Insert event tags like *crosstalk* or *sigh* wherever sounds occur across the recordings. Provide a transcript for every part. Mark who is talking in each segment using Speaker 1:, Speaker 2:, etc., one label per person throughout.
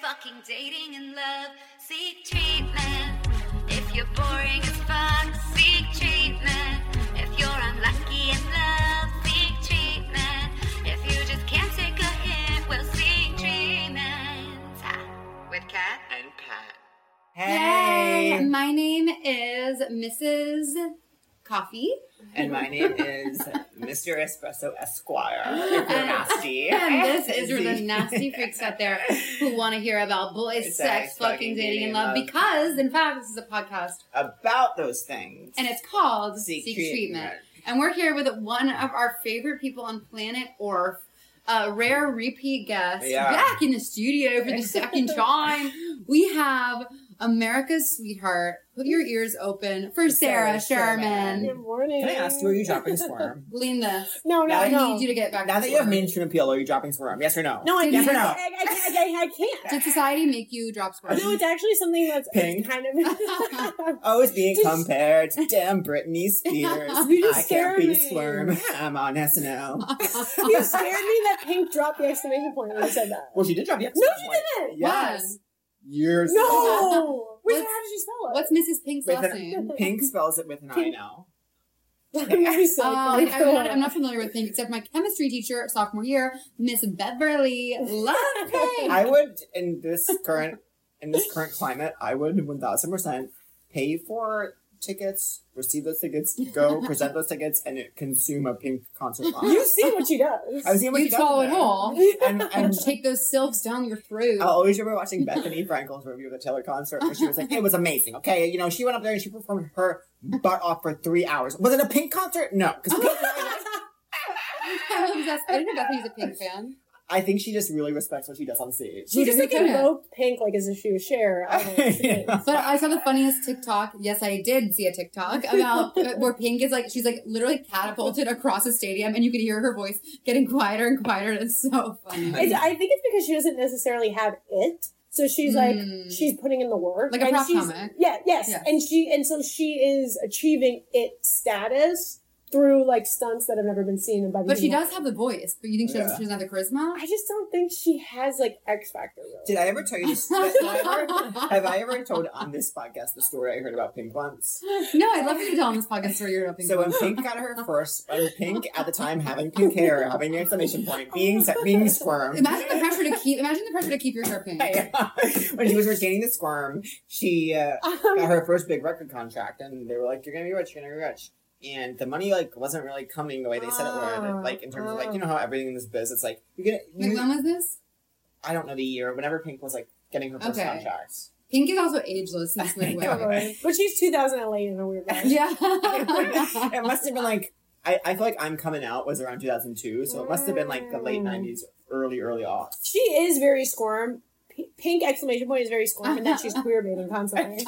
Speaker 1: talking, dating, and love. Seek treatment. If you're boring as fuck, seek treatment. If you're unlucky in love, seek treatment. If you just can't take a hint, well, seek treatment. Ah, With Cat and Pat.
Speaker 2: Hey. My name is Mrs. Coffee.
Speaker 3: And my name is Mr. Espresso Esquire. If you're nasty.
Speaker 2: And this is for the nasty freaks out there
Speaker 3: *laughs*
Speaker 2: who want to hear about boys,
Speaker 3: Sex,
Speaker 2: sex, fucking,
Speaker 3: fucking,
Speaker 2: dating,
Speaker 3: dating,
Speaker 2: and love.
Speaker 3: love.
Speaker 2: Because, in fact, this is a podcast
Speaker 3: About those things.
Speaker 2: and it's called Seek,
Speaker 3: Seek
Speaker 2: Treatment.
Speaker 3: Treatment.
Speaker 2: And we're here with one of our favorite people on planet Orf, a rare repeat guest,
Speaker 3: Yeah.
Speaker 2: back in the studio for
Speaker 3: *laughs*
Speaker 2: the second time. We have America's sweetheart. Put your ears open for Sarah,
Speaker 3: Sarah
Speaker 2: Sherman.
Speaker 3: Sherman.
Speaker 4: Good morning.
Speaker 5: Can I ask, were you dropping sperm?
Speaker 2: Lean this.
Speaker 3: Now
Speaker 4: No, no,
Speaker 3: I
Speaker 2: I
Speaker 4: no.
Speaker 2: need you to get
Speaker 5: *laughs*
Speaker 2: back.
Speaker 5: now
Speaker 2: to
Speaker 5: that you have
Speaker 2: work.
Speaker 5: mainstream appeal, are you dropping sperm? Yes or no?
Speaker 4: no, I,
Speaker 5: Yes or
Speaker 4: can't.
Speaker 5: no?
Speaker 4: I, I, I, I
Speaker 5: *laughs*
Speaker 4: can't.
Speaker 2: Did society make you drop sperm?
Speaker 4: No, it's actually something that's
Speaker 5: Ping.
Speaker 4: *laughs* kind of. *laughs*
Speaker 5: Always Oh, being
Speaker 4: Just-
Speaker 5: compared to damn Britney Spears.
Speaker 4: *laughs* You just
Speaker 5: I can't
Speaker 4: scared
Speaker 5: be
Speaker 4: me.
Speaker 5: sperm. I'm on SNL.
Speaker 4: you scared me that Pink dropped the exclamation point when you said that.
Speaker 5: Well, she did drop the episode.
Speaker 4: No, she didn't.
Speaker 5: Yes. Years.
Speaker 4: No. Wait,
Speaker 2: What's-
Speaker 4: how did you spell it?
Speaker 2: What's Mrs. Pink's
Speaker 5: With
Speaker 2: last
Speaker 5: an- *laughs*
Speaker 2: name?
Speaker 5: Pink spells it with an I
Speaker 4: Pink.
Speaker 5: now.
Speaker 4: *laughs*
Speaker 2: *laughs*
Speaker 4: I'm gonna be so
Speaker 2: Um, I'm,
Speaker 4: confused.
Speaker 2: not, I'm
Speaker 4: *laughs*
Speaker 2: not familiar with Pink except my chemistry teacher sophomore year, Miss Beverly Love Pink.
Speaker 5: I would in this current in this current climate, I would one thousand percent pay for tickets, receive those tickets, go
Speaker 2: *laughs*
Speaker 5: present those tickets, and consume a pink concert.
Speaker 4: You
Speaker 5: Live.
Speaker 4: see what she does.
Speaker 5: *laughs* I was seeing what
Speaker 2: You
Speaker 5: she does
Speaker 2: swallow it
Speaker 5: there. Oh.
Speaker 2: all
Speaker 5: *laughs* And, and
Speaker 2: and take those silks down your throat. *laughs*
Speaker 5: I'll always remember watching Bethany Frankel's review of the Taylor concert where she was like, it was amazing. Okay, you know, she went up there and she performed her butt off for three hours. Was it a pink concert? No. Because
Speaker 2: *laughs* I was obsessed- I didn't know Bethany's a Pink fan.
Speaker 5: I think she just really respects what she does on stage.
Speaker 2: *laughs*
Speaker 4: she just like
Speaker 2: Yeah.
Speaker 4: invoked Pink like as if she was Cher. I don't know.
Speaker 5: *laughs* Yeah.
Speaker 2: But I saw the funniest TikTok. Yes, I did see a TikTok
Speaker 5: *laughs*
Speaker 2: about where Pink is like she's like literally catapulted across a stadium, and you could hear her voice getting quieter and quieter. It's so funny.
Speaker 4: It's, I think it's because she doesn't necessarily have it. So she's
Speaker 2: Mm.
Speaker 4: like she's putting in the work.
Speaker 2: Like a
Speaker 4: and
Speaker 2: prop
Speaker 4: she's-
Speaker 2: comic.
Speaker 4: Yeah, yes.
Speaker 2: Yeah.
Speaker 4: And she and so she is achieving it status through like stunts that have never been seen and by
Speaker 2: But she does have the voice. But you think she, doesn't, she doesn't have the charisma? *laughs*
Speaker 4: I just don't think she has like X Factor really. *laughs*
Speaker 5: Did I ever tell you this? Have I ever, have I ever told on this podcast the story I heard about Pink once?
Speaker 2: *laughs* No, I'd love for you to tell on this podcast story you're helping.
Speaker 5: So when Pink got her first, when Pink at the time having pink hair, having an exclamation point, being being squirmed.
Speaker 2: imagine the pressure to keep. Imagine the pressure to keep your hair pink.
Speaker 5: *laughs* when she was retaining the squirm, she uh,
Speaker 4: Um, *laughs*
Speaker 5: got her first big record contract, and they were like, "You're gonna be rich, you're gonna be rich." And the money like wasn't really coming the way they said it
Speaker 4: Ah,
Speaker 5: would. Like in terms of like
Speaker 4: ah.
Speaker 5: you know how everything in this business like you're gonna
Speaker 2: oh. Like when
Speaker 5: you,
Speaker 2: was this?
Speaker 5: I don't know the year whenever Pink was like getting her first
Speaker 2: Okay.
Speaker 5: contract.
Speaker 2: Pink is also ageless in this
Speaker 5: *laughs*
Speaker 2: weird
Speaker 5: I know.
Speaker 2: way.
Speaker 4: Totally. But she's 2000 LA in a weird
Speaker 2: *laughs*
Speaker 4: way.
Speaker 5: *laughs*
Speaker 2: Yeah.
Speaker 5: it must have been like I, I feel like I'm coming out was around 2002, so it must have been like the late
Speaker 4: Mm.
Speaker 5: 90s, early early aughts.
Speaker 4: She is very squirm. P- pink exclamation point is very squirm and
Speaker 2: *laughs*
Speaker 4: that she's queer baiting *laughs* constantly.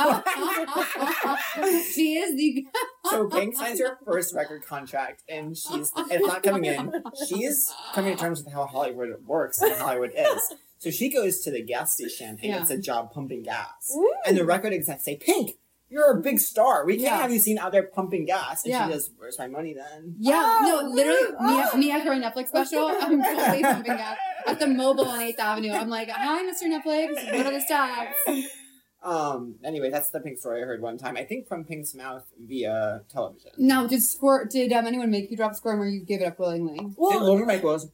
Speaker 2: she is the.
Speaker 5: So Pink signs her first record contract, and she's it's not coming in. She's coming to terms with how Hollywood works and Hollywood is. So she goes to the gas station and
Speaker 2: Yeah.
Speaker 5: gets a job pumping gas.
Speaker 4: Ooh.
Speaker 5: And the record execs say, "Pink, you're a big star. We can't
Speaker 2: Yeah.
Speaker 5: have you seen out there pumping gas." And
Speaker 2: Yeah.
Speaker 5: she goes, "Where's my money then?"
Speaker 2: Yeah.
Speaker 4: Oh,
Speaker 2: no, literally,
Speaker 4: oh.
Speaker 2: Mia, Mia her Netflix special. I'm totally pumping up at the mobile on Eighth Avenue. I'm like, hi, Mr. Netflix. What are the stats?
Speaker 5: Um. Anyway, that's the Pink story I heard one time. I think from Pink's mouth via television.
Speaker 2: Now, did squirt? Did um, anyone make you drop squirm, or you give it up willingly?
Speaker 5: Did
Speaker 4: Well,
Speaker 5: Lauren Michaels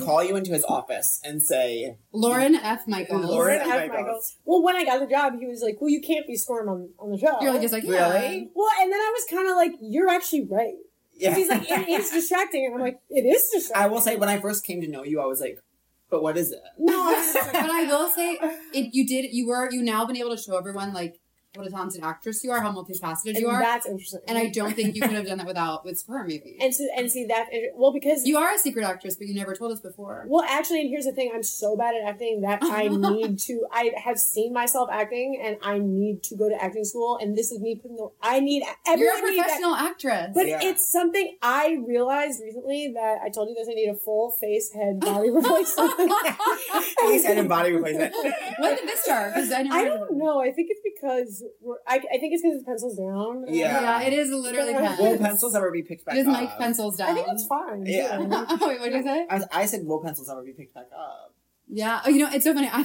Speaker 5: call you into his office and say,
Speaker 2: Lauren F. Michaels.
Speaker 5: Lauren
Speaker 4: F.
Speaker 5: Michaels.
Speaker 4: Michaels. well, when I got the job, he was like, "Well, you can't be squirm on, on the show."
Speaker 2: You're like, it's like yeah.
Speaker 5: "Really?"
Speaker 4: *laughs* well, and then I was kind of like, "You're actually right."
Speaker 5: Yeah.
Speaker 4: He's like, it is distracting. And I'm like, it is
Speaker 2: *laughs*
Speaker 5: *laughs*
Speaker 4: distracting.
Speaker 5: I will say when I first came to know you, I was like, but what is it?
Speaker 4: no, *laughs* I
Speaker 2: but I will say, it, you did. You were. You now been able to show everyone like what a talented actress you are, how multifaceted
Speaker 4: and
Speaker 2: you are.
Speaker 4: that's interesting.
Speaker 2: And I don't think you could have done that without with sperm, maybe.
Speaker 4: and, so, and see that, well, because,
Speaker 2: you are a secret actress, but you never told us before.
Speaker 4: well, actually, and here's the thing I'm so bad at acting that
Speaker 2: *laughs*
Speaker 4: I need to, I have seen myself acting and I need to go to acting school. And this is me putting the, I need,
Speaker 2: You're
Speaker 4: everyone
Speaker 2: a
Speaker 4: needs that-
Speaker 2: professional actress.
Speaker 4: But
Speaker 5: Yeah.
Speaker 4: it's something I realized recently that I told you this. I need a full face,
Speaker 2: *laughs*
Speaker 4: head, body replacement.
Speaker 5: Face head and body replacement. *laughs*
Speaker 2: when did this start? 'Cause I, never
Speaker 4: I
Speaker 2: heard of
Speaker 4: don't
Speaker 2: it.
Speaker 4: know. I think it's because we're, I, I think it's because the pencil's down.
Speaker 5: Yeah.
Speaker 2: Yeah, it is literally pens.
Speaker 5: will pencils ever be picked back
Speaker 2: it is
Speaker 5: up?
Speaker 2: Mike pencils down. *laughs*
Speaker 4: I think it's fine.
Speaker 5: Yeah.
Speaker 2: Wait, what did you say?
Speaker 5: I, I said will pencils ever be picked back up?
Speaker 2: Yeah. Oh, you know, it's so funny. *laughs* I,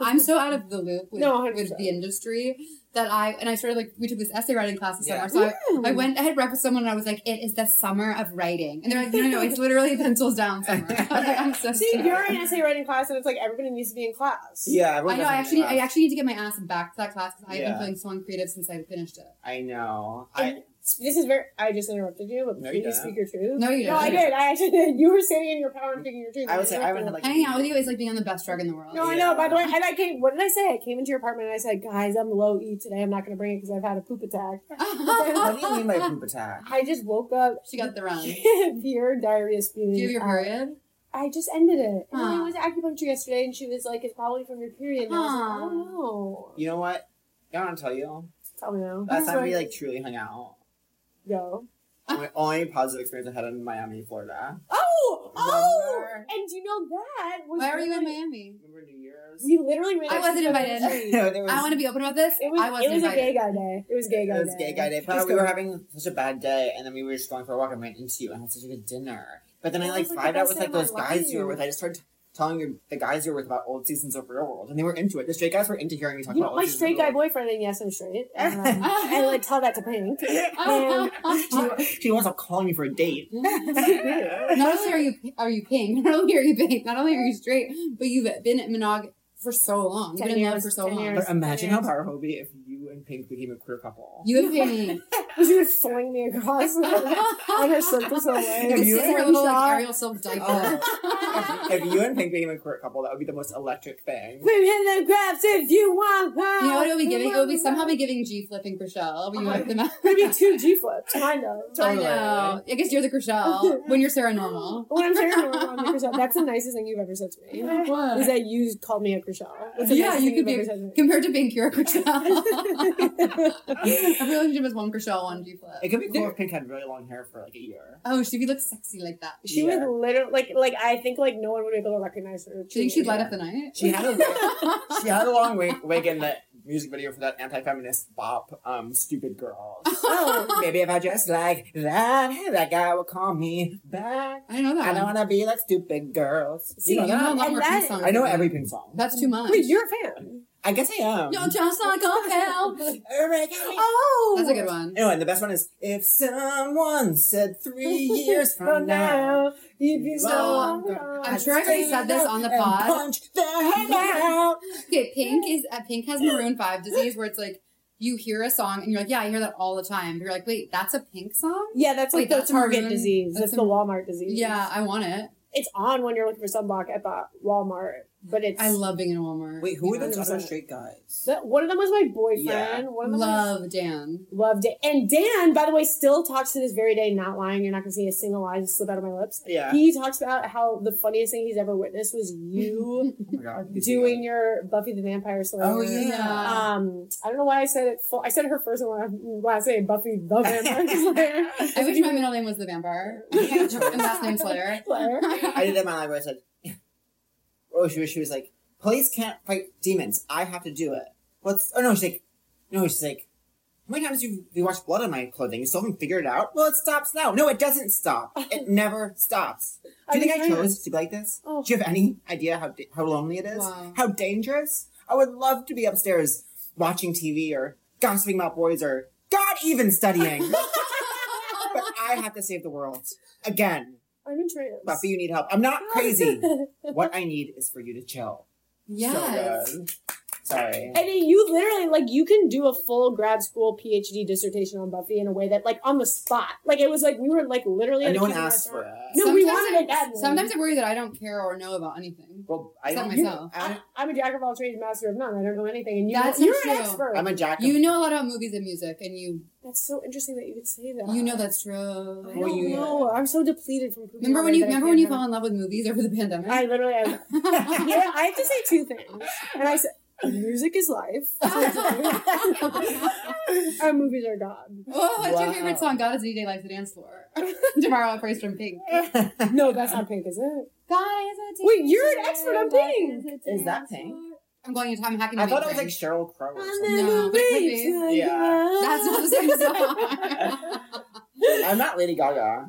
Speaker 2: I'm so out of the loop with,
Speaker 4: No, 100%.
Speaker 2: with the industry that I, and I started like, we took this essay writing class this
Speaker 5: Yeah.
Speaker 2: summer. So I, I went, I had rep with someone and I was like, it is the summer of writing. And they're like, no, no, no,
Speaker 4: *laughs*
Speaker 2: it's literally pencils down summer. *laughs* I was like, I'm so
Speaker 4: See,
Speaker 2: sorry.
Speaker 4: you're in essay writing class, and it's like everybody needs to be in class.
Speaker 5: Yeah,
Speaker 2: I
Speaker 5: everyone
Speaker 2: know. I
Speaker 5: does
Speaker 2: actually,
Speaker 5: that.
Speaker 2: I actually need to get my ass back to that class because I've
Speaker 5: Yeah.
Speaker 2: been feeling so uncreative since I finished it.
Speaker 5: I know. I
Speaker 4: This is very. I just interrupted you, but
Speaker 5: No, you
Speaker 4: did you
Speaker 5: didn't.
Speaker 4: speak your truth?
Speaker 2: No, you
Speaker 4: No, I
Speaker 2: didn't.
Speaker 4: did. I actually did. You were standing in your power and speaking your truth.
Speaker 5: I would say I oh, haven't had like
Speaker 2: Hanging out with you is like being on the best drug in the world. *laughs*
Speaker 4: No, I know. By the way, and I came. What did I say? I came into your apartment and I said, "Guys, I'm low E today. I'm not going to bring it because I've had a poop attack.
Speaker 5: *laughs* What do you mean by poop attack?
Speaker 4: I just woke up,
Speaker 2: *laughs* she got the
Speaker 4: *laughs*
Speaker 2: run. Do
Speaker 4: pure diarrhea spewing.
Speaker 2: you have your
Speaker 4: out.
Speaker 2: period?
Speaker 4: I just ended it. And then I
Speaker 2: Huh.
Speaker 4: went to acupuncture yesterday, and she was like, "It's probably from your period." And I was like,
Speaker 2: Huh.
Speaker 4: "I don't know."
Speaker 5: You know what? I want to tell you.
Speaker 4: Tell me now.
Speaker 5: Last time we like truly hung out.
Speaker 4: go.
Speaker 5: My only positive experience I had in Miami, Florida.
Speaker 4: Oh, oh!
Speaker 5: Remember?
Speaker 4: And do you know that? Was
Speaker 2: Why were you in
Speaker 4: literally-
Speaker 2: Miami?
Speaker 5: Remember New Year's?
Speaker 4: We literally ran.
Speaker 2: I wasn't invited.
Speaker 4: It
Speaker 5: there was,
Speaker 2: I want to be open about this.
Speaker 4: was,
Speaker 2: I wasn't
Speaker 4: it was a
Speaker 2: invited.
Speaker 4: gay guy day. It was gay guy
Speaker 5: it was gay
Speaker 4: day.
Speaker 5: guy day,
Speaker 4: Just
Speaker 5: but we were
Speaker 4: go.
Speaker 5: having such a bad day, and then we were just going for a walk and ran into you and had such a good dinner. But then I
Speaker 4: That
Speaker 5: like
Speaker 4: was, like,
Speaker 5: vibed
Speaker 4: the
Speaker 5: out
Speaker 4: best
Speaker 5: with
Speaker 4: night
Speaker 5: like
Speaker 4: of my
Speaker 5: those guys you were
Speaker 4: life.
Speaker 5: with. I just started t- telling you the guys you were with about old seasons of Real World, and they were into it. The straight guys were into hearing me talk
Speaker 4: You
Speaker 5: about
Speaker 4: know, my
Speaker 5: old
Speaker 4: straight
Speaker 5: seasons
Speaker 4: guy
Speaker 5: of
Speaker 4: boyfriend, and yes,
Speaker 5: *laughs*
Speaker 4: I'm straight. Um, I like tell that to Pink. *laughs*
Speaker 2: Oh, oh, *laughs*
Speaker 5: Real World. *laughs* She, she wants to call me for a
Speaker 4: *laughs*
Speaker 5: date.
Speaker 2: not only are you are you pink, not only are you pink, not only are you straight, but you've been at monog for so long. You've
Speaker 4: Ten
Speaker 2: been in love
Speaker 4: years,
Speaker 2: for so
Speaker 4: ten
Speaker 2: long.
Speaker 4: years.
Speaker 5: But imagine how powerful it would be if you and Pink became a queer couple.
Speaker 2: You have been.
Speaker 4: She would fling me across
Speaker 2: *laughs*
Speaker 4: on her circus
Speaker 5: If
Speaker 2: this
Speaker 5: you-
Speaker 2: is
Speaker 4: away.
Speaker 2: her little like Ariel silk diaper. *laughs*
Speaker 5: Oh. if you and Pink became a queer couple, that would be the most electric
Speaker 4: *laughs*
Speaker 5: thing.
Speaker 4: Women and grabs if you want one.
Speaker 2: You know what it'll be giving? It'll be somehow be giving G flipping Chriselle. But you have them out.
Speaker 4: It'd be two G flips, kind of.
Speaker 2: *laughs* I know. I guess you're the Chriselle when you're Sarah Normal.
Speaker 4: When I'm saying that's the nicest thing you've ever said
Speaker 2: *laughs*
Speaker 4: to me. Is that you called me a Chriselle. That's the
Speaker 2: Yeah,
Speaker 4: nicest
Speaker 2: you could
Speaker 4: thing you've
Speaker 2: be-
Speaker 4: ever said to me.
Speaker 2: Compared to pink, you're a Chriselle. *laughs* a relationship is one Chriselle, one G
Speaker 5: It
Speaker 2: flip.
Speaker 5: could be cool if Pink had really long hair for like a year.
Speaker 2: Oh, she would look sexy like that.
Speaker 4: *laughs* She
Speaker 5: Yeah.
Speaker 4: would literally like like I think like no one would be able to recognize her.
Speaker 2: Do you think she'd
Speaker 4: truly.
Speaker 2: light up the night?
Speaker 5: She had
Speaker 2: *laughs*
Speaker 5: a she had a long wig, wig in that music video for that anti-feminist bop, um, stupid
Speaker 2: *laughs*
Speaker 5: girl.
Speaker 4: Oh.
Speaker 5: Maybe if I just like that, that guy will call me back.
Speaker 2: I don't know that.
Speaker 5: I
Speaker 2: one.
Speaker 5: don't want to be like stupid girls.
Speaker 4: See,
Speaker 5: you know
Speaker 2: You know a
Speaker 5: that?
Speaker 2: lot
Speaker 4: And
Speaker 2: more
Speaker 4: that-
Speaker 2: pink songs.
Speaker 5: I know
Speaker 2: than me.
Speaker 5: every Um, Pink song.
Speaker 2: That's too much.
Speaker 4: Wait, you're a fan.
Speaker 5: I guess I am.
Speaker 2: No, just not
Speaker 4: *laughs*
Speaker 2: gonna help.
Speaker 5: Oh my God.
Speaker 4: Oh,
Speaker 2: That's a
Speaker 4: *laughs*
Speaker 2: good one.
Speaker 5: Anyway, and the best one is if someone said three
Speaker 2: *laughs*
Speaker 5: years
Speaker 4: From
Speaker 5: from now.
Speaker 4: now, you'd be so.
Speaker 5: Well,
Speaker 2: I'm sure I already said this on the
Speaker 5: and
Speaker 2: pod.
Speaker 5: Punch the head out.
Speaker 2: Okay, Pink is uh, Pink has Maroon Five disease, where it's like you hear a song and you're like, yeah, I hear that all the time. But you're like, wait, that's a Pink song?
Speaker 4: Yeah, that's like
Speaker 2: Wait,
Speaker 4: the
Speaker 2: that's
Speaker 4: Target
Speaker 2: Maroon-
Speaker 4: disease. That's,
Speaker 2: that's
Speaker 4: the
Speaker 2: a-
Speaker 4: Walmart disease.
Speaker 2: Yeah, I want it.
Speaker 4: it's on when you're looking for sunblock at the Walmart, but it's
Speaker 2: I love being in Walmart.
Speaker 5: Wait, who are those
Speaker 4: 100%.
Speaker 5: other straight guys?
Speaker 4: So, one of them was my boyfriend.
Speaker 5: Yeah.
Speaker 4: One of them was-
Speaker 2: Love Dan.
Speaker 4: loved it, and Dan, by the way, still talks to this very day. Not lying, you're not gonna see a single lie slip out of my lips.
Speaker 5: Yeah.
Speaker 4: He talks about how the funniest thing he's ever witnessed was you
Speaker 5: *laughs* Oh my God, these
Speaker 4: doing
Speaker 5: guys.
Speaker 4: your Buffy the Vampire Slayer.
Speaker 5: Oh, yeah.
Speaker 4: Um, I don't know why I said it. Full, I said her first and la- last name, Buffy the
Speaker 5: *laughs*
Speaker 4: Vampire Slayer.
Speaker 2: I wish my middle name was the Vampire and last name
Speaker 4: *laughs*
Speaker 2: Slayer.
Speaker 4: Slayer.
Speaker 5: I did that in my library. I said, oh, she was, she was like, police can't fight demons. I have to do it. What's, oh no, she's like, no, she's like, how many times you you watched blood on my clothing? You still haven't figured it out? Well, it stops now. No, it doesn't stop. It never stops. Do you think I chose to be like this?
Speaker 4: Oh.
Speaker 5: Do you have any idea how, da- how lonely it is?
Speaker 2: Wow.
Speaker 5: How dangerous? I would love to be upstairs watching TV or gossiping about boys or God, even
Speaker 2: *laughs*
Speaker 5: studying. but I have to save the world. Again.
Speaker 4: I'm in trance. *laughs*
Speaker 5: Buffy, you need help. I'm not crazy. what I need is for you to chill.
Speaker 2: Yes.
Speaker 5: So good. Sorry.
Speaker 4: And then you literally like you can do a full grad school PhD dissertation on Buffy in a way that like on the spot. Like it was like we were like literally.
Speaker 5: And
Speaker 4: at
Speaker 5: no
Speaker 4: a
Speaker 5: one
Speaker 4: Cuban
Speaker 5: asked for
Speaker 4: restaurant.
Speaker 5: it.
Speaker 4: No, we
Speaker 2: Sometimes
Speaker 4: wanted
Speaker 2: I-
Speaker 4: it that way.
Speaker 2: Sometimes I worry that I don't care or know about anything.
Speaker 5: Well, I
Speaker 2: Except
Speaker 5: don't.
Speaker 2: myself.
Speaker 5: I,
Speaker 4: I, am a jack of all trades, master of none. I don't know anything, and you
Speaker 2: That's
Speaker 4: you're
Speaker 2: not
Speaker 4: an
Speaker 2: true.
Speaker 4: expert.
Speaker 5: I'm a jack. Of,
Speaker 2: You know a lot about movies and music, and you
Speaker 4: That's so interesting that you could say that.
Speaker 2: you know that's
Speaker 4: I
Speaker 2: true.
Speaker 4: don't
Speaker 5: Well, you-
Speaker 4: know. I'm so depleted from. poop
Speaker 2: Remember when
Speaker 4: knowledge
Speaker 2: you
Speaker 4: that I
Speaker 2: remember
Speaker 4: can't
Speaker 2: when you
Speaker 4: have-
Speaker 2: fell in love with movies over the pandemic?
Speaker 4: I *laughs* literally. I, was- yeah, I have to say two things, and I said. Music is life. *laughs* Our movies are God.
Speaker 2: *laughs* Oh, what's your favorite
Speaker 5: Wow.
Speaker 2: song? God is any day like the dance floor. *laughs* Tomorrow I'll praise from Pink.
Speaker 4: No, that's not pink, is it?
Speaker 2: God is a
Speaker 4: Wait,
Speaker 2: dance
Speaker 4: you're an expert on
Speaker 2: floor,
Speaker 4: Pink.
Speaker 2: God a
Speaker 5: Is that
Speaker 2: dance
Speaker 5: Pink?
Speaker 2: floor. I'm going to time hacking.
Speaker 5: *laughs* I
Speaker 2: the
Speaker 5: thought it was like
Speaker 2: mainframe.
Speaker 5: Cheryl Crow or something.
Speaker 2: No, but it could be.
Speaker 5: Yeah.
Speaker 2: *laughs* That's not the same song.
Speaker 5: I'm not Lady Gaga.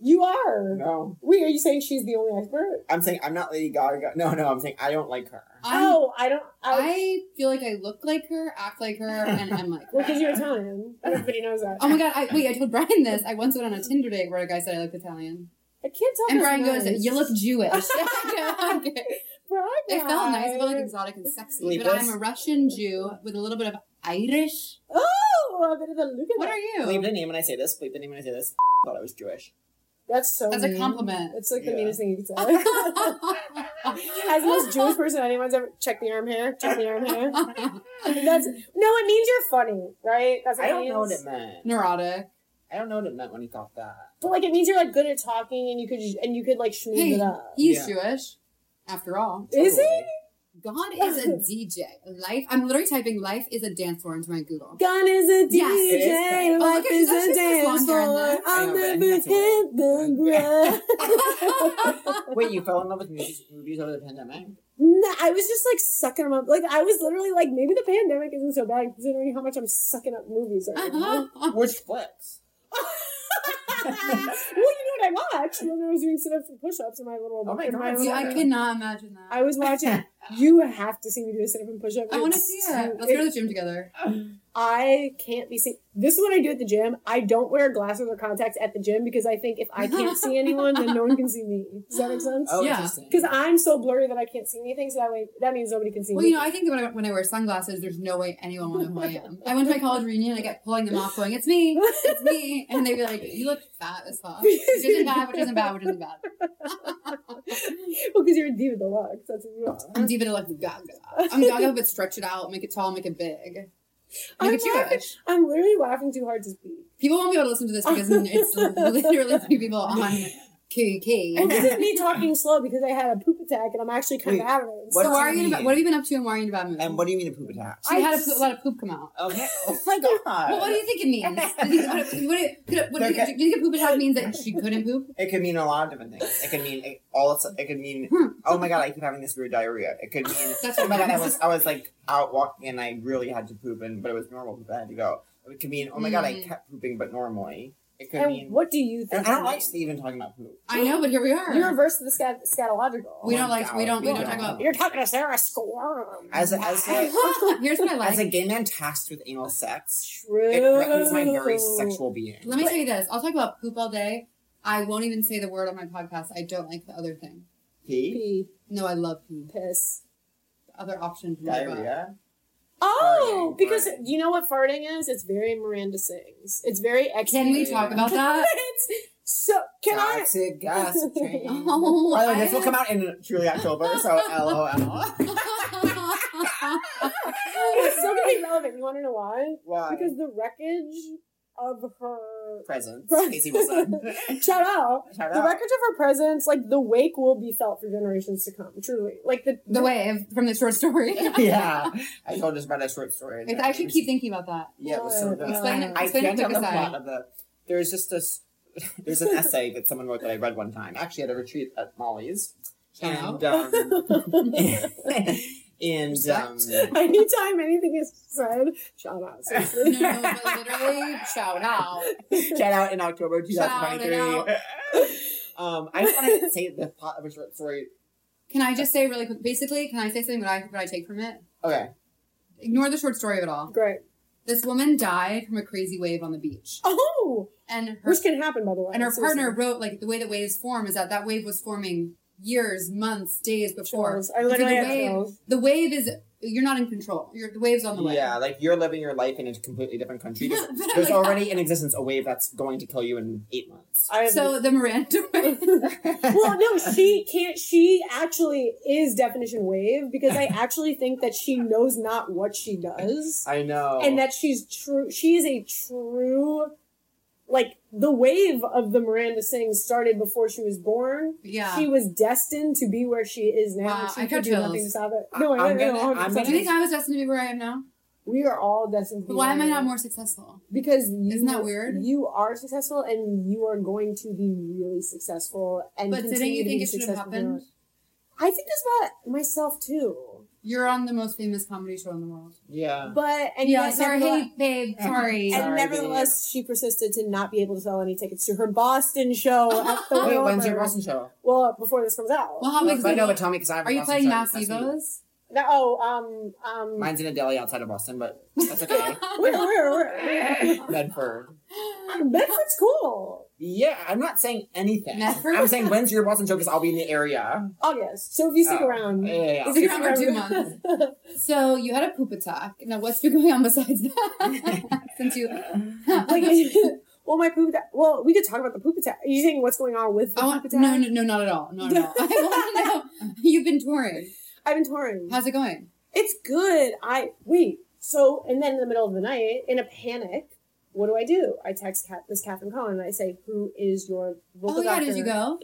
Speaker 4: You are. *laughs*
Speaker 5: No.
Speaker 4: Wait, are you saying she's the only expert?
Speaker 5: I'm saying I'm not Lady Gaga. No, no, I'm saying I don't like her.
Speaker 2: I,
Speaker 4: oh, I don't. I,
Speaker 2: I feel like I look like her, act like her, and I'm like.
Speaker 4: *laughs* well, because you're Italian. Everybody knows that.
Speaker 2: Oh my god! I, wait, I told Brian this. I once went on a Tinder date where a guy said I looked Italian,
Speaker 4: I can't tell.
Speaker 2: and
Speaker 4: this
Speaker 2: Brian goes,
Speaker 4: much.
Speaker 2: "You
Speaker 4: *laughs*
Speaker 2: look *laughs* Jewish." I go, "Okay."
Speaker 4: Brian.
Speaker 2: It felt nice, it felt like exotic and sexy. But
Speaker 5: Sleepless?
Speaker 2: I'm a Russian Jew with a little bit of Irish.
Speaker 4: Oh, a bit of the look at
Speaker 2: What
Speaker 4: that.
Speaker 2: are
Speaker 5: Believe
Speaker 2: you?
Speaker 5: the name when I say this. Believe the name when I say this. *laughs* Thought I was Jewish.
Speaker 4: That's so.
Speaker 2: That's a
Speaker 4: mean.
Speaker 2: compliment. *laughs*
Speaker 4: That's like the
Speaker 5: Yeah.
Speaker 4: meanest thing you could say. As the most Jewish person anyone's ever check the arm hair, check the arm
Speaker 5: *laughs*
Speaker 4: hair. That's no, it means you're funny, right? That's what
Speaker 5: I don't
Speaker 4: means.
Speaker 5: know what it meant.
Speaker 2: Neurotic.
Speaker 5: I don't know what it meant when he thought that.
Speaker 4: But like it means you're like good at talking and you could and you could like schmooze
Speaker 2: Hey,
Speaker 4: it up.
Speaker 2: he's
Speaker 5: Yeah.
Speaker 2: Jewish, after all.
Speaker 4: Is
Speaker 5: Totally.
Speaker 4: it?
Speaker 2: God is a DJ. Life. I'm literally typing "life is a dance floor" into my
Speaker 4: *laughs*
Speaker 2: Google. *laughs*
Speaker 4: Gun is a
Speaker 2: Yes,
Speaker 5: it is kind
Speaker 4: DJ,
Speaker 5: of-
Speaker 2: Oh,
Speaker 4: life
Speaker 2: look at-
Speaker 4: is
Speaker 2: that's
Speaker 4: a
Speaker 2: just as long
Speaker 4: dance
Speaker 2: during
Speaker 4: floor.
Speaker 2: that.
Speaker 5: I know,
Speaker 4: I'll
Speaker 5: but I think
Speaker 4: never hit
Speaker 5: that's what-
Speaker 4: the *laughs* ground.
Speaker 5: Wait, you fell in love with movies, movies over the
Speaker 4: *laughs*
Speaker 5: pandemic?
Speaker 4: No, I was just like sucking them up. Like I was literally like, maybe the pandemic isn't so bad considering how much I'm sucking up movies right now.
Speaker 5: Which flicks?
Speaker 4: *laughs* well, you know what I watched? You know, I was doing sit-ups and push-ups in my little.
Speaker 5: Oh my
Speaker 4: in
Speaker 5: God,
Speaker 4: little-
Speaker 2: Yeah, I cannot imagine
Speaker 4: I
Speaker 2: that.
Speaker 4: was watching. *laughs* you have to see me do a sit-up and push-up.
Speaker 2: I want to
Speaker 4: It's
Speaker 2: see
Speaker 4: so-
Speaker 2: it. Let's go to the gym together.
Speaker 4: I can't be seen. This is what I do at the gym. I don't wear glasses or contacts at the gym because I think if I can't *laughs* see anyone, then no one can see me. Does that make sense?
Speaker 5: Oh,
Speaker 2: Yeah.
Speaker 5: interesting.
Speaker 4: Because I'm so blurry that I can't see anything. So that way, that means nobody can see
Speaker 2: Well,
Speaker 4: me.
Speaker 2: you know, I think when I, when I wear sunglasses, there's no way anyone will know who I am. I went to my college reunion, I kept pulling them off, going, "It's me, it's me," and they'd be like, "You look fat as fuck," which isn't bad, which isn't bad, which isn't bad.
Speaker 4: well, *laughs* because you're a diva deluxe. That's what you are.
Speaker 2: I'm diva like Gaga. I'm Gaga, but stretch it out, make it tall, make it big,
Speaker 4: I'm
Speaker 2: make it
Speaker 4: laughing.
Speaker 2: Jewish.
Speaker 4: I'm literally laughing too hard to speak.
Speaker 2: People won't be able to listen to this because it's literally three people on
Speaker 4: *laughs* And
Speaker 2: KK.
Speaker 4: this is me talking slow because I had a poop attack and I'm actually kind
Speaker 5: Wait,
Speaker 4: of out of it.
Speaker 5: what
Speaker 2: So
Speaker 4: So
Speaker 5: do
Speaker 2: why
Speaker 4: I-
Speaker 2: are you? in a ba- What have you been up to, and why are you in a bad mood?
Speaker 5: And what do you mean a poop attack?
Speaker 2: she had a, poop- a lot of poop come out. *laughs*
Speaker 5: Okay. Oh my god.
Speaker 2: Well, what do you think it means? Do you think, what, what, could it- what, do, you, do you think a poop attack means that she couldn't poop?
Speaker 5: It could mean a lot of different things. It could mean it, all. It's, it could mean. Oh my god! I keep having this weird diarrhea. It could *laughs* mean.
Speaker 2: That's
Speaker 5: Oh
Speaker 2: what
Speaker 5: my god! I was I was like out walking and I really had to poop and but it was normal because I had to go. It could mean. Oh my god! I
Speaker 2: Mm.
Speaker 5: kept pooping but normally. It could
Speaker 4: and
Speaker 5: mean.
Speaker 4: what do you
Speaker 5: and
Speaker 4: think?
Speaker 5: I don't
Speaker 4: it
Speaker 5: like
Speaker 4: means?
Speaker 5: even talking about poop.
Speaker 2: I know, but here we are.
Speaker 4: You reverse the scat- scatological.
Speaker 2: We
Speaker 5: Oh
Speaker 2: don't
Speaker 5: my
Speaker 2: like-
Speaker 5: God,
Speaker 2: we don't- we don't talk about-
Speaker 4: You're talking to Sarah Squirm.
Speaker 5: As a, as a,
Speaker 2: *laughs* Here's what I like.
Speaker 5: as a gay man tasked with anal sex,
Speaker 4: True.
Speaker 5: it threatens my very sexual being.
Speaker 2: Let me tell you this. I'll talk about poop all day. I won't even say the word on my podcast. I don't like the other thing.
Speaker 5: Pee,
Speaker 4: Pee,
Speaker 2: No, I love poop.
Speaker 4: piss.
Speaker 2: The other option. from my book.
Speaker 5: diarrhea.
Speaker 4: Oh,
Speaker 5: Farting,
Speaker 4: because
Speaker 5: farting.
Speaker 4: you know what farting is? It's very Miranda sings. It's very ex.
Speaker 2: Can we talk about that? *laughs*
Speaker 4: *laughs* it's so. Can I?
Speaker 5: Toxic gas train.
Speaker 2: Oh,
Speaker 5: By the way,
Speaker 2: I-
Speaker 5: this will come out in truly October,
Speaker 2: *laughs*
Speaker 5: so LOL.
Speaker 4: *laughs* It's so gonna be relevant. You want to know why?
Speaker 5: Why?
Speaker 4: Because the wreckage of her
Speaker 2: *laughs*
Speaker 5: presence.
Speaker 4: Pres-
Speaker 5: Casey Wilson.
Speaker 4: shout out
Speaker 5: Shout
Speaker 4: the
Speaker 5: out.
Speaker 4: wreckage of her presence. Like the wake will be felt for generations to come. Truly, like the
Speaker 2: the
Speaker 4: *laughs*
Speaker 2: wave from the
Speaker 5: *laughs*
Speaker 2: short story.
Speaker 5: *laughs* yeah, I told us about that short story.
Speaker 2: I actually Oh, keep thinking about that.
Speaker 5: Yeah, it was so good.
Speaker 2: Explain it.
Speaker 5: I
Speaker 2: Explain it
Speaker 5: can't
Speaker 2: quick
Speaker 5: tell the plot
Speaker 2: aside.
Speaker 5: of the. There's just this. *laughs* There's an essay that someone wrote that I read one time, actually at a retreat at Molly's,
Speaker 2: Shout
Speaker 5: and um,
Speaker 2: *laughs*
Speaker 5: and um,
Speaker 4: *laughs* anytime anything is said, shout
Speaker 2: No,
Speaker 4: out. seriously.
Speaker 2: no, but literally, shout out.
Speaker 5: shout out in October
Speaker 2: Shout it
Speaker 5: 2023. um, I just want to say the plot of a short story.
Speaker 2: Can I just say really quick? Basically, can I say something? What I what I take from it?
Speaker 5: Okay,
Speaker 2: Ignore the short story of it all.
Speaker 4: Great.
Speaker 2: This woman died from a crazy wave on the beach,
Speaker 4: Oh,
Speaker 2: and her
Speaker 4: which can happen by the way.
Speaker 2: and her
Speaker 4: Seriously.
Speaker 2: partner wrote like the way that waves form is that that wave was forming years, months, days before.
Speaker 4: Chills.
Speaker 2: So
Speaker 4: I
Speaker 2: the
Speaker 4: literally had
Speaker 2: wave,
Speaker 4: chills.
Speaker 2: the wave is you're not in control. You're, the wave's on the way.
Speaker 5: yeah, like you're living your life in a completely different
Speaker 2: *laughs*
Speaker 5: country. There's,
Speaker 2: But I'm
Speaker 5: there's
Speaker 2: like,
Speaker 5: already in existence a wave that's going to kill you in eight
Speaker 2: *laughs*
Speaker 5: months.
Speaker 4: I have
Speaker 2: so the Miranda.
Speaker 4: *laughs* well, *laughs* no, she can't. She actually is definition wave because I actually think that she knows not what she does,
Speaker 5: I know.
Speaker 4: and that she's true. She is a true, like the wave of the Miranda Singh started before she was born.
Speaker 2: yeah.
Speaker 4: She was destined to be where she is now.
Speaker 2: Wow,
Speaker 4: and she
Speaker 2: I
Speaker 4: could
Speaker 2: got
Speaker 4: do
Speaker 2: chills.
Speaker 4: nothing to stop it.
Speaker 5: I-
Speaker 4: No, I,
Speaker 5: I'm
Speaker 4: no, no,
Speaker 5: gonna- I'm
Speaker 4: 100%.
Speaker 2: do you think I was destined to be where I am now?
Speaker 4: we are all destined. To be
Speaker 2: But why am I
Speaker 4: where we
Speaker 2: not
Speaker 4: are.
Speaker 2: more successful?
Speaker 4: Because you,
Speaker 2: Isn't that weird?
Speaker 4: You are successful, and you are going to be really successful. And
Speaker 2: But didn't
Speaker 4: continue
Speaker 2: you
Speaker 4: to
Speaker 2: think
Speaker 4: be
Speaker 2: it should have
Speaker 4: successful in your
Speaker 2: happened?
Speaker 4: life. I think that's about myself too.
Speaker 2: You're on the most famous comedy show in the world.
Speaker 5: Yeah.
Speaker 4: But and
Speaker 2: yeah,
Speaker 4: yet
Speaker 2: sorry,
Speaker 4: nevertheless-
Speaker 2: hey, babe, sorry.
Speaker 5: Sorry, babe.
Speaker 4: and nevertheless, she persisted to not be able to sell any tickets to her Boston show. At the
Speaker 5: *laughs* Wait, when's
Speaker 4: Wilbur.
Speaker 5: your Boston show?
Speaker 4: Well, before this comes out.
Speaker 2: well, how
Speaker 5: Oh,
Speaker 2: big
Speaker 5: but no, but tell me because I have a
Speaker 2: Are you
Speaker 5: Boston
Speaker 2: playing
Speaker 5: show
Speaker 2: Mass
Speaker 5: next week.
Speaker 2: Evos?
Speaker 4: No, oh, um, um,
Speaker 5: Mine's in a deli outside of Boston, but that's
Speaker 2: *laughs*
Speaker 5: okay.
Speaker 4: *laughs* where, where, where?
Speaker 5: Medford.
Speaker 4: Bedford's cool.
Speaker 5: Yeah, I'm not saying anything.
Speaker 2: Medford?
Speaker 5: I'm saying when's your Boston show because I'll be in the area.
Speaker 4: August. So if you stick
Speaker 5: Oh,
Speaker 4: around,
Speaker 2: Mm-hmm.
Speaker 5: Yeah, yeah, yeah.
Speaker 4: Is
Speaker 2: You're
Speaker 4: it-
Speaker 2: around for two months.
Speaker 4: *laughs*
Speaker 2: So you had a poop attack. Now what's been *laughs* going on besides that?
Speaker 4: *laughs*
Speaker 2: Since you, *laughs*
Speaker 4: like, well, my poop. attack- Well, we could talk about the poop attack. Are you saying what's going on with the
Speaker 2: I
Speaker 4: poop
Speaker 2: want
Speaker 4: attack?
Speaker 2: Oh, no, no, no, not at all, not at all. I
Speaker 4: *laughs*
Speaker 2: want to know. You've been touring.
Speaker 4: I've been touring.
Speaker 2: How's it going?
Speaker 4: It's good. I wait. So and then in the middle of the night, in a panic, what do I do? I text Kat, this Catherine Cohen and I say, "Who is your vocal
Speaker 2: Oh yeah,
Speaker 4: doctor?"
Speaker 2: did you go?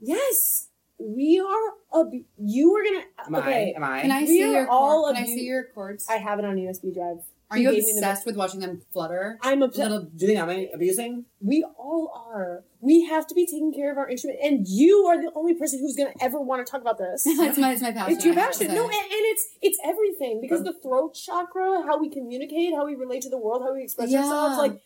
Speaker 4: Yes, we are. A, you are
Speaker 5: Am
Speaker 4: gonna.
Speaker 5: I?
Speaker 4: Okay,
Speaker 5: Am I?
Speaker 2: Can I
Speaker 4: We
Speaker 2: see
Speaker 4: are
Speaker 2: your
Speaker 4: all
Speaker 2: cord? Can
Speaker 4: of
Speaker 2: I
Speaker 4: you-
Speaker 2: see your cords?
Speaker 4: I have it on a USB drive.
Speaker 2: Are
Speaker 4: He
Speaker 2: you
Speaker 4: gave me the-
Speaker 2: obsessed with watching them
Speaker 4: *laughs*
Speaker 2: flutter? *laughs*
Speaker 4: I'm obsessed.
Speaker 2: Little
Speaker 5: Do you think I'm abusing?
Speaker 4: We all are. We have to be taking care of our instrument, and you are the only person who's going to ever want to talk
Speaker 2: *laughs*
Speaker 4: about this.
Speaker 2: it's my it's my passion.
Speaker 4: it's your
Speaker 2: I have to
Speaker 4: passion.
Speaker 2: say.
Speaker 4: No, and, and it's it's everything because the throat chakra, how we communicate, how we relate to the world, how we express
Speaker 2: Yeah.
Speaker 4: ourselves. Like,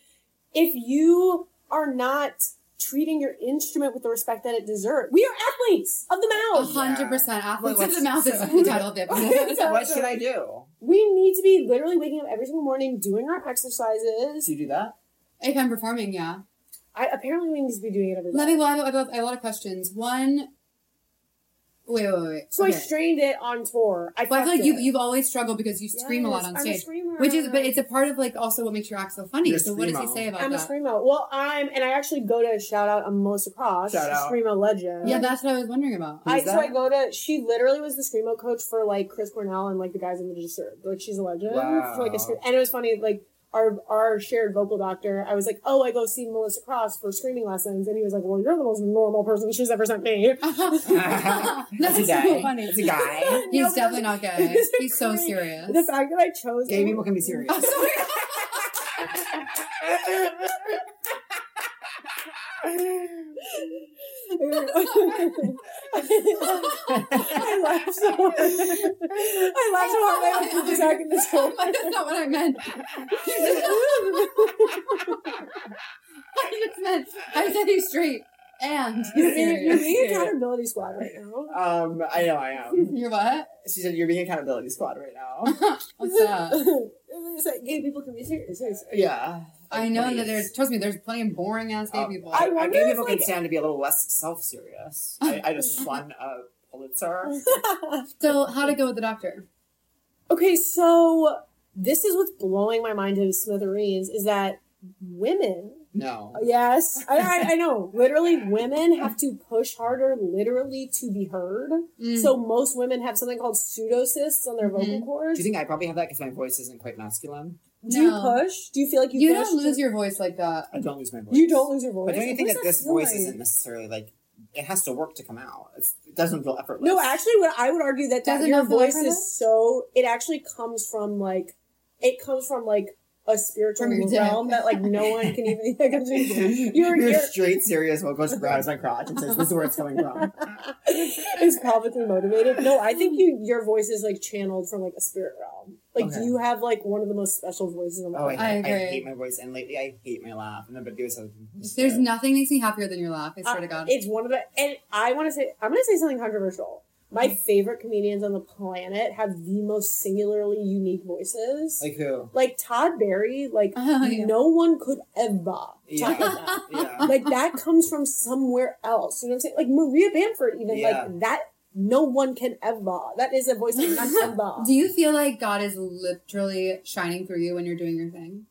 Speaker 4: if you are not treating your instrument with the respect that it deserves, we are athletes of the
Speaker 2: A
Speaker 4: mouth.
Speaker 2: hundred percent. Athletes of
Speaker 5: what's-
Speaker 2: the mouth is the title of *laughs*
Speaker 4: *laughs*
Speaker 2: the episode.
Speaker 4: So-
Speaker 5: what
Speaker 4: so
Speaker 5: should I do?
Speaker 4: We need to be literally waking up every single morning, doing our exercises.
Speaker 5: Do you do that?
Speaker 2: if I'm performing, yeah.
Speaker 4: I apparently we need to be doing it every day.
Speaker 2: Let me. Well, I have, I have- I have a lot of questions. One. Wait, wait, wait.
Speaker 4: so I
Speaker 2: okay.
Speaker 4: strained it on tour. I,
Speaker 2: Well, I feel
Speaker 4: fucked
Speaker 2: like you
Speaker 4: it.
Speaker 2: you've always struggled because you scream a lot
Speaker 4: Yes,
Speaker 2: on
Speaker 4: I'm
Speaker 2: stage,
Speaker 4: screamer.
Speaker 2: which is but it's a part of like also what makes your act so funny.
Speaker 5: You're a
Speaker 2: so what does he
Speaker 5: screamo.
Speaker 2: say about
Speaker 4: I'm a
Speaker 2: that?
Speaker 4: screamo. Well, I'm and I actually go to shout out Amosa Cross,
Speaker 5: Shout out.
Speaker 4: screamo legend.
Speaker 2: yeah, that's what I was wondering
Speaker 5: *laughs*
Speaker 2: about.
Speaker 5: Who's
Speaker 4: I, so
Speaker 5: that?
Speaker 4: I go to. She literally was the screamo coach for like Chris Cornell and like the guys in the Disturbed. Like she's a legend for like
Speaker 5: Wow.
Speaker 4: a scream. And it was funny like. Our, our shared vocal doctor, I was like, oh, I go see Melissa Cross for screaming lessons, and he was like, well, you're the most normal person she's ever sent me.
Speaker 2: that's
Speaker 5: It's a guy.
Speaker 2: so funny.
Speaker 5: It's a guy.
Speaker 2: *laughs* He's
Speaker 4: *laughs* No, but
Speaker 2: definitely not gay.
Speaker 4: it's a
Speaker 2: He's so
Speaker 4: great-
Speaker 2: serious.
Speaker 4: *laughs* The fact that I chose
Speaker 5: Gay people can be
Speaker 4: *laughs*
Speaker 5: serious.
Speaker 2: *laughs* I'm sorry. *laughs*
Speaker 5: Um,
Speaker 4: I laughed so hard. I laughed so hard. I was just back in this hole.
Speaker 2: *laughs* That's not what I meant. *laughs* I just meant I said he's straight and
Speaker 4: You're
Speaker 2: he's
Speaker 4: being, you're
Speaker 2: serious.
Speaker 4: being accountability squad right now.
Speaker 5: Um, I know I am.
Speaker 2: You're what? *laughs*
Speaker 5: She said you're being accountability squad right now.
Speaker 4: *laughs*
Speaker 2: What's up?
Speaker 4: it's like gay people can be serious. It's-
Speaker 5: Yeah.
Speaker 2: I know
Speaker 5: Please.
Speaker 2: that there's. Trust me, there's plenty of boring ass gay
Speaker 5: Um,
Speaker 2: people.
Speaker 5: I,
Speaker 4: I
Speaker 5: I
Speaker 4: wonder
Speaker 5: gay
Speaker 4: if,
Speaker 5: people
Speaker 4: like-
Speaker 5: can stand to be a little less self-serious. I, I just
Speaker 4: *laughs*
Speaker 5: won a Pulitzer.
Speaker 2: So how to go with the doctor?
Speaker 4: Okay, so this is what's blowing my mind to smithereens is that women
Speaker 5: No.
Speaker 4: Yes, I, I, I know. Literally, women have to push harder, literally, to be heard.
Speaker 2: Mm.
Speaker 4: So most women have something called pseudocysts on their vocal
Speaker 2: Mhm.
Speaker 5: Do
Speaker 4: cords.
Speaker 5: you think I probably have that because my voice isn't quite masculine?
Speaker 4: Do Mm-hmm. you
Speaker 2: No.
Speaker 4: push? Do you feel like you?
Speaker 2: you
Speaker 4: push
Speaker 2: don't lose your voice like that.
Speaker 5: I don't lose my voice.
Speaker 4: You don't lose your voice.
Speaker 5: But don't you think
Speaker 4: What
Speaker 5: that
Speaker 4: does
Speaker 5: this
Speaker 4: feel
Speaker 5: voice
Speaker 4: like?
Speaker 5: isn't necessarily like it has to work to come out? It's, it doesn't feel effortless.
Speaker 4: No,
Speaker 5: *laughs*
Speaker 4: actually, what I would argue that, that
Speaker 2: Does it
Speaker 4: your
Speaker 2: not feel like
Speaker 4: voice
Speaker 2: that?
Speaker 4: is so. It actually comes from like, it comes from like a spiritual
Speaker 2: From your dick.
Speaker 4: realm that like no one can even. That comes
Speaker 5: *laughs*
Speaker 4: from your dick.
Speaker 5: Your,
Speaker 4: You're- you're-
Speaker 5: straight serious vocal coach grabs my crotch and says, "This is where it's coming from."
Speaker 4: *laughs* is probably motivated. No, I think you your voice is like channeled from like a spirit realm. Like
Speaker 5: Okay.
Speaker 4: you have like one of the most special voices in the
Speaker 5: Oh, I,
Speaker 4: world.
Speaker 2: I
Speaker 5: I,
Speaker 2: agree.
Speaker 5: hate my voice, and lately I hate my laugh. And then, but there's a
Speaker 2: There's nothing makes me happier than your laugh. I swear to *laughs* God.
Speaker 4: It's one of the and I want to say I'm going to say something controversial. My favorite comedians on the planet have the most singularly unique voices. Like,
Speaker 5: like who?
Speaker 4: Todd Barry, like
Speaker 2: *laughs* Oh, yeah.
Speaker 4: no one could ever talk
Speaker 5: Yeah,
Speaker 4: like that.
Speaker 5: yeah. *laughs*
Speaker 4: like
Speaker 2: *laughs*
Speaker 4: that comes from somewhere else. You know what I'm saying? Like Maria Bamford, even
Speaker 5: Yeah.
Speaker 4: like that. No one can ever. That is a voice that
Speaker 2: *laughs*
Speaker 4: can ever.
Speaker 2: Do you feel like God is literally shining through you when you're doing your thing?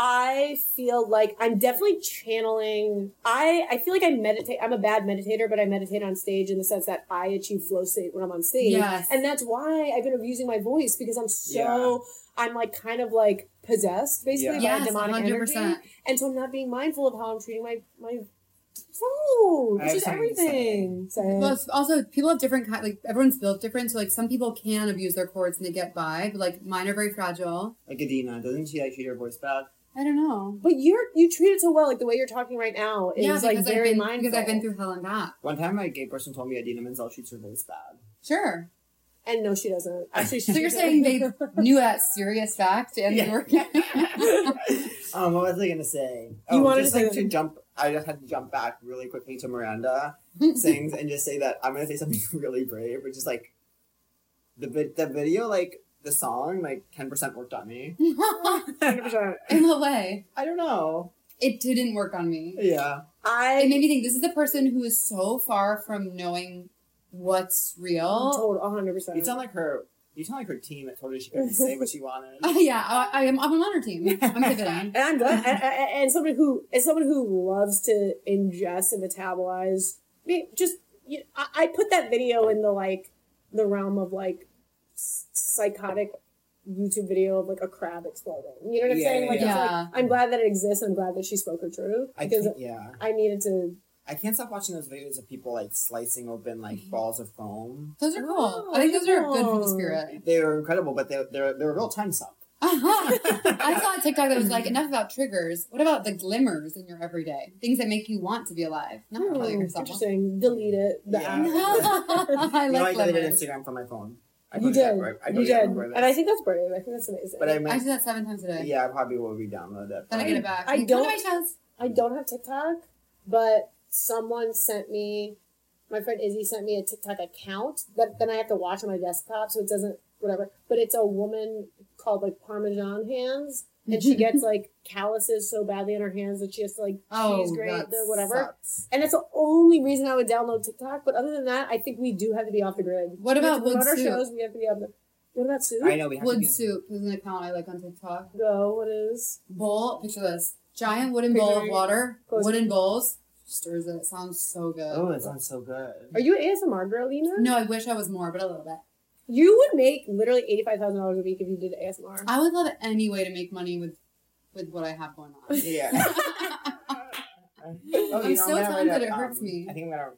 Speaker 4: I feel like I'm definitely channeling. I I feel like I meditate. I'm a bad meditator, but I meditate on stage in the sense that I achieve flow state when I'm on stage.
Speaker 2: Yes.
Speaker 4: And that's why I've been abusing my voice because I'm so
Speaker 5: Yeah.
Speaker 4: I'm like kind of like possessed basically
Speaker 5: Yeah.
Speaker 4: by
Speaker 2: Yes,
Speaker 4: demonic
Speaker 2: 100%.
Speaker 4: energy, and so I'm not being mindful of how I'm treating my my food,
Speaker 5: I
Speaker 4: which
Speaker 5: have
Speaker 4: is
Speaker 5: something to say.
Speaker 4: everything. So,
Speaker 2: Well, it's also people have different kind. Like everyone's built different, so like some people can abuse their cords and they get by, but like mine are very fragile.
Speaker 5: Like Adina, doesn't she like treat her voice bad?
Speaker 2: I don't know.
Speaker 4: but you're you treat it so well, like the way you're talking right now is
Speaker 2: yeah, because
Speaker 4: like
Speaker 2: I've
Speaker 4: very
Speaker 2: been
Speaker 4: mindful.
Speaker 2: because I've been through hell and back.
Speaker 5: One time, a gay person told me Adina Menzel treats her voice bad.
Speaker 2: Sure,
Speaker 4: And no, she doesn't. Actually, she
Speaker 2: So you're
Speaker 4: doesn't.
Speaker 2: saying they
Speaker 4: *laughs*
Speaker 2: knew that serious fact and
Speaker 5: Yeah.
Speaker 2: they were
Speaker 5: Um, what was I gonna say?
Speaker 4: You
Speaker 5: oh,
Speaker 4: wanted
Speaker 5: just
Speaker 4: to say
Speaker 5: like to
Speaker 4: something.
Speaker 5: jump. I just had to jump back really quickly to Miranda
Speaker 4: *laughs*
Speaker 5: sings and just say that I'm gonna say something *laughs* really brave, which is like the vi- the video, like the song, like ten percent worked on me.
Speaker 2: in what way?
Speaker 5: I don't know.
Speaker 2: It didn't work on me.
Speaker 5: Yeah,
Speaker 2: It
Speaker 4: I
Speaker 2: made me think this is the person who is so far from knowing what's real.
Speaker 4: told 100.
Speaker 5: you
Speaker 4: percent
Speaker 5: sound like her. You sound like her team that told her she couldn't say what she
Speaker 4: *laughs*
Speaker 5: wanted.
Speaker 2: Uh, yeah, I, I am, I'm on her team. I'm pivoting.
Speaker 4: And I'm
Speaker 5: Uh-huh.
Speaker 4: glad. and- and, and someone who, as someone who loves to ingest and metabolize, I mean, just you I, I put that video in the like the realm of like s- psychotic YouTube video of like a crab exploding. You know what I'm
Speaker 5: Yeah,
Speaker 4: saying? Like,
Speaker 2: yeah,
Speaker 4: it's
Speaker 2: yeah.
Speaker 4: like, I'm glad that it exists. and I'm glad that she spoke her truth
Speaker 5: I
Speaker 4: because
Speaker 5: can't, yeah,
Speaker 4: I needed to.
Speaker 5: I can't stop watching those videos of people like slicing open
Speaker 2: Mm-hmm.
Speaker 5: like balls of foam.
Speaker 2: Those are cool.
Speaker 4: Oh,
Speaker 2: I think those are good for
Speaker 4: cool.
Speaker 2: the spirit. *laughs*
Speaker 5: They were incredible, but they they're they're a real time suck. *laughs*
Speaker 2: Uh-huh. *laughs* I saw a TikTok that was like, enough about triggers. What about the glimmers in your everyday? Things that make you want to be alive. Not
Speaker 4: Hmm,
Speaker 2: really yourself.
Speaker 4: interesting. Delete it. The
Speaker 5: Yeah.
Speaker 4: app.
Speaker 2: *laughs* I
Speaker 5: You know, I
Speaker 2: like
Speaker 5: deleted
Speaker 2: glimmers.
Speaker 5: Instagram from my phone. I
Speaker 4: You
Speaker 5: deleted
Speaker 4: did.
Speaker 5: that, right? I
Speaker 4: you
Speaker 5: deleted
Speaker 4: did.
Speaker 5: that right
Speaker 4: And I think that's brave. I think that's amazing.
Speaker 5: But I
Speaker 2: I
Speaker 5: meant,
Speaker 2: do that seven times a day.
Speaker 5: yeah, I probably will re-download it.
Speaker 2: Then I get it back.
Speaker 4: I
Speaker 2: Come to
Speaker 4: don't-
Speaker 2: my shows.
Speaker 4: I don't have TikTok, but someone sent me, my friend Izzy sent me a TikTok account that then I have to watch on my desktop, so it doesn't whatever. But it's a woman called like Parmesan Hands, and
Speaker 2: *laughs*
Speaker 4: she gets like calluses so badly on her hands that she has to like
Speaker 2: Oh,
Speaker 4: cheese grate
Speaker 2: that
Speaker 4: the whatever.
Speaker 2: sucks.
Speaker 4: And that's the only reason I would download TikTok. But other than that, I think we do have to be off the grid.
Speaker 2: What
Speaker 4: We have
Speaker 2: about
Speaker 4: to promote
Speaker 2: Wood
Speaker 4: our
Speaker 2: Soup?
Speaker 4: shows? We have to be off the. What about Sue?
Speaker 5: I know we have to
Speaker 2: Wood
Speaker 5: be-
Speaker 2: soup is an account I like on TikTok.
Speaker 4: Go. What is?
Speaker 2: Bowl, picture this giant wooden bowl of water,
Speaker 4: Close.
Speaker 2: wooden bowls. Stirs it. Sounds so good.
Speaker 5: Oh, it sounds so good.
Speaker 4: Are you an ASMR girl, Lena?
Speaker 2: No, I wish I was more, but a little bit.
Speaker 4: You would make literally eighty five thousand dollars a week if you did ASMR.
Speaker 2: I would love any way to make money with with what I have going
Speaker 4: *laughs*
Speaker 2: on. *laughs*
Speaker 5: Yeah. *laughs* oh, you
Speaker 2: I'm
Speaker 5: know,
Speaker 2: so
Speaker 5: gonna write
Speaker 2: talented,
Speaker 5: a, um,
Speaker 2: it hurts me.
Speaker 5: I think I'm gonna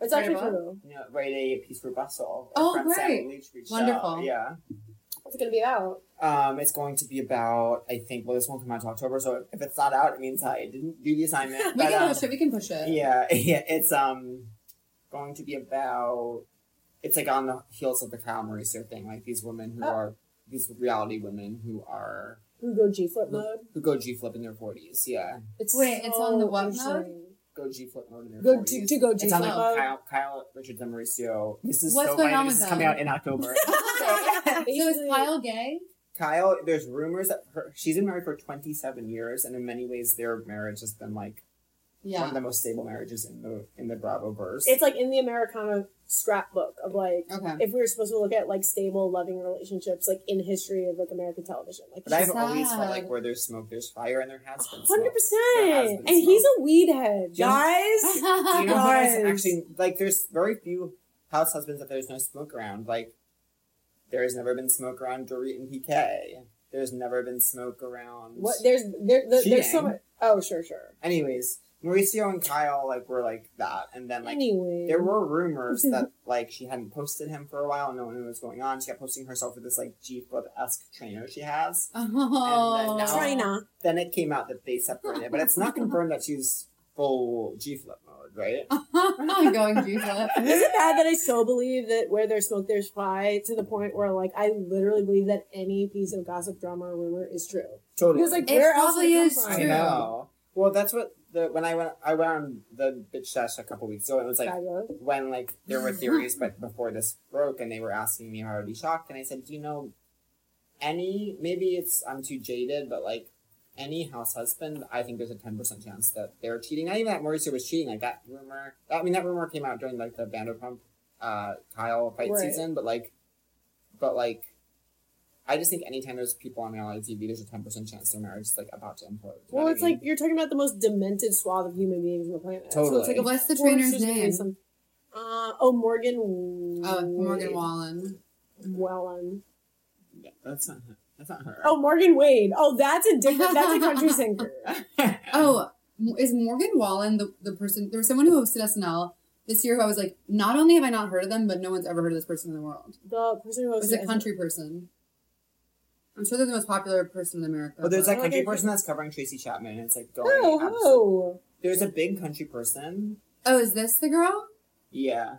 Speaker 4: It's actually
Speaker 2: Right
Speaker 4: true.
Speaker 5: you know, write a piece for Bustle.
Speaker 2: Oh,
Speaker 5: from Sam
Speaker 2: great.
Speaker 5: Leach reached
Speaker 2: Wonderful.
Speaker 5: out, uh, Yeah.
Speaker 4: It's gonna be out.
Speaker 5: Um, it's going to be about I think well this won't come out until October, so if it's not out, it means I didn't do the assignment.
Speaker 2: *laughs* we
Speaker 5: but,
Speaker 2: can
Speaker 5: um,
Speaker 2: push it. We can push it.
Speaker 5: Yeah, *laughs* yeah, it's um going to be about it's like on the heels of the Kyle Mauricio thing, like these women who
Speaker 4: Oh.
Speaker 5: are these reality women who are
Speaker 4: Who go G flip mode?
Speaker 5: who go G flip in their forties. Yeah,
Speaker 4: It's
Speaker 2: Wait, it's on the what
Speaker 4: interesting.
Speaker 5: go G flip mode in their
Speaker 4: Go to,
Speaker 5: forties.
Speaker 4: to go G
Speaker 5: It's
Speaker 4: flip
Speaker 5: on like
Speaker 4: mode.
Speaker 5: Kyle, Kyle Richards and Mauricio. This is
Speaker 2: What's
Speaker 5: so
Speaker 2: going
Speaker 5: funny.
Speaker 2: on
Speaker 5: this
Speaker 2: with
Speaker 5: is coming
Speaker 2: them?
Speaker 5: out
Speaker 2: *laughs*
Speaker 5: in October.
Speaker 2: *laughs* *laughs* So is Kyle gay?
Speaker 5: Kyle, there's rumors that her, she's been married for 27 years, and in many ways, their marriage has been like one
Speaker 2: Yeah.
Speaker 5: of the most stable marriages in the in the Bravo verse.
Speaker 4: It's like in the Americana scrapbook of like
Speaker 2: Okay.
Speaker 4: if we were supposed to look at like stable, loving relationships like in history of like American television. Like
Speaker 5: But I've always
Speaker 2: Sad.
Speaker 5: felt like where there's smoke, there's fire, and there has been
Speaker 4: hundred
Speaker 5: smoke. There has
Speaker 4: percent.
Speaker 5: been
Speaker 4: And he's a weed head.
Speaker 5: Do you know-
Speaker 4: Guys
Speaker 5: *gasps* Do you know who has
Speaker 4: Guys.
Speaker 5: actually like? There's very few house husbands that there's no smoke around. Like there has never been smoke around Dorit and PK. There's never been smoke around.
Speaker 4: what there's there, there there's so
Speaker 5: Cheating.
Speaker 4: much Oh sure, sure.
Speaker 5: Anyways, Mauricio and Kyle like were like that, and then like
Speaker 4: Anyway.
Speaker 5: there were rumors
Speaker 4: *laughs*
Speaker 5: that like she hadn't posted him for a while, no one knew what was going on. She kept posting herself with this like G Flip esque trainer she has.
Speaker 2: *laughs* Oh.
Speaker 5: And then now-
Speaker 4: China.
Speaker 5: Then it came out that they separated, but it's not confirmed that she's full G Flip mode, right?
Speaker 2: I'm going G flip.
Speaker 4: Is it bad that I so believe that where there's smoke, there's fire to the point where, like, I literally believe that any piece of gossip, drama, or rumor is true?
Speaker 5: Totally.
Speaker 4: Because, like,
Speaker 2: It
Speaker 4: where else
Speaker 2: probably
Speaker 4: would it
Speaker 2: is
Speaker 4: come
Speaker 5: I
Speaker 4: from?
Speaker 2: true.
Speaker 5: know. Well, that's what the when I went I went on the bitch sesh a couple weeks ago. It was like
Speaker 4: Fabulous.
Speaker 5: when like there
Speaker 4: *laughs*
Speaker 5: were theories, but before this broke, and they were asking me if I would be shocked, and I said, you know, any maybe it's I'm too jaded, but like any house husband, I think there's a ten percent chance that they're cheating. Not even that Mauricio was cheating. Like that rumor. I mean, that rumor came out during like the Vanderpump uh, Kyle fight
Speaker 4: Right.
Speaker 5: season, but like, but like. I just think anytime there's people on reality TV, there's a ten percent chance their marriage is like about to implode. You know
Speaker 4: Well,
Speaker 5: what I
Speaker 4: it's
Speaker 5: mean?
Speaker 4: like you're talking about the most demented swath of human beings on the planet. So it's
Speaker 5: Totally.
Speaker 4: like, of
Speaker 2: What's the
Speaker 4: course
Speaker 2: trainer's
Speaker 4: there's gonna be
Speaker 2: name?
Speaker 4: some- uh, oh, Morgan.
Speaker 2: Oh, Morgan Wallen.
Speaker 4: Wellen.
Speaker 5: that's not her. That's not her.
Speaker 4: Oh, Morgan Wade. Oh, that's a different. That's
Speaker 2: *laughs*
Speaker 4: a country singer.
Speaker 5: *laughs*
Speaker 2: Oh, M- is Morgan Wallen the, the person? There was someone who hosted SNL this year who I was like, not only have I not heard of them, but no one's ever heard of this person in the world.
Speaker 4: The person who
Speaker 2: It was
Speaker 4: was
Speaker 2: a country person. I'm sure they're the most popular person in America.
Speaker 5: Well, there's
Speaker 2: but-
Speaker 5: that country person that's covering Tracy Chapman. It's like going.
Speaker 4: Oh,
Speaker 5: absolute-
Speaker 4: oh.
Speaker 5: There's a big country person.
Speaker 2: oh, is this the girl?
Speaker 5: Yeah.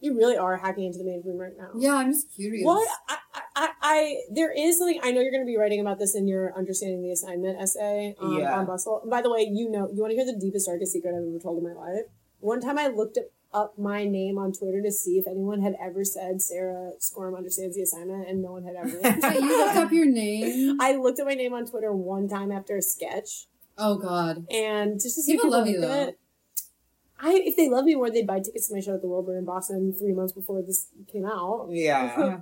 Speaker 4: You really are hacking into the mainframe right now.
Speaker 2: Yeah, I'm just curious.
Speaker 4: What I, I- I, I there is something I know you're going to be writing about this in your understanding the assignment essay um,
Speaker 5: Yeah.
Speaker 4: on Bustle. And by the way, you know you want to hear the deepest darkest secret I've ever told in my life. One time I looked up- up my name on Twitter to see if anyone had ever said Sarah Squirm understands the assignment, and no one had
Speaker 2: *laughs*
Speaker 4: ever.
Speaker 2: Wait, you looked up your name.
Speaker 4: I looked at my name on Twitter one time after a sketch,
Speaker 2: Oh God.
Speaker 4: and just to see
Speaker 2: People
Speaker 4: if
Speaker 2: love you,
Speaker 4: liked
Speaker 2: though.
Speaker 4: it. I, if they love me more, they'd buy tickets to my show at the Wilbur in Boston three months before this came out.
Speaker 2: Uh-huh.
Speaker 5: Yeah.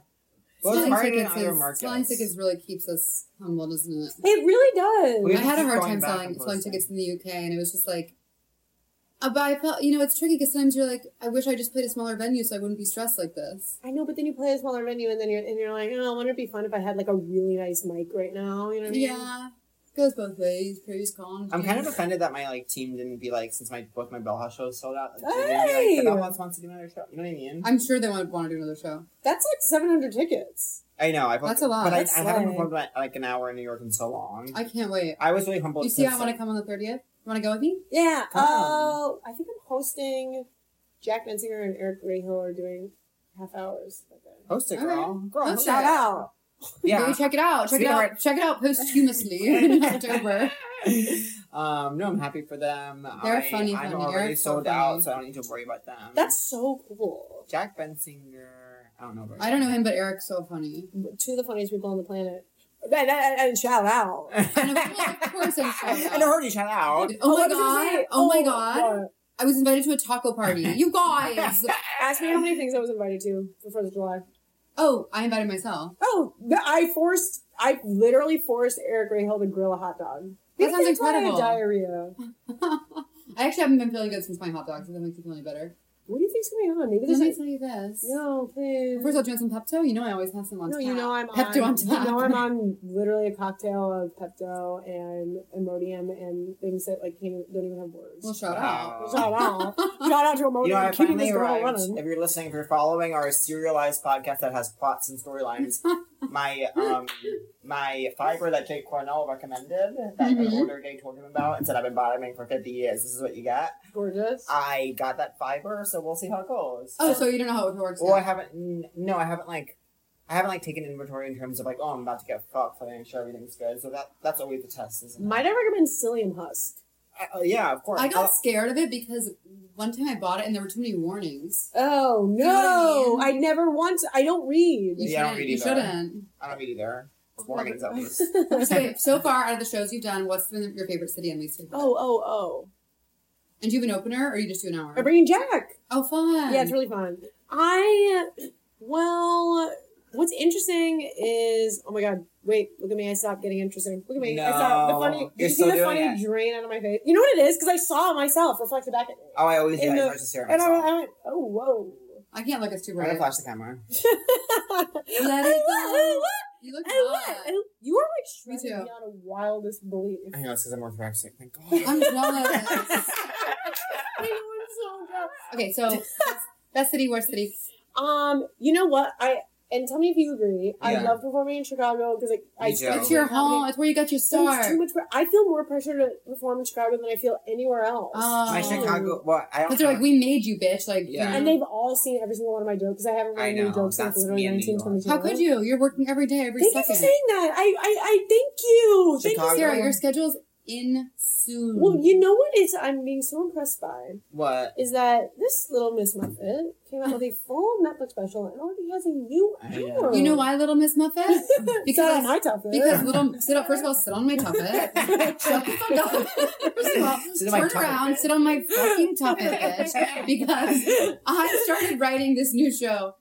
Speaker 5: Both
Speaker 2: Selling
Speaker 5: Martin and
Speaker 2: tickets
Speaker 5: other
Speaker 2: is-
Speaker 5: markets.
Speaker 2: Selling tickets really keeps us humble, doesn't it?
Speaker 4: It really does.
Speaker 5: We
Speaker 2: I had a
Speaker 5: keep
Speaker 2: hard
Speaker 5: going
Speaker 2: time
Speaker 5: back
Speaker 2: selling
Speaker 5: and
Speaker 2: selling
Speaker 5: forth.
Speaker 2: tickets in the UK, and it was just like, uh, but I felt you know it's tricky because sometimes you're like, I wish I just played a smaller venue so I wouldn't be stressed like this.
Speaker 4: I know, but then you play a smaller venue, and then you're and you're like, oh, wouldn't it be fun if I had like a really nice mic right now? You know what I mean?
Speaker 2: Yeah, goes both ways. Pros, cons.
Speaker 5: I'm kind of
Speaker 2: dudes.
Speaker 5: offended that my like team didn't be like since my both my Belha shows sold out. Like, they
Speaker 4: Hey!
Speaker 5: didn't be like Belha wants to do another show. You know what I mean?
Speaker 2: I'm sure they would want to do another show.
Speaker 4: That's like seven hundred tickets.
Speaker 5: I know. I booked-
Speaker 2: That's a lot.
Speaker 5: But I,
Speaker 4: That's
Speaker 5: I haven't
Speaker 4: like-
Speaker 5: performed like, like an hour in New York in so long. I,
Speaker 2: I can't wait.
Speaker 5: was really humbled.
Speaker 2: You see,
Speaker 5: to
Speaker 2: I want to
Speaker 5: say-
Speaker 2: come on the thirtieth. You want to go with me?
Speaker 4: Yeah.
Speaker 5: Come
Speaker 4: Uh,
Speaker 5: on.
Speaker 4: I think I'm hosting. Jack Bensinger and Eric Grayhill are doing half hours. like that.
Speaker 5: Host it,
Speaker 2: All
Speaker 5: girl. Girl,
Speaker 2: Host
Speaker 5: host
Speaker 2: it.
Speaker 4: Shout out.
Speaker 5: Yeah.
Speaker 2: Go check it out. Check it out.
Speaker 5: Sweetheart.
Speaker 2: Check it
Speaker 5: *laughs*
Speaker 2: out posthumously in October.
Speaker 5: um, no, I'm happy for them.
Speaker 2: They're
Speaker 5: I,
Speaker 2: funny,
Speaker 5: I'm
Speaker 2: funny.
Speaker 5: already
Speaker 2: Eric's so
Speaker 5: sold
Speaker 2: funny.
Speaker 5: out, so I don't need to worry about them.
Speaker 4: That's so cool.
Speaker 5: Jack Bensinger. I don't know. about
Speaker 2: I don't know him, but Eric's so funny.
Speaker 5: Oh,
Speaker 4: Two of the funniest people on the planet. And, and- and shout out.
Speaker 2: And of course- of
Speaker 5: *laughs*
Speaker 2: course I'm shut out.
Speaker 5: And I already shut
Speaker 2: Oh,
Speaker 5: out.
Speaker 2: my
Speaker 4: I was gonna
Speaker 2: god!
Speaker 4: say-
Speaker 2: Oh my
Speaker 4: oh,
Speaker 2: god!
Speaker 4: yeah.
Speaker 2: I was invited to a
Speaker 5: *laughs*
Speaker 2: taco party. You guys!
Speaker 4: Ask me how many things I was invited to for Fourth of July.
Speaker 2: Oh, I invited myself. *laughs*
Speaker 4: Oh, th- I forced, I literally forced Eric Rahal to grill a hot dog.
Speaker 2: That
Speaker 4: Because
Speaker 2: sounds
Speaker 4: he's dying of
Speaker 2: incredible.
Speaker 4: Diarrhea.
Speaker 2: I actually haven't been feeling good since my hot dogs, so that makes me feel any better.
Speaker 4: What do you think's going on?
Speaker 2: Let
Speaker 4: Maybe there's
Speaker 2: me
Speaker 4: like,
Speaker 2: tell you this.
Speaker 4: no, please.
Speaker 2: First, I'll drink some Pepto. You know I always have some on
Speaker 4: no,
Speaker 2: tap.
Speaker 4: you know I'm
Speaker 2: Pepto
Speaker 4: on.
Speaker 2: on
Speaker 4: You
Speaker 2: tap.
Speaker 4: know I'm on literally a cocktail of Pepto and Imodium and things that like can't, don't even have words.
Speaker 2: Well, shout out.
Speaker 5: Wow.
Speaker 4: Shout out! Shout out to Imodium.
Speaker 5: Oh. You know, I
Speaker 4: Oh, keeping
Speaker 5: finally
Speaker 4: this girl
Speaker 5: arrived.
Speaker 4: running.
Speaker 5: If you're listening, if you're following our serialized podcast that has plots and
Speaker 2: *laughs*
Speaker 5: storylines, my um my fiber that Jake Cornell recommended that an
Speaker 2: Mhm.
Speaker 5: older gay told him about and said I've been bottoming for 50 years. This is what you get.
Speaker 4: Gorgeous.
Speaker 5: I got that fiber, so we'll see how it goes.
Speaker 2: Oh, so you don't know how it works.
Speaker 5: well, I
Speaker 2: now.
Speaker 5: haven't. n- No, I haven't like. I haven't like taken inventory in terms of like, oh, I'm about to get fucked, so I make sure everything's good. So that that's always the test, isn't it?
Speaker 4: Might I recommend Psyllium Husk?
Speaker 5: I, oh, yeah, of course.
Speaker 2: I
Speaker 5: Oh,
Speaker 2: got scared of it because one time I bought it and there were too many warnings.
Speaker 4: Oh
Speaker 2: know what I
Speaker 4: no!
Speaker 2: mean?
Speaker 4: I never once. I don't read. *laughs*
Speaker 2: You
Speaker 5: Yeah, I don't
Speaker 2: shouldn't.
Speaker 5: read
Speaker 2: You
Speaker 5: either.
Speaker 2: shouldn't.
Speaker 5: I don't read either.
Speaker 2: Oh
Speaker 5: Warnings at least.
Speaker 2: So, wait, so far, out of the shows you've done, what's been your favorite city and least favorite?
Speaker 4: Oh oh oh!
Speaker 2: And do you have an opener or you just do an hour?
Speaker 4: I'm bringing Jack.
Speaker 2: Oh, fun.
Speaker 4: Yeah, it's really fun. I well, what's interesting is oh my god, wait, look at me, I stopped getting interesting. Look at me, I stopped. The
Speaker 5: No,
Speaker 4: funny, did
Speaker 5: you're
Speaker 4: you see
Speaker 5: still
Speaker 4: the
Speaker 5: doing
Speaker 4: funny
Speaker 5: it.
Speaker 4: drain out of my face? You know what it is? Because I saw myself reflected back at me,
Speaker 5: Oh, I always
Speaker 2: *laughs*
Speaker 4: In
Speaker 5: do.
Speaker 4: the-
Speaker 5: I just stare at
Speaker 4: and I,
Speaker 5: myself.
Speaker 4: went- I went, oh whoa.
Speaker 2: I can't look. It's too
Speaker 5: I'm
Speaker 2: bright.
Speaker 5: gonna flash the camera.
Speaker 2: Let
Speaker 4: *laughs* I
Speaker 2: it
Speaker 4: went, I
Speaker 2: go.
Speaker 4: went,
Speaker 2: You look
Speaker 4: I went,
Speaker 2: hot.
Speaker 4: I went. You are
Speaker 2: Me
Speaker 4: like shredded
Speaker 2: too.
Speaker 4: beyond a wildest belief.
Speaker 5: I know it's because I'm orthorexic. Thank God. *laughs*
Speaker 2: I'm jealous.
Speaker 4: I know, I'm so proud.
Speaker 2: Okay, so best- best city, worst city.
Speaker 4: Um, you know what? I and tell me if you agree. I
Speaker 5: Yeah.
Speaker 4: love performing in Chicago because like I
Speaker 5: Me too.
Speaker 2: It's your home. It's where you got your
Speaker 4: So
Speaker 2: start.
Speaker 4: it's too much. Pre- I feel more pressure to perform in Chicago than I feel anywhere else.
Speaker 2: Oh.
Speaker 5: My Chicago. Well, I don't.
Speaker 2: Because they're like, we made you, bitch. Like,
Speaker 5: Yeah.
Speaker 2: you
Speaker 4: And
Speaker 2: know.
Speaker 4: they've all seen every single one of my jokes. I haven't
Speaker 5: I
Speaker 4: written any
Speaker 5: know,
Speaker 4: jokes since
Speaker 5: that's
Speaker 4: literally
Speaker 5: me in New York.
Speaker 4: 1922.
Speaker 2: how could you? You're working every day, every
Speaker 4: Thank you for
Speaker 2: second.
Speaker 4: saying that. I, I, I thank you. Thank you.
Speaker 5: Chicago.
Speaker 2: Sarah, your schedule's in soon.
Speaker 4: Well, you know what is I'm being so impressed by
Speaker 2: *laughs*
Speaker 5: what?
Speaker 4: is that this little Miss Muffet came out with a full Netflix special and already has a new
Speaker 5: I know.
Speaker 4: hour.
Speaker 2: You know why, Little Miss Muffet?
Speaker 4: Because on
Speaker 2: Because
Speaker 4: my topic.
Speaker 2: because little sit up. First of all, sit on
Speaker 5: *laughs*
Speaker 2: my tuffet. Shut the fuck up. First of all,
Speaker 5: Sit on my
Speaker 2: turn
Speaker 5: tuffet,
Speaker 2: around,
Speaker 5: bitch.
Speaker 2: sit on my fucking
Speaker 5: *laughs*
Speaker 2: tuffet, bitch. Because I started writing this new show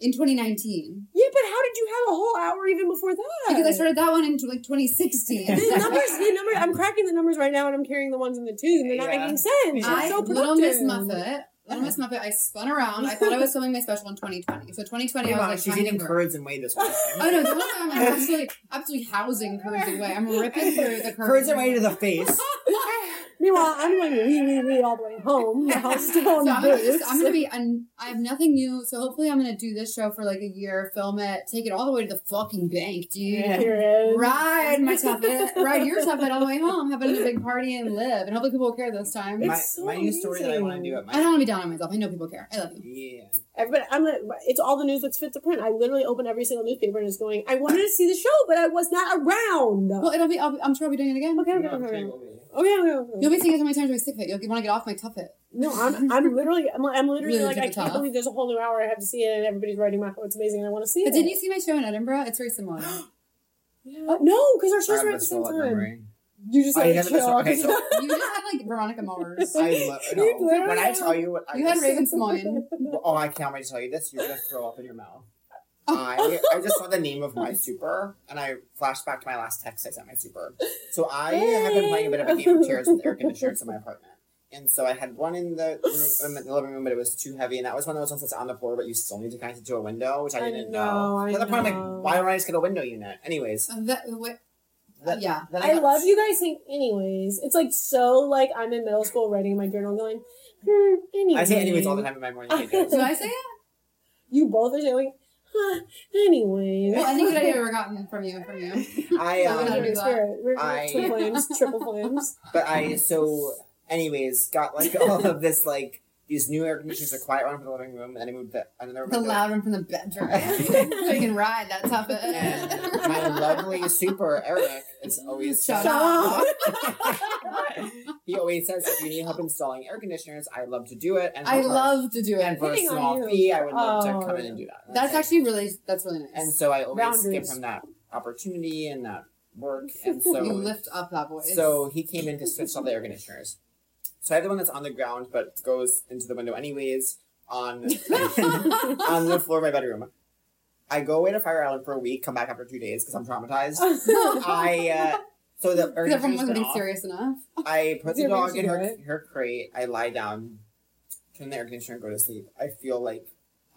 Speaker 2: in 2019.
Speaker 4: *laughs* yeah, but how did you have a whole hour even before that?
Speaker 2: Because I started that one in
Speaker 5: *laughs*
Speaker 2: like 2016.
Speaker 4: the numbers, the numbers. I'm cracking the numbers right now, and I'm carrying the ones and the twos, and they're not
Speaker 5: Yeah.
Speaker 4: making sense.
Speaker 2: I
Speaker 4: It's so
Speaker 2: Little
Speaker 4: productive.
Speaker 2: Miss Muffet. Little Miss Muffet, I spun around. I thought I was filming my special in 2020. So 2020,
Speaker 5: Come
Speaker 2: I
Speaker 5: on,
Speaker 2: was
Speaker 5: Oh she's
Speaker 2: like,
Speaker 5: eating
Speaker 2: trying to-
Speaker 5: curds and whey this
Speaker 2: *laughs*
Speaker 5: morning.
Speaker 2: Oh no, the one time I'm absolutely, absolutely housing curds away. I'm ripping through the curds. *laughs*
Speaker 5: curds and whey to the face.
Speaker 4: Me Meanwhile, I'm going wee wee wee all the way home. The house is still in
Speaker 2: *laughs* So I'm gonna, just,
Speaker 4: boots.
Speaker 2: I'm gonna be. un- I have nothing new, so hopefully I'm gonna do this show for like a year, film it, take it all the way to the fucking bank, dude.
Speaker 5: Yeah.
Speaker 4: Here it is.
Speaker 2: Ride my top head, ride your top head all the way home. Have another big party and live, and hopefully people will care this time.
Speaker 5: my,
Speaker 4: so
Speaker 5: my new story that I want to
Speaker 4: amazing.
Speaker 5: do at my
Speaker 2: I don't want to be down on myself. I know people care. I love you.
Speaker 5: yeah.
Speaker 4: Everybody, I'm like, it's all the news that's fit to print. I literally open every single newspaper and is going, I wanted to see the show, but I was not around.
Speaker 2: Well, it'll be. I'll, be- I'm sure I'll be doing it again.
Speaker 4: okay, okay, okay,
Speaker 5: No,
Speaker 4: okay.
Speaker 5: it will be.
Speaker 4: Okay, okay, okay.
Speaker 2: You'll be seeing it so many times. You'll be sick of it. You'll want to get off my top head.
Speaker 4: No, I'm, I'm literally, I'm, I'm literally
Speaker 2: Really
Speaker 4: like,
Speaker 2: took
Speaker 4: I
Speaker 2: it
Speaker 4: can't
Speaker 2: off.
Speaker 4: believe there's a whole new hour I have to see it, and everybody's writing my, oh, it's amazing, and I want to see
Speaker 2: But
Speaker 4: it.
Speaker 2: didn't oh. you see my show in Edinburgh? It's very similar.
Speaker 4: Uh, no, because our
Speaker 5: I
Speaker 4: shows
Speaker 5: have
Speaker 4: were at
Speaker 5: a
Speaker 4: the same
Speaker 5: solid
Speaker 4: time.
Speaker 5: memory.
Speaker 4: You just
Speaker 5: Oh,
Speaker 4: had
Speaker 5: you
Speaker 4: to
Speaker 5: had the best
Speaker 4: chill.
Speaker 5: one. Okay, so-
Speaker 2: You just had like Veronica Mars.
Speaker 5: I
Speaker 4: *laughs*
Speaker 5: love
Speaker 4: You
Speaker 5: no.
Speaker 4: literally-
Speaker 5: When I tell you what I
Speaker 2: You had
Speaker 5: just-
Speaker 2: Raven Simoyan.
Speaker 5: Oh, I can't wait to tell you this. You're gonna throw up in your
Speaker 4: *laughs*
Speaker 5: mouth. I I just saw the name of my super, and I flashed back to my last text I sent my super. So I have been playing a bit of a game of chairs with air conditioners in
Speaker 4: *laughs*
Speaker 5: my apartment, and so I had one in the room, in the living room, but it was too heavy, and that was one of those ones that's on the floor, but you still need to connect it to a window, which I,
Speaker 4: I
Speaker 5: didn't
Speaker 4: know,
Speaker 5: know.
Speaker 4: I
Speaker 5: But at the point, I'm
Speaker 4: know.
Speaker 5: like, why don't I just get a window unit? Anyways,
Speaker 2: Uh, that- what-
Speaker 5: that-
Speaker 2: yeah.
Speaker 5: then
Speaker 4: I
Speaker 5: got-
Speaker 4: love you guys think anyways. It's like so like I'm in middle school writing my journal going, hmm, anyways.
Speaker 5: I say anyways all the time in my morning videos.
Speaker 2: Did I say it?
Speaker 4: You both are saying, huh, anyways.
Speaker 2: Well, anything that I've
Speaker 4: *laughs*
Speaker 2: ever gotten from you, from you. *laughs*
Speaker 5: I um,
Speaker 2: Yeah, I
Speaker 4: We're kindred
Speaker 2: do that.
Speaker 4: spirit. We're
Speaker 5: I-
Speaker 4: twin flames, triple
Speaker 5: *laughs*
Speaker 4: flames.
Speaker 5: But I so, anyways, got like all of this like these new air conditioners, a quiet one for the living room, and I moved the another
Speaker 2: The
Speaker 5: window.
Speaker 2: loud one from the bedroom.
Speaker 5: *laughs*
Speaker 2: so you can ride that top
Speaker 5: And
Speaker 2: head.
Speaker 5: my lovely super Eric is always
Speaker 2: Shut
Speaker 5: shut
Speaker 2: up.
Speaker 5: up. *laughs* he always says if you need help installing air conditioners, I love to do it, and
Speaker 2: I
Speaker 5: for-
Speaker 2: love to do
Speaker 5: and
Speaker 2: it.
Speaker 5: for a
Speaker 4: Hitting on
Speaker 5: small
Speaker 4: you.
Speaker 5: fee, I would love
Speaker 4: Oh.
Speaker 5: to come in and do that. And
Speaker 2: That's
Speaker 5: like-
Speaker 2: actually really. That's really
Speaker 5: and
Speaker 2: nice.
Speaker 5: so I always
Speaker 4: Boundaries.
Speaker 5: give him that opportunity and that
Speaker 2: *laughs*
Speaker 5: work, and so
Speaker 2: You lift up that voice.
Speaker 5: So
Speaker 2: *laughs*
Speaker 5: he came in to switch all the air conditioners. So I have the one that's on the ground but goes into the window anyways on *laughs* on the floor of my bedroom. I go away to Fire Island for a week, come back after two days because I'm traumatized.
Speaker 4: *laughs*
Speaker 5: I uh, so the air
Speaker 2: *laughs* Because
Speaker 5: conditioner's
Speaker 2: everyone wasn't
Speaker 5: been
Speaker 2: being
Speaker 5: off.
Speaker 2: serious enough.
Speaker 5: I put the
Speaker 4: Zero
Speaker 5: dog in
Speaker 4: reason,
Speaker 5: her,
Speaker 4: right?
Speaker 5: her crate. I lie down, turn the air conditioner, and go to sleep. I feel like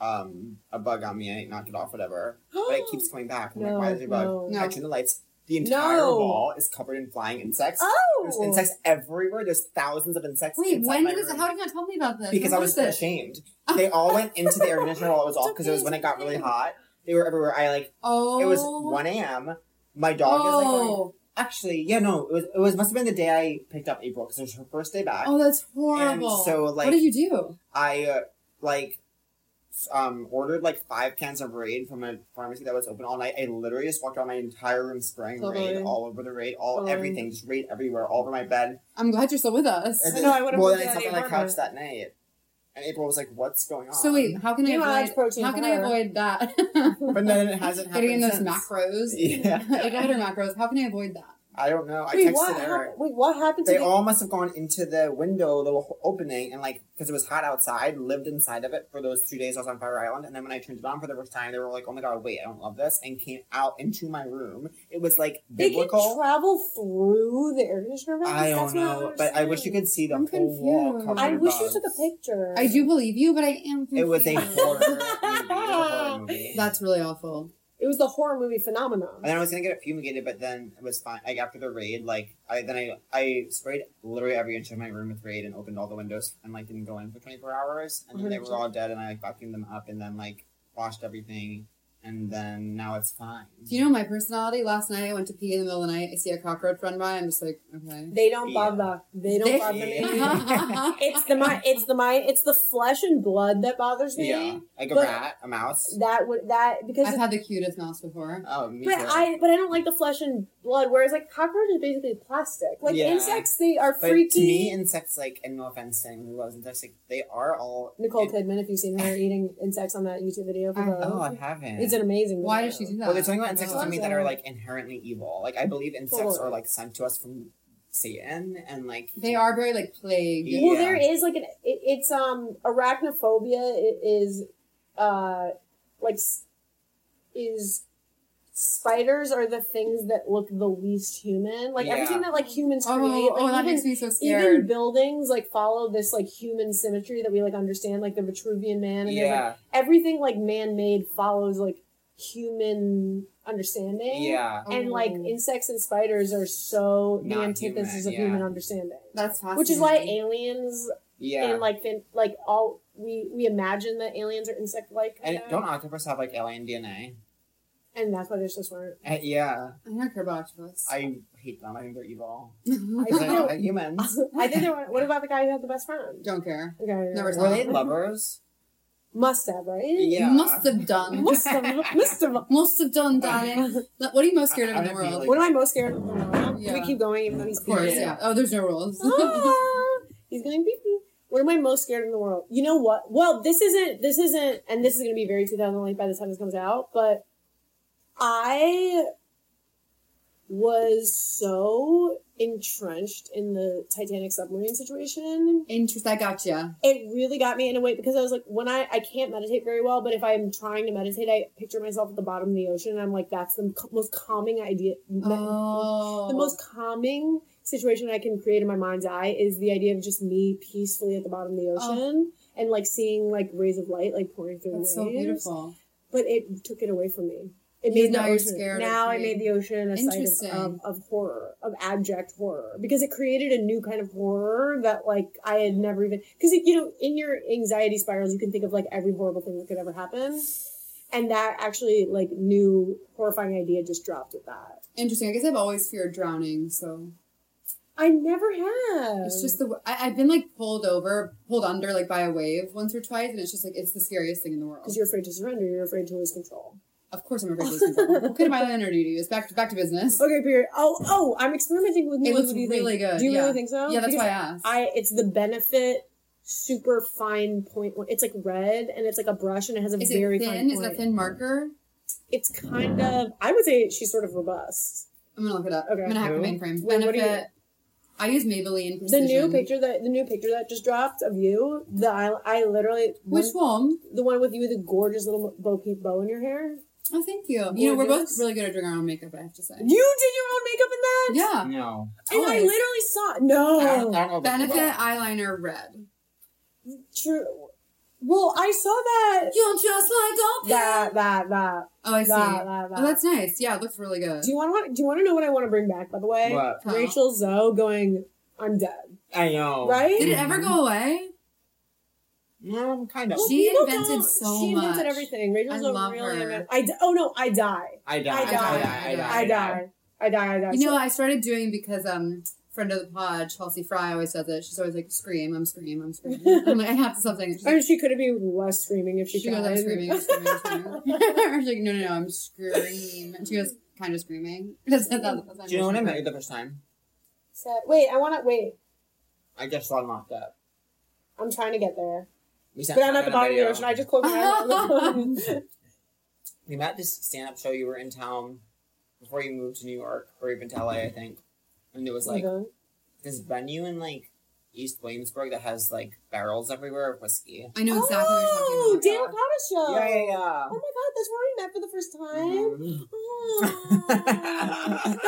Speaker 5: um, a bug on me. I ain't knocked it off, whatever. *laughs* But it
Speaker 4: *gasps*
Speaker 5: keeps coming back. I'm
Speaker 4: no,
Speaker 5: like, why is there a bug?
Speaker 4: no.
Speaker 2: No.
Speaker 5: I turn the lights. The entire
Speaker 4: No.
Speaker 5: wall is covered in flying insects. There's
Speaker 4: Oh
Speaker 5: insects everywhere. There's thousands of insects.
Speaker 2: Wait,
Speaker 5: inside
Speaker 2: when
Speaker 5: my
Speaker 2: did this?
Speaker 5: room.
Speaker 2: How did you not tell me about this?
Speaker 5: Because
Speaker 2: When
Speaker 5: I was
Speaker 2: this? Oh.
Speaker 5: ashamed. They all went into the air conditioner while it
Speaker 2: *laughs*
Speaker 5: was off because it was when it got really hot. They were everywhere. I like
Speaker 2: Oh,
Speaker 5: it was one a.m. My dog is like going,
Speaker 2: Oh,
Speaker 5: actually yeah no it was it was must have been the day I picked up April because it was her first day back.
Speaker 2: oh, that's
Speaker 5: and
Speaker 2: horrible.
Speaker 5: so like
Speaker 2: what did you do?
Speaker 5: I uh, like s- um ordered like five cans of Raid from a pharmacy that was open all night. I literally just walked around my entire room spraying
Speaker 4: Totally.
Speaker 5: Raid all over the Raid, all
Speaker 4: Totally.
Speaker 5: everything, just Raid everywhere, all over my bed.
Speaker 2: I'm glad you're still with us.
Speaker 5: And
Speaker 4: I
Speaker 5: then-
Speaker 4: know, I would've
Speaker 5: well,
Speaker 4: moved
Speaker 5: then I
Speaker 4: out of
Speaker 5: slept on
Speaker 4: your
Speaker 5: my couch
Speaker 4: apartment.
Speaker 5: that night, and April was like, "What's going on?"
Speaker 2: So wait, how can I
Speaker 4: You know, that's
Speaker 2: avoid?
Speaker 4: protein
Speaker 2: How can I
Speaker 4: for her.
Speaker 2: avoid that?
Speaker 5: but then it hasn't happened.
Speaker 2: *laughs* Getting in those
Speaker 5: since.
Speaker 2: macros.
Speaker 5: *laughs*
Speaker 2: *laughs*
Speaker 5: Yeah.
Speaker 2: I got her macros. How can I avoid that?
Speaker 5: I don't know. I
Speaker 4: wait,
Speaker 5: texted
Speaker 4: what
Speaker 5: Eric.
Speaker 4: happened? Wait, what happened to
Speaker 5: They
Speaker 4: the
Speaker 5: all must have gone into the window, the little opening, and like because it was hot outside, lived inside of it for those two days I was on Fire Island. And then when I turned it on for the first time, they were like, "Oh my god, wait, I don't love this," and came out into my room. It was like
Speaker 4: they can
Speaker 5: biblical.
Speaker 4: travel through the air conditioner vents?
Speaker 5: I
Speaker 4: That's
Speaker 5: don't
Speaker 4: what
Speaker 5: know, but I wish you could see the
Speaker 2: I'm
Speaker 5: whole wall.
Speaker 2: confused.
Speaker 5: covered
Speaker 4: I
Speaker 5: in
Speaker 4: wish you
Speaker 5: bugs.
Speaker 4: took a picture.
Speaker 2: I do believe you, but I am.
Speaker 5: It was
Speaker 4: *laughs*
Speaker 5: a
Speaker 2: confused.
Speaker 5: horror movie. It was a horror movie.
Speaker 2: That's really awful.
Speaker 4: It was the horror movie phenomenon.
Speaker 5: And then I was gonna get it fumigated, but then it was fine. Like after the raid, like I then I I sprayed literally every inch of my room with raid and opened all the windows and like didn't go in for twenty four hours. And then they were all dead, and I like vacuumed them up and then like washed everything, and then now it's fine.
Speaker 2: Do you know my personality? Last night I went to pee in the middle of the night. I see a cockroach run by. I'm just like, okay.
Speaker 4: They don't
Speaker 5: Yeah.
Speaker 4: bother. They don't
Speaker 2: They- Uh-huh. *laughs*
Speaker 4: bother me.
Speaker 5: Yeah. *laughs*
Speaker 4: It's the mind. It's the mind. It's the flesh and blood that bothers me.
Speaker 5: yeah, like a
Speaker 4: But-
Speaker 5: rat, a mouse.
Speaker 4: That would that because.
Speaker 2: I've
Speaker 4: it-
Speaker 2: had the cutest mouse before.
Speaker 5: Oh, me
Speaker 4: but
Speaker 5: too.
Speaker 4: I but I don't like the flesh and blood. Whereas like cockroach is basically plastic. Like
Speaker 5: Yeah.
Speaker 4: insects, they are
Speaker 5: but
Speaker 4: freaky.
Speaker 5: to me, insects like, and no offense to anyone who loves insects, like they are all.
Speaker 4: Nicole
Speaker 5: it-
Speaker 4: Kidman, if you've seen her eating insects on that YouTube video, for
Speaker 2: I-
Speaker 4: the,
Speaker 5: oh, I haven't.
Speaker 4: it's an amazing.
Speaker 2: Why
Speaker 4: video.
Speaker 2: does she do that?
Speaker 5: Well, they're talking about insects
Speaker 4: No.
Speaker 5: to something that are like inherently evil. Like I believe insects
Speaker 4: Totally.
Speaker 5: are like sent to us from Satan, and like
Speaker 2: They are very like plague. Oh,
Speaker 5: Yeah.
Speaker 4: Well, there is like an it, it's um arachnophobia i- is uh like s- is spiders are the things that look the least human. Like
Speaker 5: Yeah.
Speaker 4: everything that like humans create,
Speaker 2: Oh, oh,
Speaker 4: like
Speaker 2: that
Speaker 4: even,
Speaker 2: makes me so
Speaker 4: even
Speaker 2: scared.
Speaker 4: buildings like follow this like human symmetry that we like understand, like the Vitruvian man and there's, like,
Speaker 5: yeah.
Speaker 4: everything like man made follows like human understanding.
Speaker 5: Yeah.
Speaker 4: And like
Speaker 2: Oh.
Speaker 4: insects and spiders are so the
Speaker 5: Not
Speaker 4: antithesis
Speaker 5: human,
Speaker 4: of
Speaker 5: yeah.
Speaker 4: human understanding.
Speaker 2: That's fascinating.
Speaker 4: Which is why aliens
Speaker 5: Yeah.
Speaker 4: and like fin- like all we we imagine that aliens are insect like
Speaker 5: And don't octopus have like alien DNA?
Speaker 4: and that's why they're so smart.
Speaker 5: Uh, yeah.
Speaker 2: I don't care about octopus. *laughs*
Speaker 5: I hate them. I think they're evil.
Speaker 4: I
Speaker 5: Because I don't
Speaker 4: think
Speaker 5: like
Speaker 4: *laughs*
Speaker 5: humans.
Speaker 4: they're- *laughs* I think they were. What about the guy who had the best friend?
Speaker 2: don't care.
Speaker 4: Okay, yeah.
Speaker 2: Never saw
Speaker 5: Were they lovers?
Speaker 4: *laughs* Must have right.
Speaker 5: Yeah.
Speaker 2: Must have
Speaker 4: *laughs*
Speaker 2: done.
Speaker 4: Must have.
Speaker 5: *laughs*
Speaker 4: Must have.
Speaker 2: Must have done, darling.
Speaker 4: *laughs*
Speaker 2: What are you most scared of
Speaker 5: I-
Speaker 2: in
Speaker 5: I
Speaker 2: the
Speaker 5: feel
Speaker 2: world?
Speaker 5: like-
Speaker 4: What am I most scared of? in the world?
Speaker 2: Yeah.
Speaker 4: Can we keep going even though he's
Speaker 2: Of course,
Speaker 5: Yeah.
Speaker 2: yeah. Oh, there's no rules.
Speaker 4: *laughs* Ah, he's going beep beep. What am I most scared in the world? You know what? Well, this isn't this isn't and this is gonna be very 2008 by the time this comes out, but I was so entrenched in the Titanic submarine situation.
Speaker 2: *laughs* Interest. I gotcha.
Speaker 4: It really got me in a way because I was like, when I I can't meditate very well, but if I'm trying to meditate, I picture myself at the bottom of the ocean. And I'm like, that's the c- most calming idea,
Speaker 2: Oh.
Speaker 4: the most calming situation I can create in my mind's eye is the idea of just me peacefully at the bottom of
Speaker 2: Oh.
Speaker 4: the ocean and like seeing like rays of light like pouring through
Speaker 2: That's
Speaker 4: the
Speaker 2: so
Speaker 4: waves.
Speaker 2: beautiful.
Speaker 4: But it took it away from me. It
Speaker 2: You-
Speaker 4: made
Speaker 2: now
Speaker 4: the
Speaker 2: you're
Speaker 4: ocean.
Speaker 2: scared of
Speaker 4: now I
Speaker 2: creating-
Speaker 4: made the ocean a
Speaker 2: Interesting.
Speaker 4: site of, of, of horror, of abject horror, because it created a new kind of horror that like I had never even because you know in your anxiety spirals you can think of like every horrible thing that could ever happen, and that actually like new horrifying idea just dropped with that.
Speaker 2: Interesting. I guess I've always feared drowning, so
Speaker 4: I never have.
Speaker 2: it's just the. I, I've been like pulled over, pulled under like by a wave once or twice, and it's just like it's the scariest thing in the world.
Speaker 4: because you're afraid to surrender. You're afraid to lose control.
Speaker 2: Of course, I'm afraid to lose
Speaker 4: *laughs*
Speaker 2: control. what kind of eyeliner do you use? Back to back to business.
Speaker 4: Okay, period. Oh, oh, I'm experimenting with.
Speaker 2: It
Speaker 4: new-
Speaker 2: looks
Speaker 4: what do you
Speaker 2: really
Speaker 4: think?
Speaker 2: good,
Speaker 4: Do you
Speaker 2: yeah.
Speaker 4: really think so?
Speaker 2: yeah, that's
Speaker 4: Because
Speaker 2: why I asked.
Speaker 4: I. It's the benefit super fine point. It's like red and it's like a brush and it has a
Speaker 2: Is it
Speaker 4: very fine
Speaker 2: thin? Is
Speaker 4: point.
Speaker 2: it a thin marker?
Speaker 4: It's kind of. I would say she's sort of robust.
Speaker 2: I'm gonna look it up.
Speaker 4: Okay.
Speaker 2: I'm gonna hack the
Speaker 5: Who?
Speaker 2: mainframe.
Speaker 4: Wait, what do you-
Speaker 2: Benefit. I use Maybelline.
Speaker 4: The
Speaker 2: Precision.
Speaker 4: new picture that the new picture that just dropped of you. The I, I literally
Speaker 2: Which one?
Speaker 4: the one with you with the gorgeous little bow peep bow in your hair.
Speaker 2: Oh, thank you. You know, we're both
Speaker 4: Gorgeous.
Speaker 2: really good at doing our own makeup. I have to say.
Speaker 4: You did your own makeup in that.
Speaker 2: Yeah.
Speaker 5: No.
Speaker 4: And I
Speaker 2: Always.
Speaker 4: literally saw
Speaker 5: I don't, I
Speaker 4: no
Speaker 5: don't know about
Speaker 2: Benefit
Speaker 5: love.
Speaker 2: eyeliner red.
Speaker 4: true. Well, I saw that
Speaker 2: You're just like a
Speaker 4: that that that
Speaker 2: Oh, I see.
Speaker 4: that that. that.
Speaker 2: Oh, that's nice. Yeah, it looks really good.
Speaker 4: do you want to do you want to know what I want to bring back? By the way,
Speaker 5: What?
Speaker 2: Huh.
Speaker 4: Rachel Zoe going, I'm dead.
Speaker 5: I know.
Speaker 4: Right?
Speaker 2: Did it ever go away?
Speaker 5: Mm, kind of.
Speaker 2: Well, She
Speaker 4: people
Speaker 2: invented
Speaker 4: don't-
Speaker 2: so
Speaker 4: She
Speaker 2: much.
Speaker 4: invented everything. Rachel
Speaker 2: I
Speaker 4: Zoe
Speaker 2: love
Speaker 4: really
Speaker 2: her.
Speaker 4: invented. I di- oh no, I die.
Speaker 5: I die.
Speaker 4: I die.
Speaker 5: I die.
Speaker 4: I die. I die. I die.
Speaker 2: You know,
Speaker 4: So-
Speaker 2: I started doing because um friend of the pod, Chelsea Fry, always says it. She's always like, "Scream! I'm scream! I'm scream!"
Speaker 5: *laughs*
Speaker 2: I'm like, I have to something. And she's
Speaker 4: I
Speaker 2: like,
Speaker 4: mean, she could have been less screaming if she,
Speaker 2: she goes, "I'm
Speaker 4: died.
Speaker 2: screaming!
Speaker 4: *laughs*
Speaker 2: I'm screaming! I'm
Speaker 5: *laughs*
Speaker 2: screaming!" *laughs* I was like, "No, no, no! I'm scream!" And she goes, "Kind of screaming." *laughs* That's, that's, that's
Speaker 5: Do you know when I met you the first time?
Speaker 4: Sad. Wait, I want to wait.
Speaker 5: I just saw him locked up.
Speaker 4: I'm trying to get there,
Speaker 5: We sat
Speaker 4: but I'm at
Speaker 5: in
Speaker 4: the
Speaker 5: a
Speaker 4: bottom of the
Speaker 5: video.
Speaker 4: ocean. I just closed my
Speaker 5: *laughs*
Speaker 4: eyes. *laughs*
Speaker 5: We met at this stand up show. You were in town before you moved to New York or even to LA, I think. And it was like
Speaker 4: Okay.
Speaker 5: this venue in like East Williamsburg that has like barrels everywhere of whiskey.
Speaker 2: I know exactly
Speaker 4: oh,
Speaker 2: what you're talking
Speaker 4: Dan
Speaker 2: about.
Speaker 4: Licata show.
Speaker 5: Yeah, yeah, yeah.
Speaker 4: Oh my god, that's where we met for the first time.
Speaker 5: Mhm.
Speaker 4: Oh. that was
Speaker 5: *laughs* Mm-hmm.
Speaker 4: a good
Speaker 5: That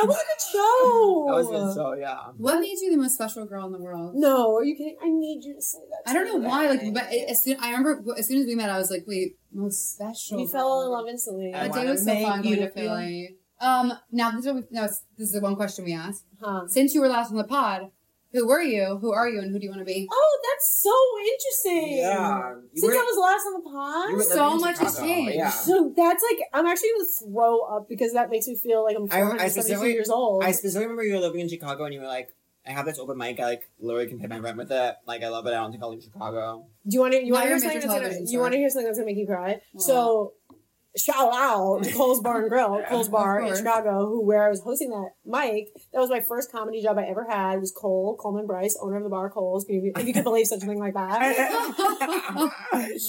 Speaker 4: show.
Speaker 5: was good. So, yeah.
Speaker 2: What made you the most special girl in the world?
Speaker 4: No, are you kidding? I need you to say that.
Speaker 2: I don't know
Speaker 4: to me.
Speaker 2: why. Like, but as soon I remember, as soon as we met, I was like, "Wait, most special."
Speaker 4: We
Speaker 2: girl
Speaker 4: fell
Speaker 2: the
Speaker 4: in
Speaker 2: world."
Speaker 4: love instantly.
Speaker 5: I
Speaker 2: That
Speaker 5: wanna
Speaker 2: day was so
Speaker 5: make
Speaker 2: fun going
Speaker 5: you
Speaker 2: to Philly. Um, now this is what we, now this this is the one question we asked.
Speaker 4: Huh.
Speaker 2: Since you were last on the pod, who were you? Who are you? And who do you want to be? *laughs*
Speaker 4: Oh, that's so interesting.
Speaker 5: Yeah. Um, You
Speaker 4: Since
Speaker 5: were,
Speaker 4: I was last on the
Speaker 5: you
Speaker 4: pod.
Speaker 5: were
Speaker 2: so
Speaker 5: living in
Speaker 2: much has
Speaker 5: Chicago,
Speaker 2: changed.
Speaker 5: Yeah.
Speaker 4: So that's like I'm actually gonna throw up because that makes me feel like I'm
Speaker 5: I- I
Speaker 4: 472
Speaker 5: specifically-
Speaker 4: years old.
Speaker 5: I specifically remember you were living in Chicago and you were like, I have this open mic. I like literally can pay my rent with it. Like, I love it. I don't think I'll leave Chicago.
Speaker 4: Do you want to? You
Speaker 2: Now
Speaker 4: want to
Speaker 2: you're
Speaker 4: hear
Speaker 2: a
Speaker 4: something
Speaker 2: major
Speaker 4: that's gonna?
Speaker 2: television
Speaker 4: You
Speaker 2: star.
Speaker 4: want to hear something that's gonna make you cry?
Speaker 2: Wow.
Speaker 4: So, shout out to Cole's Bar and Grill, Cole's
Speaker 2: Of
Speaker 4: Bar in
Speaker 2: course.
Speaker 4: Chicago, who where I was hosting that mic. That was my first comedy job I ever had. Was Cole Coleman Bryce, owner of the bar Cole's? Can you, if you could believe such a thing
Speaker 2: *laughs*
Speaker 4: like that?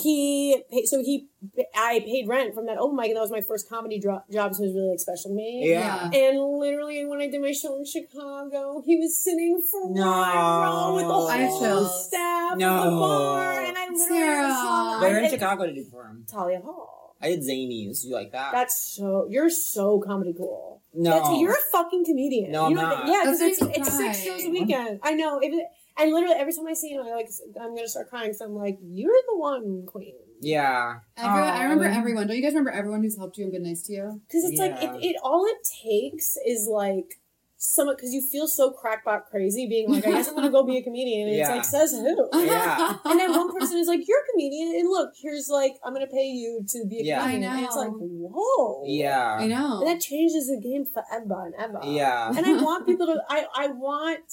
Speaker 4: He paid, so he I paid rent from that open mic, and that was my first comedy dro- job, so it was really like special to me.
Speaker 5: Yeah.
Speaker 4: And literally, when I did my show in Chicago, he was sitting front
Speaker 5: No.
Speaker 4: row with the whole
Speaker 2: I felt-
Speaker 4: staff of the
Speaker 5: No.
Speaker 4: bar, and I literally
Speaker 2: Sarah.
Speaker 4: saw
Speaker 5: Where in
Speaker 4: and-
Speaker 5: Chicago did you perform?
Speaker 4: Talia Hall.
Speaker 5: I did Zanies. You like that?
Speaker 4: That's so. You're so comedy cool.
Speaker 5: no.
Speaker 4: That's, you're a fucking comedian.
Speaker 5: No, I'm
Speaker 4: you know,
Speaker 5: not.
Speaker 4: Yeah, because
Speaker 2: That's
Speaker 4: it's,
Speaker 2: what you
Speaker 4: it's six
Speaker 2: cry.
Speaker 4: shows a weekend. I know. If it, and literally every time I see him, I like I'm gonna start crying. So I'm like, you're the one, queen.
Speaker 5: Yeah.
Speaker 2: Everyone, I remember
Speaker 4: Um,
Speaker 2: everyone. Don't you guys remember everyone who's helped you and been nice to you?
Speaker 4: Because it's like
Speaker 5: Yeah.
Speaker 4: it, it all it takes is like someone because you feel so crackpot crazy being like I guess I'm gonna go be a comedian and
Speaker 5: Yeah.
Speaker 4: it's like
Speaker 2: *laughs*
Speaker 4: says who
Speaker 2: Uh-huh.
Speaker 5: Yeah.
Speaker 4: and then *laughs* one person is like you're a comedian and look here's like I'm gonna pay you to be a
Speaker 5: Yeah.
Speaker 4: comedian
Speaker 2: I
Speaker 4: and it's
Speaker 2: know.
Speaker 4: like whoa
Speaker 5: Yeah.
Speaker 2: I know.
Speaker 4: and that changes the game forever and ever
Speaker 5: Yeah.
Speaker 4: and I want people to I I want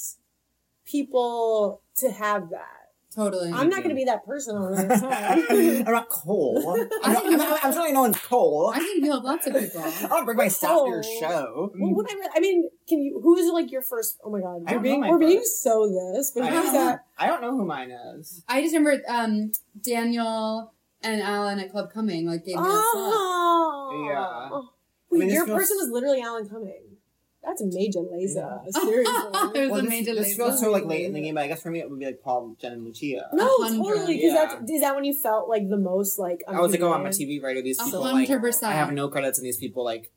Speaker 4: people to have that
Speaker 2: Totally.
Speaker 4: I'm not gonna be that
Speaker 5: *laughs*
Speaker 4: person all the time.
Speaker 5: *laughs* I'm not coal. I'm, not, I'm, not- I'm certainly no one's coal. *laughs*
Speaker 2: I think you help lots of people.
Speaker 5: I don't bring myself to your
Speaker 4: Coal.
Speaker 5: show.
Speaker 4: Well, what I, re- I mean, can you? Who is like your first? Oh my god,
Speaker 5: I
Speaker 4: we're
Speaker 5: don't
Speaker 4: being,
Speaker 5: know my
Speaker 4: we're being
Speaker 5: first.
Speaker 4: so this, but
Speaker 5: I
Speaker 4: who's
Speaker 5: know.
Speaker 4: that?
Speaker 5: I don't know who mine is.
Speaker 2: I just remember um, Daniel and Alan at Club Coming like gave me a
Speaker 4: Oh,
Speaker 5: Yeah.
Speaker 4: Wait,
Speaker 5: I mean, this
Speaker 4: your
Speaker 5: feels-
Speaker 4: person was literally Alan Cumming. That's major laser.
Speaker 2: slap. *laughs*
Speaker 4: *laughs* Seriously.
Speaker 5: *laughs*
Speaker 2: There's
Speaker 5: Well,
Speaker 2: a
Speaker 5: this,
Speaker 2: major
Speaker 5: this feels
Speaker 2: laser.
Speaker 5: so like late in the game, but I guess for me it would be like Paul, Jen, and Lucia.
Speaker 4: no,
Speaker 2: 100.
Speaker 4: totally. Because
Speaker 5: Yeah.
Speaker 4: that's is that when you felt like the most like
Speaker 5: I was like, oh, I'm a
Speaker 4: unconvenient?
Speaker 5: TV writer. These people, like,
Speaker 2: 100%.
Speaker 5: I have no credits, and these people like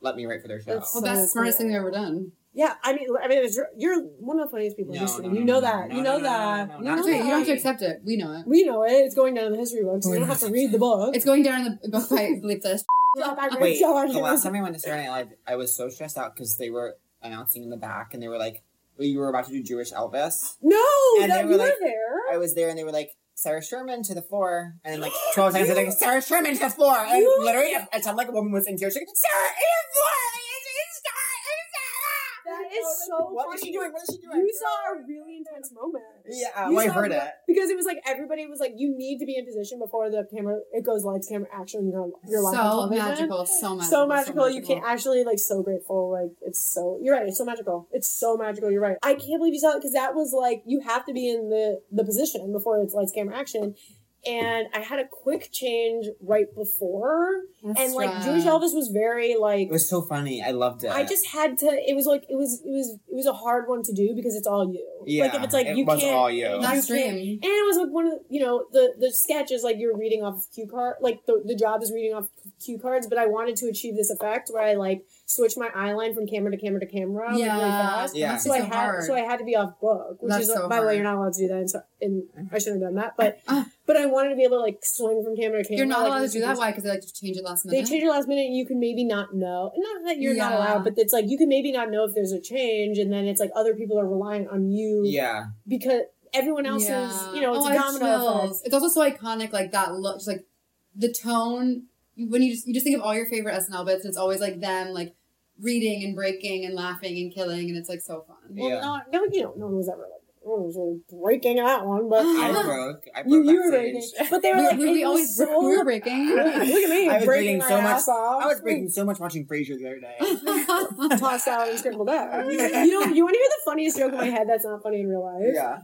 Speaker 5: let me write for their show.
Speaker 4: That's-
Speaker 2: Well, that's the
Speaker 4: So
Speaker 2: smartest
Speaker 4: cool.
Speaker 2: thing I've ever done.
Speaker 4: Yeah, I mean, I mean, it's- you're one of the funniest people.
Speaker 5: No,
Speaker 4: in history.
Speaker 5: no, no,
Speaker 4: you know
Speaker 5: no,
Speaker 4: that.
Speaker 5: no,
Speaker 4: you
Speaker 5: no,
Speaker 4: know
Speaker 5: no,
Speaker 4: that.
Speaker 5: no, no, not
Speaker 4: You know
Speaker 2: That's right. You don't have to
Speaker 4: that.
Speaker 2: accept it. We know it.
Speaker 4: We know it. It's going down in the history books. You
Speaker 5: We're
Speaker 4: don't have
Speaker 5: not-
Speaker 4: to read the book.
Speaker 2: It's going down in the book by
Speaker 5: *laughs*
Speaker 2: bleep this.
Speaker 4: Drop out of
Speaker 5: Wait,
Speaker 4: yard.
Speaker 5: the last time I went to Saturday Night Live, I was so stressed out because they were announcing in the back, and they were like, well, "You were about to do Jewish Elvis."
Speaker 4: No,
Speaker 5: And
Speaker 4: that
Speaker 5: they
Speaker 4: you
Speaker 5: were
Speaker 4: were
Speaker 5: like-
Speaker 4: there.
Speaker 5: I was there, and they were like, "Sarah Sherman to the floor," and then like twelve seconds,
Speaker 4: *gasps*
Speaker 5: they're like, "Sarah Sherman to the floor," and
Speaker 4: You-
Speaker 5: literally, I- I sound like a woman was in tears. She's like, "Sarah, it is floor, it is, it's *laughs* Sarah,
Speaker 4: That
Speaker 5: it is Sarah."
Speaker 4: is so
Speaker 5: What
Speaker 4: funny.
Speaker 5: is she doing? What is she doing?
Speaker 4: You saw a really intense moment.
Speaker 5: Yeah,
Speaker 4: You
Speaker 5: well, I
Speaker 4: saw
Speaker 5: heard
Speaker 4: the-
Speaker 5: it.
Speaker 4: because it was like everybody was like, "You need to be in position before the camera it goes lights, camera, action." Your, your live on
Speaker 2: So
Speaker 4: television."
Speaker 2: magical, so magical.
Speaker 4: So magical. You can't actually like so grateful. Like it's so. You're right. It's so magical. It's so magical. You're right. I can't believe you saw it because that was like you have to be in the the position before it's lights, camera, action. And I had a quick change right before,
Speaker 2: That's
Speaker 4: and like
Speaker 2: right.
Speaker 4: Jewish Elvis was very like
Speaker 5: It was so funny. I loved it.
Speaker 4: I just had to. It was like it was it was it was a hard one to do because it's all you.
Speaker 5: yeah,
Speaker 4: like if it's like
Speaker 5: it
Speaker 4: you
Speaker 5: was
Speaker 4: can't.
Speaker 5: all you.
Speaker 4: Not-
Speaker 2: Last
Speaker 4: you can't-
Speaker 2: dream.
Speaker 4: and it was like one of the- you know the the sketches like you're reading off cue card like the, the job is reading off cue cards but I wanted to aline this effect where I like switch my eye line from camera to camera to camera like, really
Speaker 2: Yeah.
Speaker 4: fast
Speaker 5: Yeah.
Speaker 2: That's
Speaker 4: so I
Speaker 2: so
Speaker 4: had
Speaker 2: hard.
Speaker 4: so I had to be off book, which
Speaker 2: That's
Speaker 4: is like,
Speaker 2: so
Speaker 4: by the way,
Speaker 2: hard.
Speaker 4: you're not allowed to do that, and, so, and I shouldn't have done that.
Speaker 2: *laughs*
Speaker 4: But
Speaker 2: Ah.
Speaker 4: but I wanted to be able to like swing from camera to camera.
Speaker 2: You're not
Speaker 4: like,
Speaker 2: allowed to do that.
Speaker 4: introduce-
Speaker 2: Why? Because they like to change it last
Speaker 4: They
Speaker 2: minute.
Speaker 4: change it last minute. and You can maybe not know, not that you're not
Speaker 2: Uh-huh. Yeah.
Speaker 4: allowed, but it's like you can maybe not know if there's a change, and then it's like other people are relying on you
Speaker 5: yeah,
Speaker 4: because everyone else is, you know, it's
Speaker 2: Oh,
Speaker 4: a
Speaker 2: I
Speaker 4: domino
Speaker 2: chills.
Speaker 4: effect.
Speaker 2: It's also so iconic, like that look, just like the tone. When you just you just think of all your favorite SNL bits, and it's always like them, like reading and breaking and laughing and killing, and it's like so fun.
Speaker 4: Well,
Speaker 5: Yeah.
Speaker 4: no, no, you know, no one was ever like, no one was really breaking that
Speaker 2: *laughs*
Speaker 4: one, but *laughs*
Speaker 5: I
Speaker 2: Uh-huh.
Speaker 5: broke. I
Speaker 4: you,
Speaker 5: broke
Speaker 4: you were
Speaker 5: backstage.
Speaker 4: breaking. But they were like,
Speaker 2: we, we
Speaker 4: it was
Speaker 2: always *laughs*
Speaker 4: so,
Speaker 2: we were breaking.
Speaker 4: *laughs* look at me,
Speaker 5: I was
Speaker 4: breaking
Speaker 5: breaking
Speaker 4: my
Speaker 5: so much-
Speaker 4: ass off.
Speaker 5: I was
Speaker 4: *laughs*
Speaker 5: breaking so much watching Frasier the other day.
Speaker 4: tossed out and
Speaker 2: *laughs*
Speaker 4: scrambled up. You know, you want to hear the funniest joke in my head that's not funny in real life?
Speaker 5: yeah,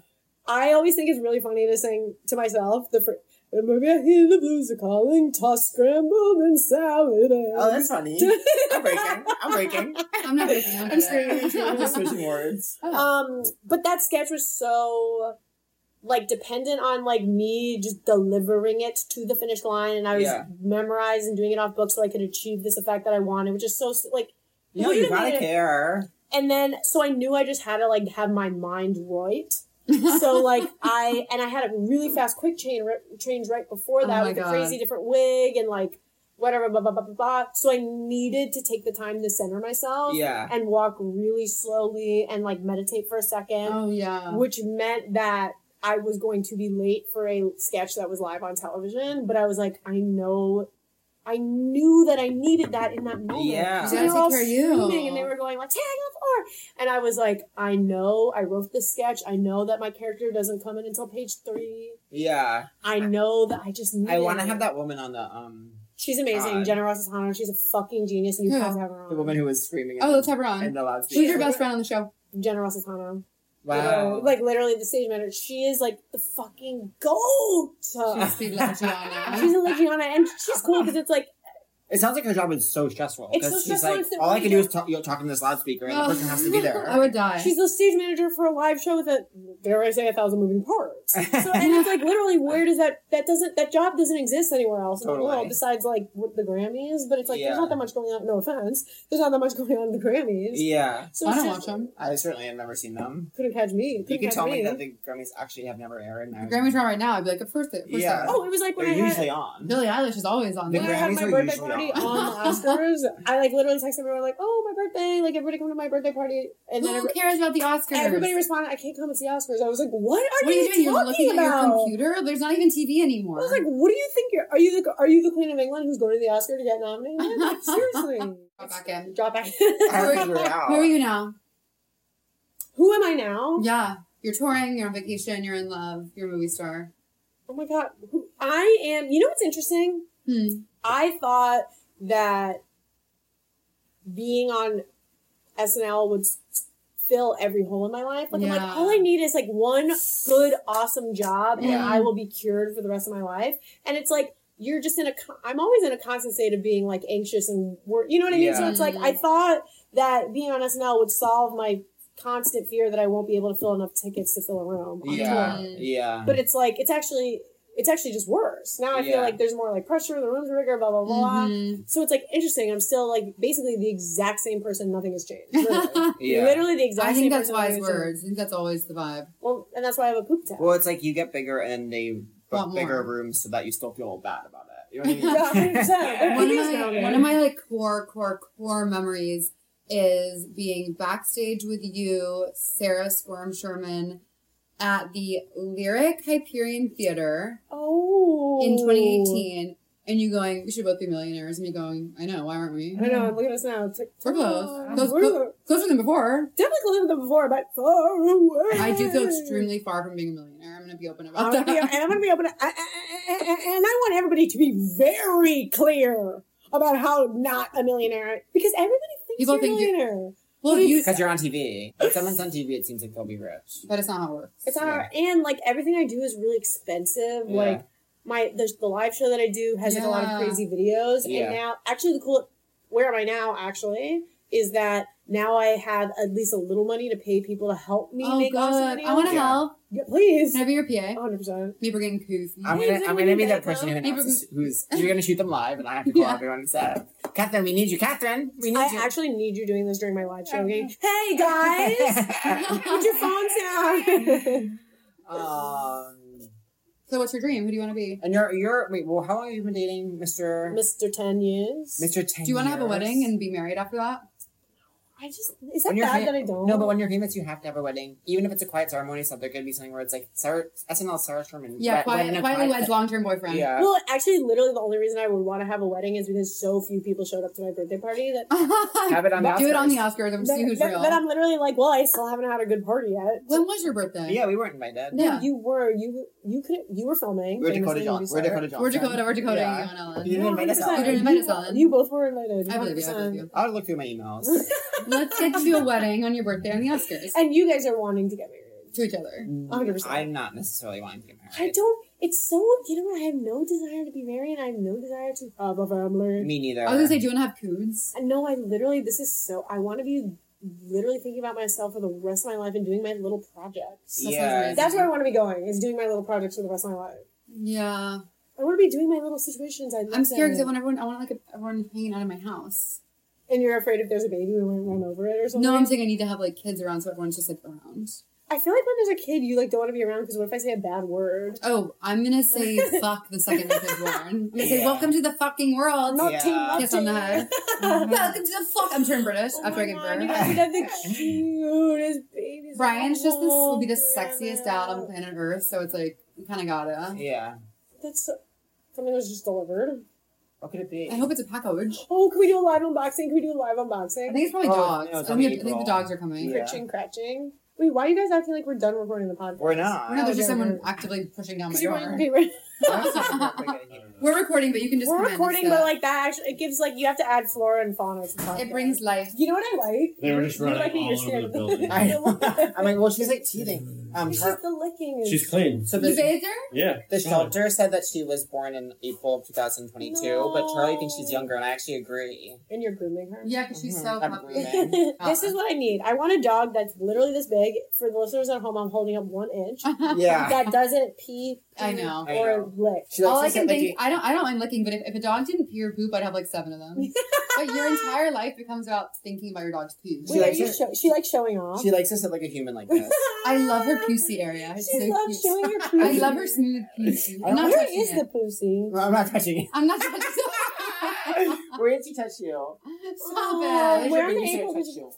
Speaker 4: I always think it's really funny to sing to myself the. Fr- and maybe I hear the blues are calling, tossed, scrambled, and salad.
Speaker 5: oh, that's funny. I'm breaking. I'm breaking.
Speaker 2: I'm not breaking. I'm,
Speaker 4: *laughs* I'm
Speaker 2: good.
Speaker 4: screaming,
Speaker 5: I'm *laughs* just switching words.
Speaker 4: Um, but that sketch was so like dependent on like me just delivering it to the finish line, and I was
Speaker 5: Yeah.
Speaker 4: memorized and doing it off book so I could achieve this effect that I wanted, which is so s- like.
Speaker 5: You know,
Speaker 4: Wait
Speaker 5: you
Speaker 4: a
Speaker 5: gotta
Speaker 4: minute.
Speaker 5: care.
Speaker 4: And then, so I knew I just had to like have my mind right.
Speaker 2: *laughs*
Speaker 4: So like I and I had a really fast quick chain ri- change right before
Speaker 2: Oh
Speaker 4: that
Speaker 2: my
Speaker 4: with
Speaker 2: God.
Speaker 4: a crazy different wig and like whatever blah blah blah blah blah. So I needed to take the time to center myself
Speaker 5: Yeah.
Speaker 4: and walk really slowly and like meditate for a second
Speaker 2: oh
Speaker 4: *laughs*
Speaker 2: yeah.
Speaker 4: which meant that I was going to be late for a sketch that was live on television. But I was like, I know, I knew that I needed that in that moment.
Speaker 5: Yeah.
Speaker 4: So
Speaker 2: You
Speaker 4: they
Speaker 2: gotta
Speaker 4: were all
Speaker 2: take care of you.
Speaker 4: screaming and they were going like, "Tag on the floor!" And I was like, I know, I wrote this sketch. I know that my character doesn't come in until page three.
Speaker 5: Yeah.
Speaker 4: I know that I just.
Speaker 5: I want
Speaker 4: needed
Speaker 5: to
Speaker 4: it."
Speaker 5: have that woman on the um
Speaker 4: She's amazing,
Speaker 5: God.
Speaker 4: Jenna Rossano. She's a fucking genius, and you
Speaker 2: Who?
Speaker 4: have to have her on.
Speaker 5: the woman who was screaming.
Speaker 2: oh, let's have her
Speaker 5: in
Speaker 2: on.
Speaker 5: the loudspeaker.
Speaker 2: She's your best friend on the show.
Speaker 4: Jenna Rossano.
Speaker 5: Wow.
Speaker 4: Like literally the stage manager. She is like the fucking goat.
Speaker 2: She's Speed Lucky
Speaker 4: *laughs* She's
Speaker 2: Gianna. *laughs*
Speaker 4: a Legiana, and she's cool because it's like
Speaker 5: It sounds like her job is so stressful.
Speaker 4: It's so
Speaker 5: 'cause she's
Speaker 4: stressful,
Speaker 5: like,
Speaker 4: it's the
Speaker 5: all I can
Speaker 4: radio-
Speaker 5: do is talk, you know, talk in this loudspeaker, and the person has to be
Speaker 2: I
Speaker 5: there.
Speaker 2: would die.
Speaker 4: She's the stage manager for a live show that dare I say a thousand
Speaker 5: *laughs*
Speaker 4: moving parts. So and it's like literally where does that that doesn't that job doesn't exist anywhere else in the world
Speaker 5: Totally.
Speaker 4: besides like with the Grammys, but it's like there's
Speaker 5: Yeah.
Speaker 4: not that much going on no offense. There's not that much going on in the Grammys.
Speaker 5: yeah,
Speaker 4: So
Speaker 2: I don't
Speaker 4: it's just-
Speaker 2: watch them.
Speaker 5: I certainly have never seen them.
Speaker 4: Couldn't catch me. Couldn't
Speaker 5: You can
Speaker 4: catch
Speaker 5: tell me that the Grammys actually have never aired. and I
Speaker 2: The
Speaker 5: was-
Speaker 2: Grammys are on right now. I'd be like, of course they. Of course
Speaker 5: Yeah.
Speaker 2: they are.
Speaker 4: Oh, it was like when I
Speaker 5: They're
Speaker 4: had,
Speaker 5: usually on.
Speaker 2: Billie Eilish is always on.
Speaker 5: The
Speaker 4: when I
Speaker 2: there.
Speaker 4: had
Speaker 5: Grammys
Speaker 4: my
Speaker 5: are
Speaker 4: birthday
Speaker 5: usually
Speaker 4: party
Speaker 5: on.
Speaker 4: on the Oscars, I like literally texted everyone like, "Oh, my birthday! Like everybody come to my birthday party!"
Speaker 2: *gasps*
Speaker 4: And then
Speaker 2: Who
Speaker 4: every-
Speaker 2: cares about the Oscars?
Speaker 4: everybody responded, "I can't come. It's the Oscars." I was like, "What
Speaker 2: what
Speaker 4: are,
Speaker 2: are you doing? You're
Speaker 4: talking
Speaker 2: looking at your
Speaker 4: about?"
Speaker 2: computer. There's not even TV anymore.
Speaker 4: I was like, "What do you think? You're are you the are you the Queen of England who's going to the Oscar to get nominated?
Speaker 2: *laughs*
Speaker 4: Like, seriously,
Speaker 2: Drop back in.
Speaker 4: drop back.
Speaker 5: I don't figure it out.
Speaker 2: Where are you now?
Speaker 4: *laughs* Who am I now?
Speaker 2: Yeah, you're touring. You're on vacation. You're in love. You're a movie star.
Speaker 4: Oh my god, Who- I am. You know what's interesting?
Speaker 2: Hmm.
Speaker 4: I thought that being on SNL would s- fill every hole in my life. Like, I'm like,
Speaker 2: Yeah.
Speaker 4: all I need is like one good, awesome job, and
Speaker 2: Yeah.
Speaker 4: I will be cured for the rest of my life. And it's like you're just in a. con- I'm always in a constant state of being like anxious and wor- you know what I mean. So
Speaker 2: Yeah.
Speaker 4: it's like I thought that being on SNL would solve my constant fear that I won't be able to fill enough tickets to fill a room. on
Speaker 5: Yeah,
Speaker 4: tour.
Speaker 5: yeah.
Speaker 4: But it's like it's actually it's actually just worse. Now I feel
Speaker 5: Yeah.
Speaker 4: like there's more like pressure, the rooms are bigger, blah blah blah.
Speaker 2: Mhm.
Speaker 4: So it's like interesting. I'm still like basically the exact same person. Nothing
Speaker 2: *laughs*
Speaker 4: has changed. Literally,
Speaker 5: yeah.
Speaker 4: Literally the exact
Speaker 2: Mm-hmm. I
Speaker 4: same
Speaker 2: think that's
Speaker 4: person,
Speaker 2: wise
Speaker 4: nothing has changed.
Speaker 2: words. I think that's always the vibe.
Speaker 4: Well, and that's why I have a poop tab.
Speaker 5: Well, it's like you get bigger and they
Speaker 2: Want
Speaker 5: book
Speaker 2: more.
Speaker 5: bigger rooms so that you still feel bad about it. You know what I mean?
Speaker 4: *laughs* yeah,
Speaker 5: *laughs*
Speaker 2: *laughs*
Speaker 4: 100%.
Speaker 2: one of
Speaker 4: Everything's down
Speaker 2: my
Speaker 4: there.
Speaker 2: one of my like core core core memories is being backstage with you, Sarah Squirm Sherman, at the Lyric Hyperion Theater
Speaker 4: oh
Speaker 2: in 2018, and you going, "We should both be millionaires," and me going, "I know, why aren't we?"
Speaker 4: I know. Look at us now. It's like
Speaker 2: We're close.
Speaker 4: oh,
Speaker 2: Close-
Speaker 4: we're
Speaker 2: close- Closer than before.
Speaker 4: definitely closer than before, but far away.
Speaker 2: I do feel extremely far from being a millionaire. I'm gonna be open
Speaker 4: I'm
Speaker 2: about
Speaker 4: gonna be,
Speaker 2: that.
Speaker 4: and I'm going to be open. I- I- I- I- I- And I want everybody to be very clear about how not a millionaire because everybody thinks
Speaker 2: People
Speaker 4: you're
Speaker 2: think
Speaker 4: a
Speaker 2: you're-
Speaker 4: millionaire.
Speaker 2: *laughs* Well, you
Speaker 5: Because you're on TV. If someone's on TV, it seems like they'll be rich.
Speaker 2: but it's not how it works.
Speaker 4: It's not our- and like everything I do is really expensive.
Speaker 5: Yeah.
Speaker 4: Like my the, the live show that I do has like a lot of
Speaker 2: Yeah.
Speaker 4: crazy videos.
Speaker 5: Yeah.
Speaker 4: And now actually the cool where am I now actually is that now I have at least a little money to pay people to help me
Speaker 2: Oh
Speaker 4: make awesome
Speaker 2: god,
Speaker 4: videos.
Speaker 2: I want to
Speaker 5: Yeah.
Speaker 2: help.
Speaker 4: yeah, please.
Speaker 2: Can I be your PA?
Speaker 4: 100%.
Speaker 2: Me bringing cooth.
Speaker 5: I'm *laughs*
Speaker 2: *laughs*
Speaker 4: Hey,
Speaker 5: gonna,
Speaker 4: is
Speaker 5: I'm
Speaker 4: anybody
Speaker 5: gonna be
Speaker 4: back
Speaker 5: that person who
Speaker 2: now?
Speaker 5: announces who's you're gonna shoot them live, and I have to call
Speaker 2: Yeah.
Speaker 5: everyone and say, "Catherine, we need you, Catherine, we need
Speaker 4: I
Speaker 5: you."
Speaker 4: actually need you doing this during my live show. Okay?
Speaker 5: *laughs*
Speaker 4: Hey guys, put your phones down.
Speaker 5: um,
Speaker 2: So, what's your dream? Who do you want to be?
Speaker 5: and you're you're wait. Well, how long have you been dating, Mister
Speaker 4: Mr. 10 years.
Speaker 5: Mister Ten?
Speaker 2: Do you want to have a
Speaker 5: years?
Speaker 2: wedding and be married after that?
Speaker 4: I just is that
Speaker 5: When you're
Speaker 4: bad
Speaker 5: fa-
Speaker 4: that I don't?
Speaker 5: No, but when you're famous, you have to have a wedding, even if it's a quiet ceremony. So there could be something where it's like Sarah, SNL Sarah Sherman.
Speaker 2: Yeah,
Speaker 5: wed- wedding
Speaker 2: quiet,
Speaker 5: and
Speaker 2: quietly
Speaker 5: quiet-
Speaker 2: weds long term boyfriend. *laughs*
Speaker 5: Yeah.
Speaker 4: Well, actually, literally, the only reason I would want to have a wedding is because so few people showed up to my birthday party that,
Speaker 5: Have it on the
Speaker 2: Do it on the
Speaker 5: Oscars.
Speaker 2: Oscars and
Speaker 4: that,
Speaker 2: see who's
Speaker 4: that-
Speaker 2: real.
Speaker 4: that I'm literally like, well, I still haven't had a good party yet.
Speaker 2: when was your birthday?
Speaker 5: Yeah, we weren't invited.
Speaker 4: no,
Speaker 2: yeah.
Speaker 4: you were you you could you were filming.
Speaker 5: We're
Speaker 4: famously,
Speaker 5: Dakota
Speaker 4: you
Speaker 5: Johnson.
Speaker 4: said.
Speaker 5: We're Dakota Johnson.
Speaker 2: We're Dakota, we're Dakota,
Speaker 5: Yeah.
Speaker 2: you and Ellen.
Speaker 5: You didn't
Speaker 4: No,
Speaker 5: invite us
Speaker 4: 100%.
Speaker 5: out.
Speaker 2: You didn't invite us, Ellen.
Speaker 4: You both were invited.
Speaker 2: I believe you, I
Speaker 4: 100%.
Speaker 2: believe you.
Speaker 5: I'll look through my
Speaker 2: *laughs*
Speaker 5: emails.
Speaker 2: Let's get you a wedding on your birthday on the Oscars.
Speaker 4: And you guys are wanting to get married.
Speaker 2: To each other.
Speaker 4: hundred percent.
Speaker 5: I'm not necessarily wanting to get married.
Speaker 4: I don't. It's so you know. I have no desire to be married. I have no desire to uh, have a family.
Speaker 5: Me neither.
Speaker 2: I was gonna say, do you wanna have coods?
Speaker 4: No, I literally. This is so. I want to be literally thinking about myself for the rest of my life and doing my little projects.
Speaker 2: sounds
Speaker 5: yeah.
Speaker 2: amazing.
Speaker 4: That's where I want to be going is doing my little projects for the rest of my life.
Speaker 2: Yeah.
Speaker 4: I want to be doing my little situations. I
Speaker 2: I'm scared because I want everyone I want like everyone hanging out of my house.
Speaker 4: And you're afraid if there's a baby, we might run over it or something.
Speaker 2: No, I'm saying I need to have like kids around so everyone's just like around.
Speaker 4: I feel like when there's a kid, you like don't want to be around because what if I say a bad word?
Speaker 2: Oh, I'm gonna
Speaker 4: *laughs*
Speaker 2: say fuck the second this is born. I'm gonna say
Speaker 5: Yeah.
Speaker 2: welcome to the fucking world.
Speaker 4: Not
Speaker 5: Yeah.
Speaker 4: team up
Speaker 2: Kiss on the
Speaker 4: *laughs*
Speaker 2: head. *laughs* Mm-hmm. welcome to the fuck. I'm turning British
Speaker 4: Oh
Speaker 2: after
Speaker 4: my
Speaker 2: I give
Speaker 4: God, You
Speaker 2: birth.
Speaker 4: guys would have the cutest babies.
Speaker 2: Brian's just this will be the
Speaker 4: Oh,
Speaker 2: sexiest
Speaker 4: damn
Speaker 2: dad on
Speaker 4: it.
Speaker 2: planet Earth, so it's like you kind of gotta.
Speaker 5: Yeah.
Speaker 4: That's so, something that was just delivered.
Speaker 5: What could it be?
Speaker 2: I hope it's a package.
Speaker 4: Oh, can we do a live unboxing? Can we do a live unboxing?
Speaker 2: I think it's probably
Speaker 5: Oh,
Speaker 2: dogs.
Speaker 5: no,
Speaker 2: I,
Speaker 5: it's on
Speaker 2: think I think the
Speaker 5: April.
Speaker 2: dogs are coming.
Speaker 5: Yeah.
Speaker 4: Critching, cratching. Wait, why are you guys acting like we're done recording the podcast?
Speaker 5: We're not.
Speaker 2: Or no, there's just
Speaker 4: Oh, they're-
Speaker 2: someone actively pushing down my
Speaker 4: Because you're
Speaker 2: door.
Speaker 4: running.
Speaker 2: *laughs*
Speaker 5: That's not what we're getting here.
Speaker 2: We're recording, but you can just.
Speaker 4: We're
Speaker 2: come in and
Speaker 4: recording,
Speaker 2: stuff.
Speaker 4: but like that actually, it gives like you have to add flora and fauna to the podcast.
Speaker 2: it brings life.
Speaker 4: You know what I like?
Speaker 6: They were just
Speaker 4: You
Speaker 6: running
Speaker 4: like
Speaker 6: all
Speaker 4: your
Speaker 6: over
Speaker 4: *laughs*
Speaker 6: the building.
Speaker 5: I know. I'm like, well, she's like teething. Um,
Speaker 4: It's
Speaker 5: her-
Speaker 4: just the licking.
Speaker 6: She's clean.
Speaker 5: so
Speaker 2: You
Speaker 5: the,
Speaker 2: bathed her?
Speaker 6: Yeah.
Speaker 5: the shelter said that she was born in April of 2022, but Charlie thinks she's
Speaker 4: No.
Speaker 5: younger, and I actually agree.
Speaker 4: and you're grooming her.
Speaker 2: Yeah, Uh, because she's
Speaker 5: Mhm.
Speaker 2: so
Speaker 5: I'm
Speaker 2: puppy.
Speaker 5: grooming.
Speaker 2: *laughs*
Speaker 4: *laughs* this is what I need. I want a dog that's literally this big. For the listeners at home, I'm holding up one inch.
Speaker 5: Yeah.
Speaker 4: That doesn't pee.
Speaker 2: Oh, *laughs* I know.
Speaker 5: I
Speaker 4: Or
Speaker 5: know.
Speaker 4: lick.
Speaker 5: She
Speaker 2: All
Speaker 5: also
Speaker 2: I
Speaker 5: said,
Speaker 2: can
Speaker 5: like,
Speaker 2: think, I don't, I don't mind licking, but if, if a dog didn't pee or poop, I'd have like seven of
Speaker 4: *laughs*
Speaker 2: them. but your entire life becomes about thinking about your dog's poo.
Speaker 5: She
Speaker 4: Wait, are
Speaker 5: likes
Speaker 4: you
Speaker 5: it.
Speaker 4: show- she likes showing off.
Speaker 5: she likes to sit like a human like
Speaker 2: *laughs*
Speaker 5: this.
Speaker 2: I love her
Speaker 4: *laughs*
Speaker 2: pussy area. It's
Speaker 4: She
Speaker 2: so cute.
Speaker 4: loves showing her
Speaker 2: *laughs* I
Speaker 4: pussy.
Speaker 2: love her smooth pussy. I'm not
Speaker 4: Where
Speaker 2: touching
Speaker 4: is
Speaker 2: it.
Speaker 4: the pussy?
Speaker 5: No, I'm not touching it.
Speaker 2: I'm not touching
Speaker 4: *laughs*
Speaker 2: it.
Speaker 5: Where did she touch you?
Speaker 2: Stop it.
Speaker 5: Where's
Speaker 4: Oh, where
Speaker 5: your
Speaker 4: in
Speaker 5: baby
Speaker 4: April
Speaker 5: touch
Speaker 4: did she-
Speaker 5: you?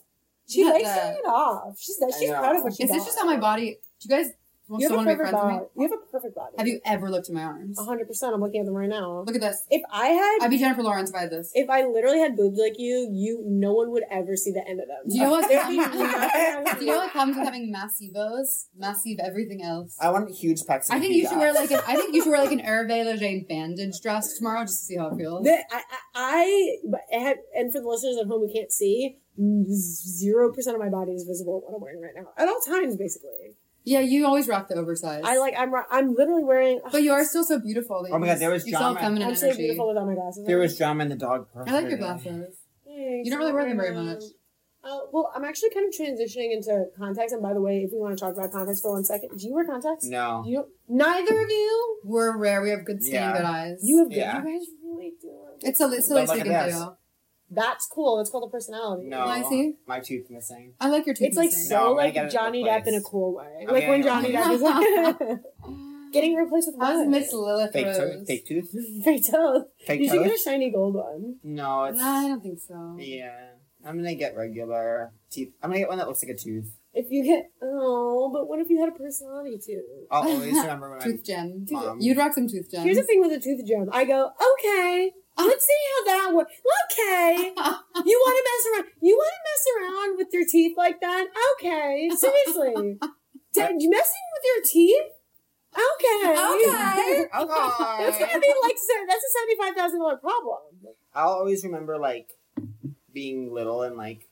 Speaker 4: She
Speaker 2: Not
Speaker 4: likes
Speaker 2: that.
Speaker 4: showing it off. She's that.
Speaker 5: I
Speaker 4: She's
Speaker 5: know.
Speaker 4: proud of what she
Speaker 2: It's, it's
Speaker 4: got.
Speaker 2: just on my body. Do you guys want
Speaker 4: You have
Speaker 2: someone
Speaker 4: a
Speaker 2: to be
Speaker 4: perfect
Speaker 2: friends with
Speaker 4: body.
Speaker 2: me?
Speaker 4: You have a perfect body.
Speaker 2: Have you ever looked at my arms?
Speaker 4: hundred percent. I'm looking at them right now.
Speaker 2: Look at this.
Speaker 4: If I had,
Speaker 2: I'd be Jennifer Lawrence if I had this.
Speaker 4: if I literally had boobs like you, you no one would ever see the end of them.
Speaker 2: Do you know what? *laughs*
Speaker 4: *laughs* There'd be
Speaker 2: comes-
Speaker 4: nothing I would
Speaker 2: do you know what comes with having massivos? Massive everything else.
Speaker 5: I want huge pecs. and
Speaker 2: I think
Speaker 5: huge
Speaker 2: you should
Speaker 5: abs.
Speaker 2: wear like a, I think you should wear like
Speaker 5: *laughs*
Speaker 2: an Hervé Lejeune bandage dress tomorrow just to see how it feels.
Speaker 4: The, I, I, I but I had, and for the listeners at home who can't see, zero percent of my body is visible what I'm wearing right now at all times. Basically,
Speaker 2: Yeah, you always rock the oversized.
Speaker 4: I like I'm I'm literally wearing.
Speaker 2: but you are still so beautiful. that
Speaker 5: Oh my God, there was
Speaker 2: you're still
Speaker 5: drama.
Speaker 2: feminine
Speaker 4: I'm so
Speaker 2: energy.
Speaker 4: beautiful without my glasses.
Speaker 5: There
Speaker 4: on.
Speaker 5: was drama in the dog park.
Speaker 2: I like your glasses.
Speaker 4: Thanks,
Speaker 2: You don't really wear them very
Speaker 4: um,
Speaker 2: much.
Speaker 4: Oh well, I'm actually kind of transitioning into contacts. And by the way, if we want to talk about contacts for one second, do you wear contacts?
Speaker 5: No.
Speaker 4: You neither of you.
Speaker 2: We're rare. We have good skin and
Speaker 5: Yeah.
Speaker 2: good eyes.
Speaker 4: You have good-
Speaker 5: Yeah.
Speaker 4: you guys really do. it.
Speaker 2: it's a it's a
Speaker 5: Don't look
Speaker 2: you
Speaker 5: at
Speaker 2: can
Speaker 5: this.
Speaker 2: do.
Speaker 4: That's cool. It's called a personality.
Speaker 5: No.
Speaker 2: I see.
Speaker 5: My tooth missing.
Speaker 2: I like your tooth.
Speaker 4: It's like
Speaker 2: missing.
Speaker 5: No, I'm
Speaker 4: so
Speaker 5: gonna
Speaker 4: like
Speaker 5: get it
Speaker 4: Johnny Depp in a
Speaker 5: replaced.
Speaker 4: cool way.
Speaker 5: I'm
Speaker 4: like when Johnny
Speaker 5: getting it
Speaker 4: Depp is *laughs*
Speaker 2: replaced.
Speaker 4: like
Speaker 2: *laughs*
Speaker 4: getting replaced with
Speaker 2: How's
Speaker 4: what?
Speaker 2: Miss Lilith
Speaker 5: Fake
Speaker 2: Rose?
Speaker 5: tooth. Fake tooth.
Speaker 4: *laughs* Fake toes.
Speaker 5: Fake
Speaker 4: You should get a
Speaker 5: tooth.
Speaker 4: shiny gold one.
Speaker 5: No, it's.
Speaker 2: No, I don't think so.
Speaker 5: Yeah. I'm gonna get regular teeth. I'm gonna get one that looks like a tooth.
Speaker 4: If you get oh, but what if you had a personality too?
Speaker 5: I'll always remember when I'm.
Speaker 2: Tooth gem.
Speaker 5: Mom.
Speaker 2: You'd rock some tooth gem.
Speaker 4: Here's
Speaker 2: *laughs*
Speaker 4: the thing with a tooth gem. I go, okay,
Speaker 2: Uh-huh.
Speaker 4: let's see how that works. Okay,
Speaker 2: *laughs*
Speaker 4: you want to mess around? You want to mess around with your teeth like that? Okay,
Speaker 2: *laughs*
Speaker 4: seriously, D- you messing with your teeth? Okay, *laughs*
Speaker 2: Okay.
Speaker 5: Oh,
Speaker 4: That's
Speaker 5: Okay.
Speaker 4: gonna be like se- that's a seventy-five thousand dollar problem.
Speaker 5: I'll always remember like being little and like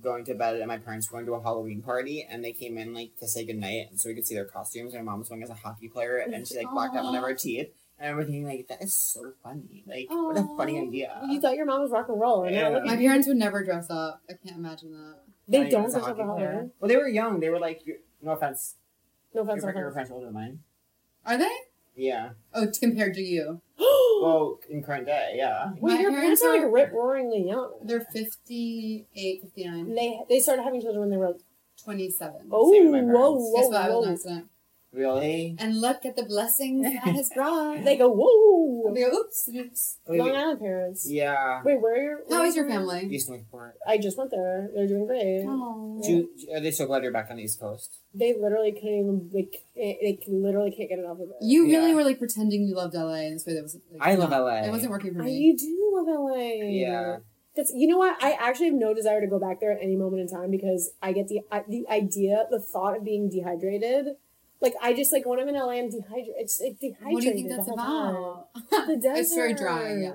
Speaker 5: going to bed and my parents were going to a Halloween party and they came in like to say goodnight and so we could see their costumes. My mom was going as a hockey player and she like blacked out one of her teeth. And I remember thinking like that is so funny. Like what a funny
Speaker 4: Aw.
Speaker 5: idea.
Speaker 4: You thought your mom was rock and roll. and
Speaker 5: Yeah.
Speaker 4: now look
Speaker 2: My
Speaker 4: at-
Speaker 2: parents would never dress up. I can't imagine that.
Speaker 5: Not
Speaker 4: They
Speaker 5: even
Speaker 4: don't
Speaker 5: as a
Speaker 4: dress up for
Speaker 5: hockey player.
Speaker 4: Halloween.
Speaker 5: Well they were young. They were like you're, no offense.
Speaker 4: No offense,
Speaker 5: Your,
Speaker 4: no
Speaker 5: fr- your
Speaker 4: offense. *gasps*
Speaker 5: friends older than mine.
Speaker 2: Are they?
Speaker 5: Yeah.
Speaker 2: Oh, t- compared to you,
Speaker 5: Well in current day, yeah.
Speaker 4: Wait,
Speaker 2: My
Speaker 4: your parents
Speaker 2: parents
Speaker 4: are like
Speaker 2: are-
Speaker 4: rip roaringly young.
Speaker 2: they're 58, 59,
Speaker 4: And they they started having children when they were
Speaker 2: 27.
Speaker 4: oh
Speaker 5: Same with my parents.
Speaker 4: whoa
Speaker 2: Guess what? I was
Speaker 4: whoa
Speaker 2: an
Speaker 4: whoa.
Speaker 2: accident.
Speaker 5: Really?
Speaker 2: And look at the blessings that has
Speaker 4: *laughs*
Speaker 2: brought.
Speaker 4: They go whoa.
Speaker 2: They go, oops, oops.
Speaker 5: Wait,
Speaker 4: Long
Speaker 5: wait.
Speaker 4: Island parents.
Speaker 5: Yeah.
Speaker 4: Wait, where are your? where
Speaker 2: How
Speaker 4: are
Speaker 2: is your
Speaker 4: parents?
Speaker 2: family?
Speaker 5: East Northport.
Speaker 4: I just went there. They're doing great.
Speaker 2: Oh.
Speaker 5: Do, you- are uh, they so glad you're back on the East Coast?
Speaker 4: They literally can't even. They, can't- they literally can't get enough of it.
Speaker 2: You really
Speaker 5: Yeah.
Speaker 2: were like pretending you loved LA in this way that was. Like,
Speaker 5: I love
Speaker 2: not-
Speaker 5: LA.
Speaker 2: It wasn't working for
Speaker 4: I
Speaker 2: me.
Speaker 4: do love LA.
Speaker 5: Yeah.
Speaker 4: That's you know what I actually have no desire to go back there at any moment in time because I get the I, the idea the thought of being dehydrated, like I just like when I'm in LA I'm dehydrated. It's like dehydrated.
Speaker 2: What do you think
Speaker 4: the
Speaker 2: that's
Speaker 4: whole time.
Speaker 2: about?
Speaker 4: The desert.
Speaker 2: It's very dry, yeah.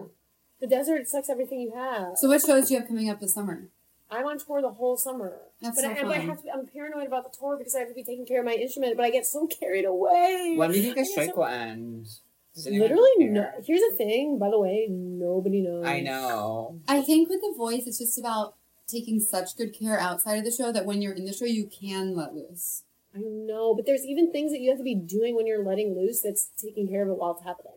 Speaker 4: The desert sucks everything you have.
Speaker 2: *laughs* So, what shows do you have coming up this summer?
Speaker 4: I'm on tour the whole summer.
Speaker 2: That's
Speaker 4: but
Speaker 2: so
Speaker 4: I, but I
Speaker 2: fun.
Speaker 4: have to, I'm paranoid about the tour because I have to be taking care of my instrument, but I get so carried away.
Speaker 5: When do you think
Speaker 4: I
Speaker 5: the
Speaker 4: get
Speaker 5: strike
Speaker 4: so-
Speaker 5: will end? Does anyone
Speaker 4: Literally, no.
Speaker 5: care?
Speaker 4: Here's the thing, by the way, nobody knows.
Speaker 5: I know.
Speaker 2: I think with the voice, it's just about taking such good care outside of the show that when you're in the show, you can let loose.
Speaker 4: I know, but there's even things that you have to be doing when you're letting loose that's taking care of it while it's happening.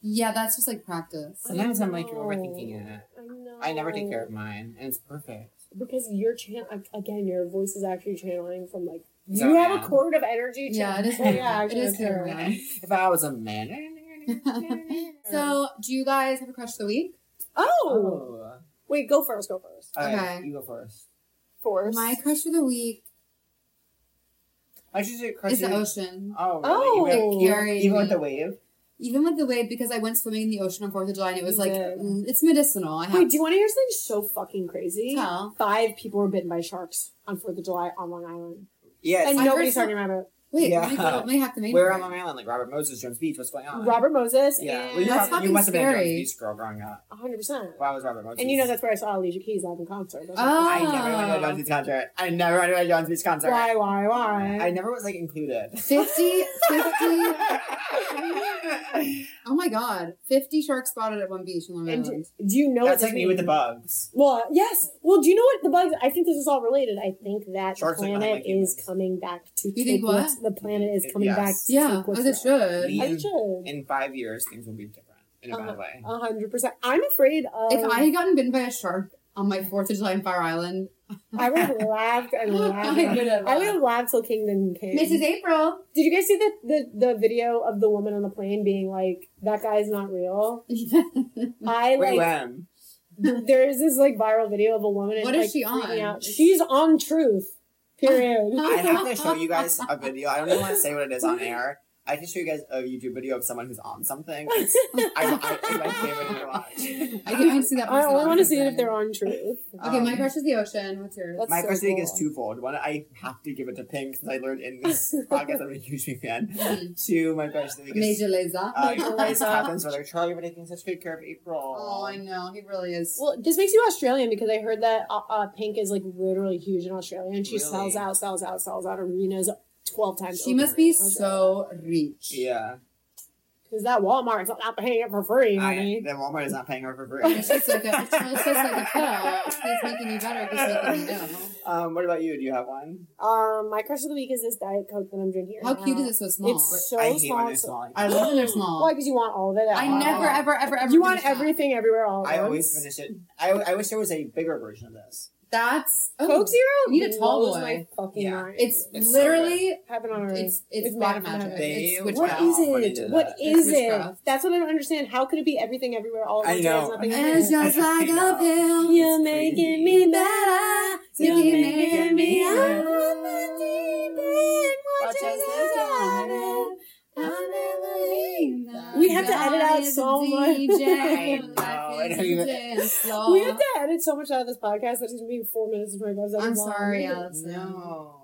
Speaker 2: Yeah, that's just like practice.
Speaker 5: Sometimes I'm like,
Speaker 4: know.
Speaker 5: you're overthinking it.
Speaker 4: I know.
Speaker 5: I never take care of mine, and it's perfect.
Speaker 4: because your chan again, your voice is actually channeling from like
Speaker 5: So,
Speaker 4: you have
Speaker 5: yeah.
Speaker 4: a cord of energy.
Speaker 2: Yeah, it
Speaker 4: channeling- Oh,
Speaker 2: is.
Speaker 4: yeah,
Speaker 2: it is
Speaker 4: actually,
Speaker 2: good.
Speaker 5: If I was a man,
Speaker 2: So, do you guys have a crush of the week?
Speaker 4: Oh,
Speaker 5: oh,
Speaker 4: wait, go first. Go first.
Speaker 5: okay,
Speaker 2: Okay.
Speaker 5: you go first.
Speaker 4: First.
Speaker 2: My crush of the week
Speaker 5: I should do
Speaker 2: is the
Speaker 5: crushing.
Speaker 2: ocean.
Speaker 5: Oh,
Speaker 4: Oh,
Speaker 5: really? even, even,
Speaker 2: Gary.
Speaker 5: even with the wave.
Speaker 2: Even with the wave, because I went swimming in the ocean on Fourth of July, and it was
Speaker 4: You
Speaker 2: like
Speaker 4: did.
Speaker 2: mm, it's medicinal. I have
Speaker 4: Wait, do you want to hear something so fucking crazy?
Speaker 2: to tell.
Speaker 4: Five people were bitten by sharks on Fourth of July on Long Island,
Speaker 5: Yes,
Speaker 4: and
Speaker 2: I
Speaker 4: nobody's
Speaker 2: heard some-
Speaker 4: talking about it.
Speaker 2: Wait,
Speaker 5: Yeah.
Speaker 2: let me, go, let me hack the main.
Speaker 5: Where on
Speaker 2: part.
Speaker 5: Long Island? Like Robert Moses, Jones Beach. What's going on?
Speaker 4: Robert Moses.
Speaker 5: Yeah.
Speaker 4: and
Speaker 5: Well, you,
Speaker 2: That's
Speaker 5: probably, you
Speaker 2: fucking
Speaker 5: must have been a
Speaker 2: scary.
Speaker 5: Jones Beach girl growing up.
Speaker 4: 100%.
Speaker 5: Well, I was Robert Moses.
Speaker 4: And you know that's where I saw Alicia Keys live in concert. That's
Speaker 2: Oh.
Speaker 5: Ah. I never went to a Jones Beach concert. I never went to a Jones Beach concert.
Speaker 4: Why, why, why?
Speaker 5: I never was like included. *laughs*
Speaker 4: *laughs*
Speaker 2: 50, 50 Oh my god, fifty sharks spotted at one beach in Long
Speaker 4: And
Speaker 2: Island.
Speaker 4: do, do you know what
Speaker 5: That's
Speaker 4: this
Speaker 5: like me with the
Speaker 4: means?
Speaker 5: bugs.
Speaker 4: Well, yes. Well, do you know what the bugs? I think this is all related. I think that
Speaker 5: Sharks
Speaker 4: the
Speaker 5: like nothing
Speaker 4: planet
Speaker 5: like
Speaker 4: is
Speaker 5: humans.
Speaker 4: coming back to
Speaker 2: You
Speaker 4: take
Speaker 2: think
Speaker 4: what's- the planet is
Speaker 5: It-
Speaker 4: coming
Speaker 5: yes.
Speaker 4: back. To
Speaker 2: Yeah,
Speaker 4: take what's
Speaker 2: as it
Speaker 4: left.
Speaker 2: should.
Speaker 5: Me-
Speaker 2: If
Speaker 5: should.
Speaker 4: As it should.
Speaker 5: In five years, things will be different in
Speaker 4: Um,
Speaker 5: a bad way.
Speaker 4: A hundred percent. I'm afraid of.
Speaker 2: I had gotten bitten by a shark on my Fourth of July in Fire Island,
Speaker 4: I would have laughed
Speaker 2: *laughs*
Speaker 4: and laughed.
Speaker 2: I would have.
Speaker 4: I would have laughed till Kingdom came.
Speaker 2: Mrs. April.
Speaker 4: Did you guys see the, the the video of the woman on the plane being like, "That guy's not real"? I
Speaker 5: Wait,
Speaker 4: like.
Speaker 5: when?
Speaker 4: There is this like viral video of a woman. and,
Speaker 2: What is
Speaker 4: like,
Speaker 2: she
Speaker 4: freaking
Speaker 2: on?
Speaker 4: Out. She's on Truth.
Speaker 2: *laughs*
Speaker 4: Period. *laughs*
Speaker 5: I have to show you guys a video. I don't even want to say what it is on air. I can show you guys a YouTube video of someone who's on something. It's, I, I, it's my favorite thing to watch.
Speaker 2: *laughs* I can't even see that.
Speaker 4: I
Speaker 2: person
Speaker 4: only
Speaker 2: on
Speaker 4: want to see it if
Speaker 2: something.
Speaker 4: they're on Truth.
Speaker 2: Okay, my
Speaker 5: Um,
Speaker 2: crush is the ocean. What's yours?
Speaker 4: That's
Speaker 5: My
Speaker 4: so
Speaker 5: first week is
Speaker 4: cool.
Speaker 5: twofold. One, I have to give it to Pink since I learned in
Speaker 2: *laughs*
Speaker 5: this podcast I'm a huge Pink fan. Two, my first week is
Speaker 2: Major Lazer.
Speaker 5: uh, your place happens whether Charlie ever taking such good care of April.
Speaker 2: oh, I know he really is.
Speaker 4: Well, this makes you Australian because I heard that uh, uh, Pink is like literally huge in Australia, and she
Speaker 5: Really?
Speaker 4: sells out, sells out, sells out arenas twelve times.
Speaker 2: she must be so rich. *laughs*
Speaker 5: yeah.
Speaker 4: because that Walmart's not paying it for free,
Speaker 5: I,
Speaker 4: honey.
Speaker 5: then Walmart is not paying her for
Speaker 2: It's *laughs*
Speaker 5: free.
Speaker 2: just like a, it's just like a pill. It's making you better just making you know.
Speaker 5: um, what about you? Do you have one?
Speaker 4: Um, my crush of the week is this diet coke that I'm drinking.
Speaker 2: How
Speaker 4: right now.
Speaker 2: cute is it so small?
Speaker 4: It's so
Speaker 5: I hate
Speaker 4: small.
Speaker 5: when they're
Speaker 4: so-
Speaker 5: small.
Speaker 2: I
Speaker 5: *laughs*
Speaker 2: love that they're small.
Speaker 4: Why? Because you want all of it. at
Speaker 2: I
Speaker 4: once.
Speaker 2: never, ever, ever, ever.
Speaker 4: You want
Speaker 2: finish that.
Speaker 4: everything everywhere all at
Speaker 5: I always
Speaker 4: once.
Speaker 5: finish it. I, I wish there was a bigger version of this.
Speaker 2: That's
Speaker 4: Coke Zero.
Speaker 2: Oh, You need a tall
Speaker 4: blows
Speaker 2: boy.
Speaker 4: My fucking
Speaker 5: Yeah.
Speaker 4: mind.
Speaker 2: It's,
Speaker 5: It's so
Speaker 2: literally
Speaker 4: heaven on earth.
Speaker 2: it's it's,
Speaker 4: It's
Speaker 2: black
Speaker 4: magic.
Speaker 2: magic.
Speaker 5: They
Speaker 2: It's
Speaker 5: would
Speaker 4: What
Speaker 2: witchcraft.
Speaker 5: Wow,
Speaker 4: is
Speaker 5: when they
Speaker 4: it?
Speaker 5: do
Speaker 4: What
Speaker 5: that.
Speaker 4: is
Speaker 2: It's
Speaker 4: it?
Speaker 2: witchcraft.
Speaker 4: That's what I don't understand. How could it be everything everywhere all at
Speaker 5: I
Speaker 4: once?
Speaker 5: know.
Speaker 4: There's nothing
Speaker 5: I
Speaker 4: in
Speaker 2: It's
Speaker 4: it.
Speaker 2: just
Speaker 5: *laughs*
Speaker 2: like a pill.
Speaker 4: You're making me better. You're making me
Speaker 2: out.
Speaker 4: We have to edit out so much. *laughs*
Speaker 2: DJ.
Speaker 5: I know, I don't even-
Speaker 2: Life is
Speaker 4: We have
Speaker 2: slow.
Speaker 4: to edit so much out of this podcast that it's gonna be four minutes and twenty five seconds.
Speaker 2: I'm
Speaker 4: long.
Speaker 2: sorry, Alex.
Speaker 5: No.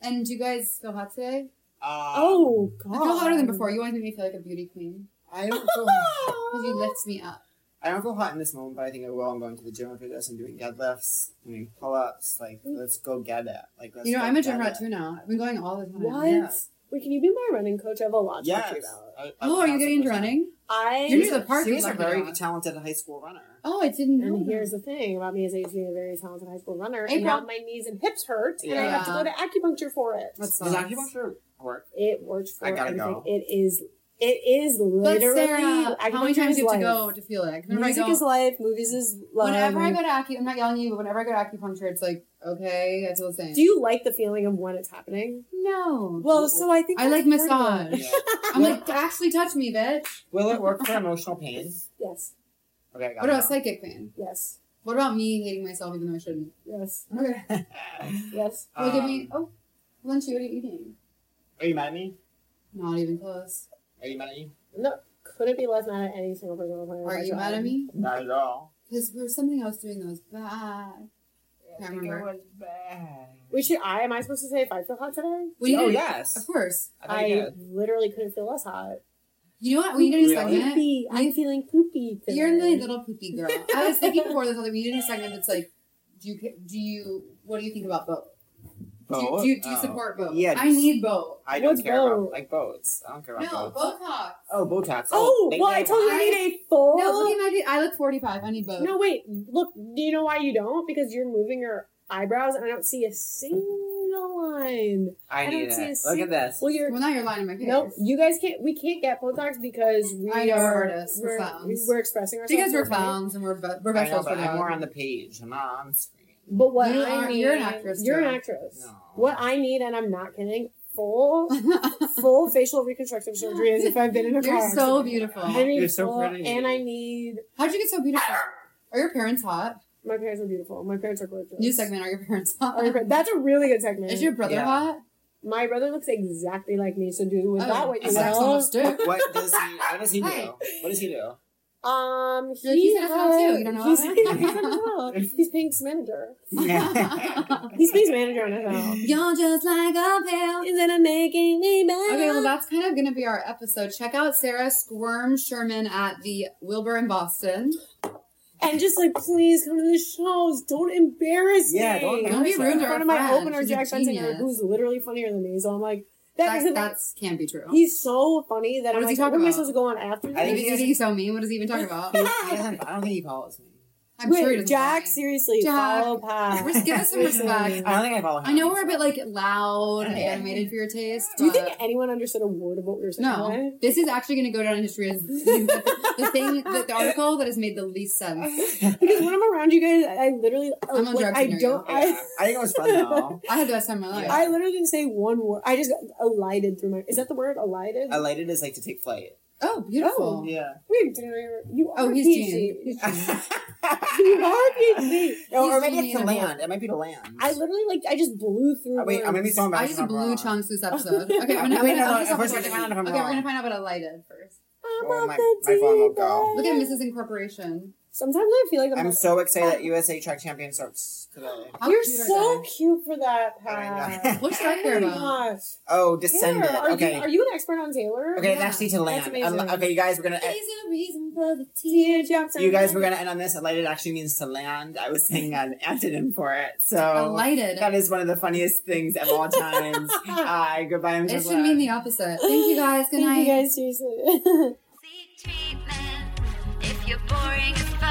Speaker 2: And do you guys feel hot today?
Speaker 5: Uh,
Speaker 4: Oh god.
Speaker 2: I feel hotter than
Speaker 4: *laughs*
Speaker 2: before. You always make me feel like a beauty queen
Speaker 5: I don't feel.
Speaker 2: *laughs* because you lift me up.
Speaker 5: I don't feel hot in this moment, but I think I will. I'm going to the gym after this. I'm doing deadlifts. I'm doing pull-ups. Like, let's go get it. Like, let's
Speaker 2: Mm. You know,
Speaker 5: go
Speaker 2: I'm a
Speaker 5: get
Speaker 2: gym rat
Speaker 5: it.
Speaker 2: too now. I've been going all the time.
Speaker 4: What?
Speaker 5: Yeah.
Speaker 4: Wait, can you be my running coach? I have a lot to talk to you
Speaker 5: Yes.
Speaker 4: about.
Speaker 5: I- I
Speaker 2: Oh, are you getting into
Speaker 5: 1000%.
Speaker 2: running?
Speaker 4: I
Speaker 2: You're near the park.
Speaker 5: She
Speaker 2: you
Speaker 5: was a
Speaker 2: lucky
Speaker 5: very
Speaker 2: dog.
Speaker 5: talented high school runner.
Speaker 2: Oh, I didn't know.
Speaker 4: and
Speaker 2: that.
Speaker 4: here's the thing about me is I used to be a very talented high school runner, and
Speaker 2: April.
Speaker 4: now my knees and hips hurt, and I have to go
Speaker 2: Yeah.
Speaker 4: to acupuncture for it.
Speaker 2: That
Speaker 5: Does
Speaker 2: sucks.
Speaker 5: acupuncture *laughs* work?
Speaker 4: It worked for
Speaker 5: I gotta
Speaker 4: everything.
Speaker 5: go.
Speaker 4: It is. It is
Speaker 2: But
Speaker 4: literally.
Speaker 2: Sarah, how many
Speaker 4: acupuncture
Speaker 2: times
Speaker 4: is
Speaker 2: do you have to
Speaker 4: life.
Speaker 2: go to feel it? 'Cause Whenever I
Speaker 4: Music
Speaker 2: go,
Speaker 4: is life. Movies is love.
Speaker 2: whenever I go to acu, I'm not yelling at you, but whenever I go to acupuncture, it's like okay, I feel the same.
Speaker 4: do you like the feeling of when it's happening?
Speaker 2: No.
Speaker 4: Well, so I think
Speaker 2: I like
Speaker 4: that's part of
Speaker 2: massage.
Speaker 4: it.
Speaker 2: I'm like actually touch me, bitch.
Speaker 5: Will it work for emotional pain?
Speaker 4: Yes,
Speaker 5: Okay, I got it
Speaker 2: What about
Speaker 5: now. *laughs*
Speaker 2: psychic pain?
Speaker 4: yes,
Speaker 2: What about me hating myself even though I shouldn't?
Speaker 4: yes,
Speaker 2: Okay.
Speaker 4: yes.
Speaker 2: Look at me.
Speaker 5: Um,
Speaker 2: Oh, Lunchy, what are you eating?
Speaker 5: Are you mad at me?
Speaker 2: Not even close.
Speaker 5: Are you mad at me?
Speaker 4: No, couldn't be less mad at any single person on the planet.
Speaker 2: Are
Speaker 4: if I
Speaker 2: you mad
Speaker 4: tried.
Speaker 2: at me?
Speaker 5: Not at all.
Speaker 2: Because there was something I was doing that was bad. Can't remember.
Speaker 5: was bad.
Speaker 4: Wait, should I? Am I supposed to say if I feel hot today?
Speaker 2: We
Speaker 5: oh
Speaker 2: need to-
Speaker 5: yes.
Speaker 2: Of course.
Speaker 5: thought
Speaker 4: I
Speaker 5: you did.
Speaker 4: literally couldn't feel less hot.
Speaker 2: You know what? We need to do a
Speaker 5: Really?
Speaker 2: segment.
Speaker 4: Poopy. I'm feeling poopy. Today.
Speaker 2: You're a really little poopy girl. I was thinking before this other we did a segment that's like, do you do you what do you think about boat?
Speaker 5: Boat?
Speaker 2: Do you, do you, do you
Speaker 5: Oh.
Speaker 2: support boat?
Speaker 5: Yeah,
Speaker 2: I
Speaker 5: just-
Speaker 2: need boat.
Speaker 5: I don't
Speaker 4: What's
Speaker 5: care
Speaker 4: boat?
Speaker 5: about like boats. I don't care about
Speaker 2: No,
Speaker 5: boats.
Speaker 2: Botox.
Speaker 5: Oh, Botox.
Speaker 4: Oh,
Speaker 5: they-
Speaker 4: well,
Speaker 5: they-
Speaker 4: I told you I need a full.
Speaker 2: No, look at my dude. I look 45. I need boat.
Speaker 4: No, wait. Look, do you know why you don't? Because you're moving your eyebrows, and I don't see a single line.
Speaker 5: I
Speaker 4: I
Speaker 5: need
Speaker 4: don't see
Speaker 5: it.
Speaker 4: a
Speaker 5: Look at this.
Speaker 4: Well, you're
Speaker 2: Well, now you're lying in my face.
Speaker 4: no. You guys can't. We can't get Botox because we
Speaker 2: I know we're
Speaker 4: are
Speaker 2: artists, we're
Speaker 4: We're,
Speaker 2: clowns.
Speaker 4: we're expressing ourselves.
Speaker 2: because we're
Speaker 4: in a way.
Speaker 2: clowns and we're bu- we're
Speaker 5: I know,
Speaker 2: professionals.
Speaker 5: but
Speaker 2: for
Speaker 5: I'm more
Speaker 2: now.
Speaker 5: on the page. I'm not on screen.
Speaker 4: But what
Speaker 2: You
Speaker 4: I
Speaker 2: are-
Speaker 4: need,
Speaker 2: you're an actress,
Speaker 4: You're an
Speaker 2: too.
Speaker 4: actress.
Speaker 5: No.
Speaker 4: What
Speaker 5: *laughs*
Speaker 4: I need, and I'm not kidding, full
Speaker 2: *laughs*
Speaker 4: full facial reconstructive surgery as if I've been in a car.
Speaker 2: You're so
Speaker 4: accident.
Speaker 2: beautiful.
Speaker 4: I need
Speaker 5: You're so
Speaker 4: full-
Speaker 5: pretty.
Speaker 4: and I need.
Speaker 2: How'd you get so beautiful? Are your parents hot?
Speaker 4: My parents are beautiful. My parents are gorgeous.
Speaker 2: New segment. Are your parents hot?
Speaker 4: Are your par- That's a really good segment.
Speaker 2: Is your brother
Speaker 5: Yeah.
Speaker 2: hot?
Speaker 4: My brother looks exactly like me, so do with
Speaker 2: Oh,
Speaker 4: that what you
Speaker 2: sex on
Speaker 4: know. *laughs*
Speaker 2: a stick.
Speaker 5: What does he? What does he do?
Speaker 2: Hi.
Speaker 5: What does he do?
Speaker 2: You're
Speaker 4: Um,
Speaker 2: like, he's
Speaker 4: he
Speaker 2: in a hotel too,
Speaker 4: had-
Speaker 2: you don't know
Speaker 4: He's,
Speaker 2: that?
Speaker 4: he's in a
Speaker 2: *laughs*
Speaker 4: hotel. He's Pink's manager. He's Pink's manager in a
Speaker 2: *laughs*
Speaker 4: hotel.
Speaker 2: You're just like a pill.
Speaker 4: And then I'm making me mad.
Speaker 2: Okay, well, that's kind of going to be our episode. Check out Sarah Squirm Sherman at the Wilbur in Boston.
Speaker 4: and just like, please come to the shows. Don't embarrass
Speaker 5: Yeah,
Speaker 4: me.
Speaker 5: don't-
Speaker 2: Don't be rude to
Speaker 4: One
Speaker 2: her.
Speaker 4: of my
Speaker 2: friend.
Speaker 4: opener,
Speaker 2: She's a
Speaker 4: Jack Benson,
Speaker 2: genius.
Speaker 4: who's literally funnier than me. So I'm like, that
Speaker 2: That
Speaker 4: doesn't.
Speaker 2: that's, can't be
Speaker 5: Oh.
Speaker 2: true.
Speaker 4: he's so funny
Speaker 2: What
Speaker 4: that I'm
Speaker 2: does
Speaker 4: like,
Speaker 2: he
Speaker 4: what
Speaker 2: talk
Speaker 4: am I
Speaker 2: about?
Speaker 4: supposed to go on after
Speaker 5: I think
Speaker 4: this?
Speaker 5: he-
Speaker 2: What did he so mean? What does he even talk about?
Speaker 5: I don't think he follows me.
Speaker 2: I'm
Speaker 4: Wait,
Speaker 2: sure he doesn't
Speaker 4: Jack,
Speaker 2: like me.
Speaker 4: seriously,
Speaker 2: Jack,
Speaker 4: follow Pat.
Speaker 2: res- give us some respect.
Speaker 5: *laughs* I don't think I follow him.
Speaker 2: I know
Speaker 5: *laughs*
Speaker 2: we're a bit like loud and
Speaker 5: Yeah.
Speaker 2: animated for your taste.
Speaker 4: Do you
Speaker 2: but-
Speaker 4: think anyone understood a word of what we were saying?
Speaker 2: No, this is actually going to go down in history as the, the thing, the, the article that has made the least sense.
Speaker 4: *laughs* Because when I'm around you guys, I I literally, uh,
Speaker 2: I'm on
Speaker 4: like,
Speaker 2: drugs
Speaker 4: I
Speaker 2: when you're
Speaker 4: don't,
Speaker 5: Yeah,
Speaker 4: I,
Speaker 5: *laughs* I think it was fun though.
Speaker 2: I had the best time of my life.
Speaker 4: I literally didn't say one word. I just got alighted through my. Is that the word? Alighted. *laughs*
Speaker 5: Elated is like to take flight.
Speaker 2: oh, beautiful.
Speaker 5: *laughs* Yeah.
Speaker 4: Wait, did I- you are
Speaker 2: Oh, he's
Speaker 4: PhD.
Speaker 2: Gene.
Speaker 4: *laughs* You are PhD.
Speaker 5: No, or
Speaker 2: He's
Speaker 5: maybe
Speaker 2: Gene
Speaker 5: it's to
Speaker 2: and a
Speaker 5: land. It might be to land. *laughs*
Speaker 4: I literally like I just blew through.
Speaker 5: Oh, wait, I'm gonna be
Speaker 4: words.
Speaker 5: so
Speaker 2: I
Speaker 5: embarrassed.
Speaker 2: just
Speaker 5: if I'm
Speaker 2: blew
Speaker 5: wrong.
Speaker 2: chunks through this episode. Okay, I'm gonna,
Speaker 5: Wait, no, no,
Speaker 2: I'm gonna, I'm
Speaker 5: first
Speaker 2: gonna
Speaker 5: we find out if I'm
Speaker 2: okay, we're gonna
Speaker 5: wrong.
Speaker 2: find out about Elighted first.
Speaker 4: I'm
Speaker 5: Oh,
Speaker 4: off
Speaker 5: my-
Speaker 4: the
Speaker 5: my phone
Speaker 4: deep
Speaker 5: won't go.
Speaker 2: Look at
Speaker 4: end.
Speaker 2: Mrs. Incorporation.
Speaker 4: Sometimes I feel like I'm.
Speaker 5: I'm so excited that USA Track Champion starts today.
Speaker 2: How
Speaker 4: You're
Speaker 2: cute are
Speaker 4: so
Speaker 2: they?
Speaker 4: cute for that,
Speaker 5: I *laughs*
Speaker 4: Pat.
Speaker 2: What should I care about?
Speaker 4: Gosh.
Speaker 5: Oh,
Speaker 4: Taylor,
Speaker 5: Descendant.
Speaker 4: are,
Speaker 5: okay.
Speaker 4: you, are you an expert on Taylor?
Speaker 5: okay, it's
Speaker 2: Yeah.
Speaker 5: actually to land.
Speaker 4: That's amazing.
Speaker 5: Um, okay, you guys, we're gonna.
Speaker 2: There's a reason for the tears.
Speaker 4: Teardrops on
Speaker 5: You guys
Speaker 4: my-
Speaker 5: were gonna end on this. Elated actually means to land. I was saying an antonym for it. So
Speaker 2: Elighted.
Speaker 5: Oh, that is one of the funniest things of all
Speaker 4: *laughs*
Speaker 5: times. Hi, goodbye. I'm so
Speaker 2: It should
Speaker 5: glad.
Speaker 2: mean the opposite. Thank you guys. Good
Speaker 4: Thank
Speaker 2: night.
Speaker 4: *laughs* you guys seriously.
Speaker 1: Seek treatment if you're boring as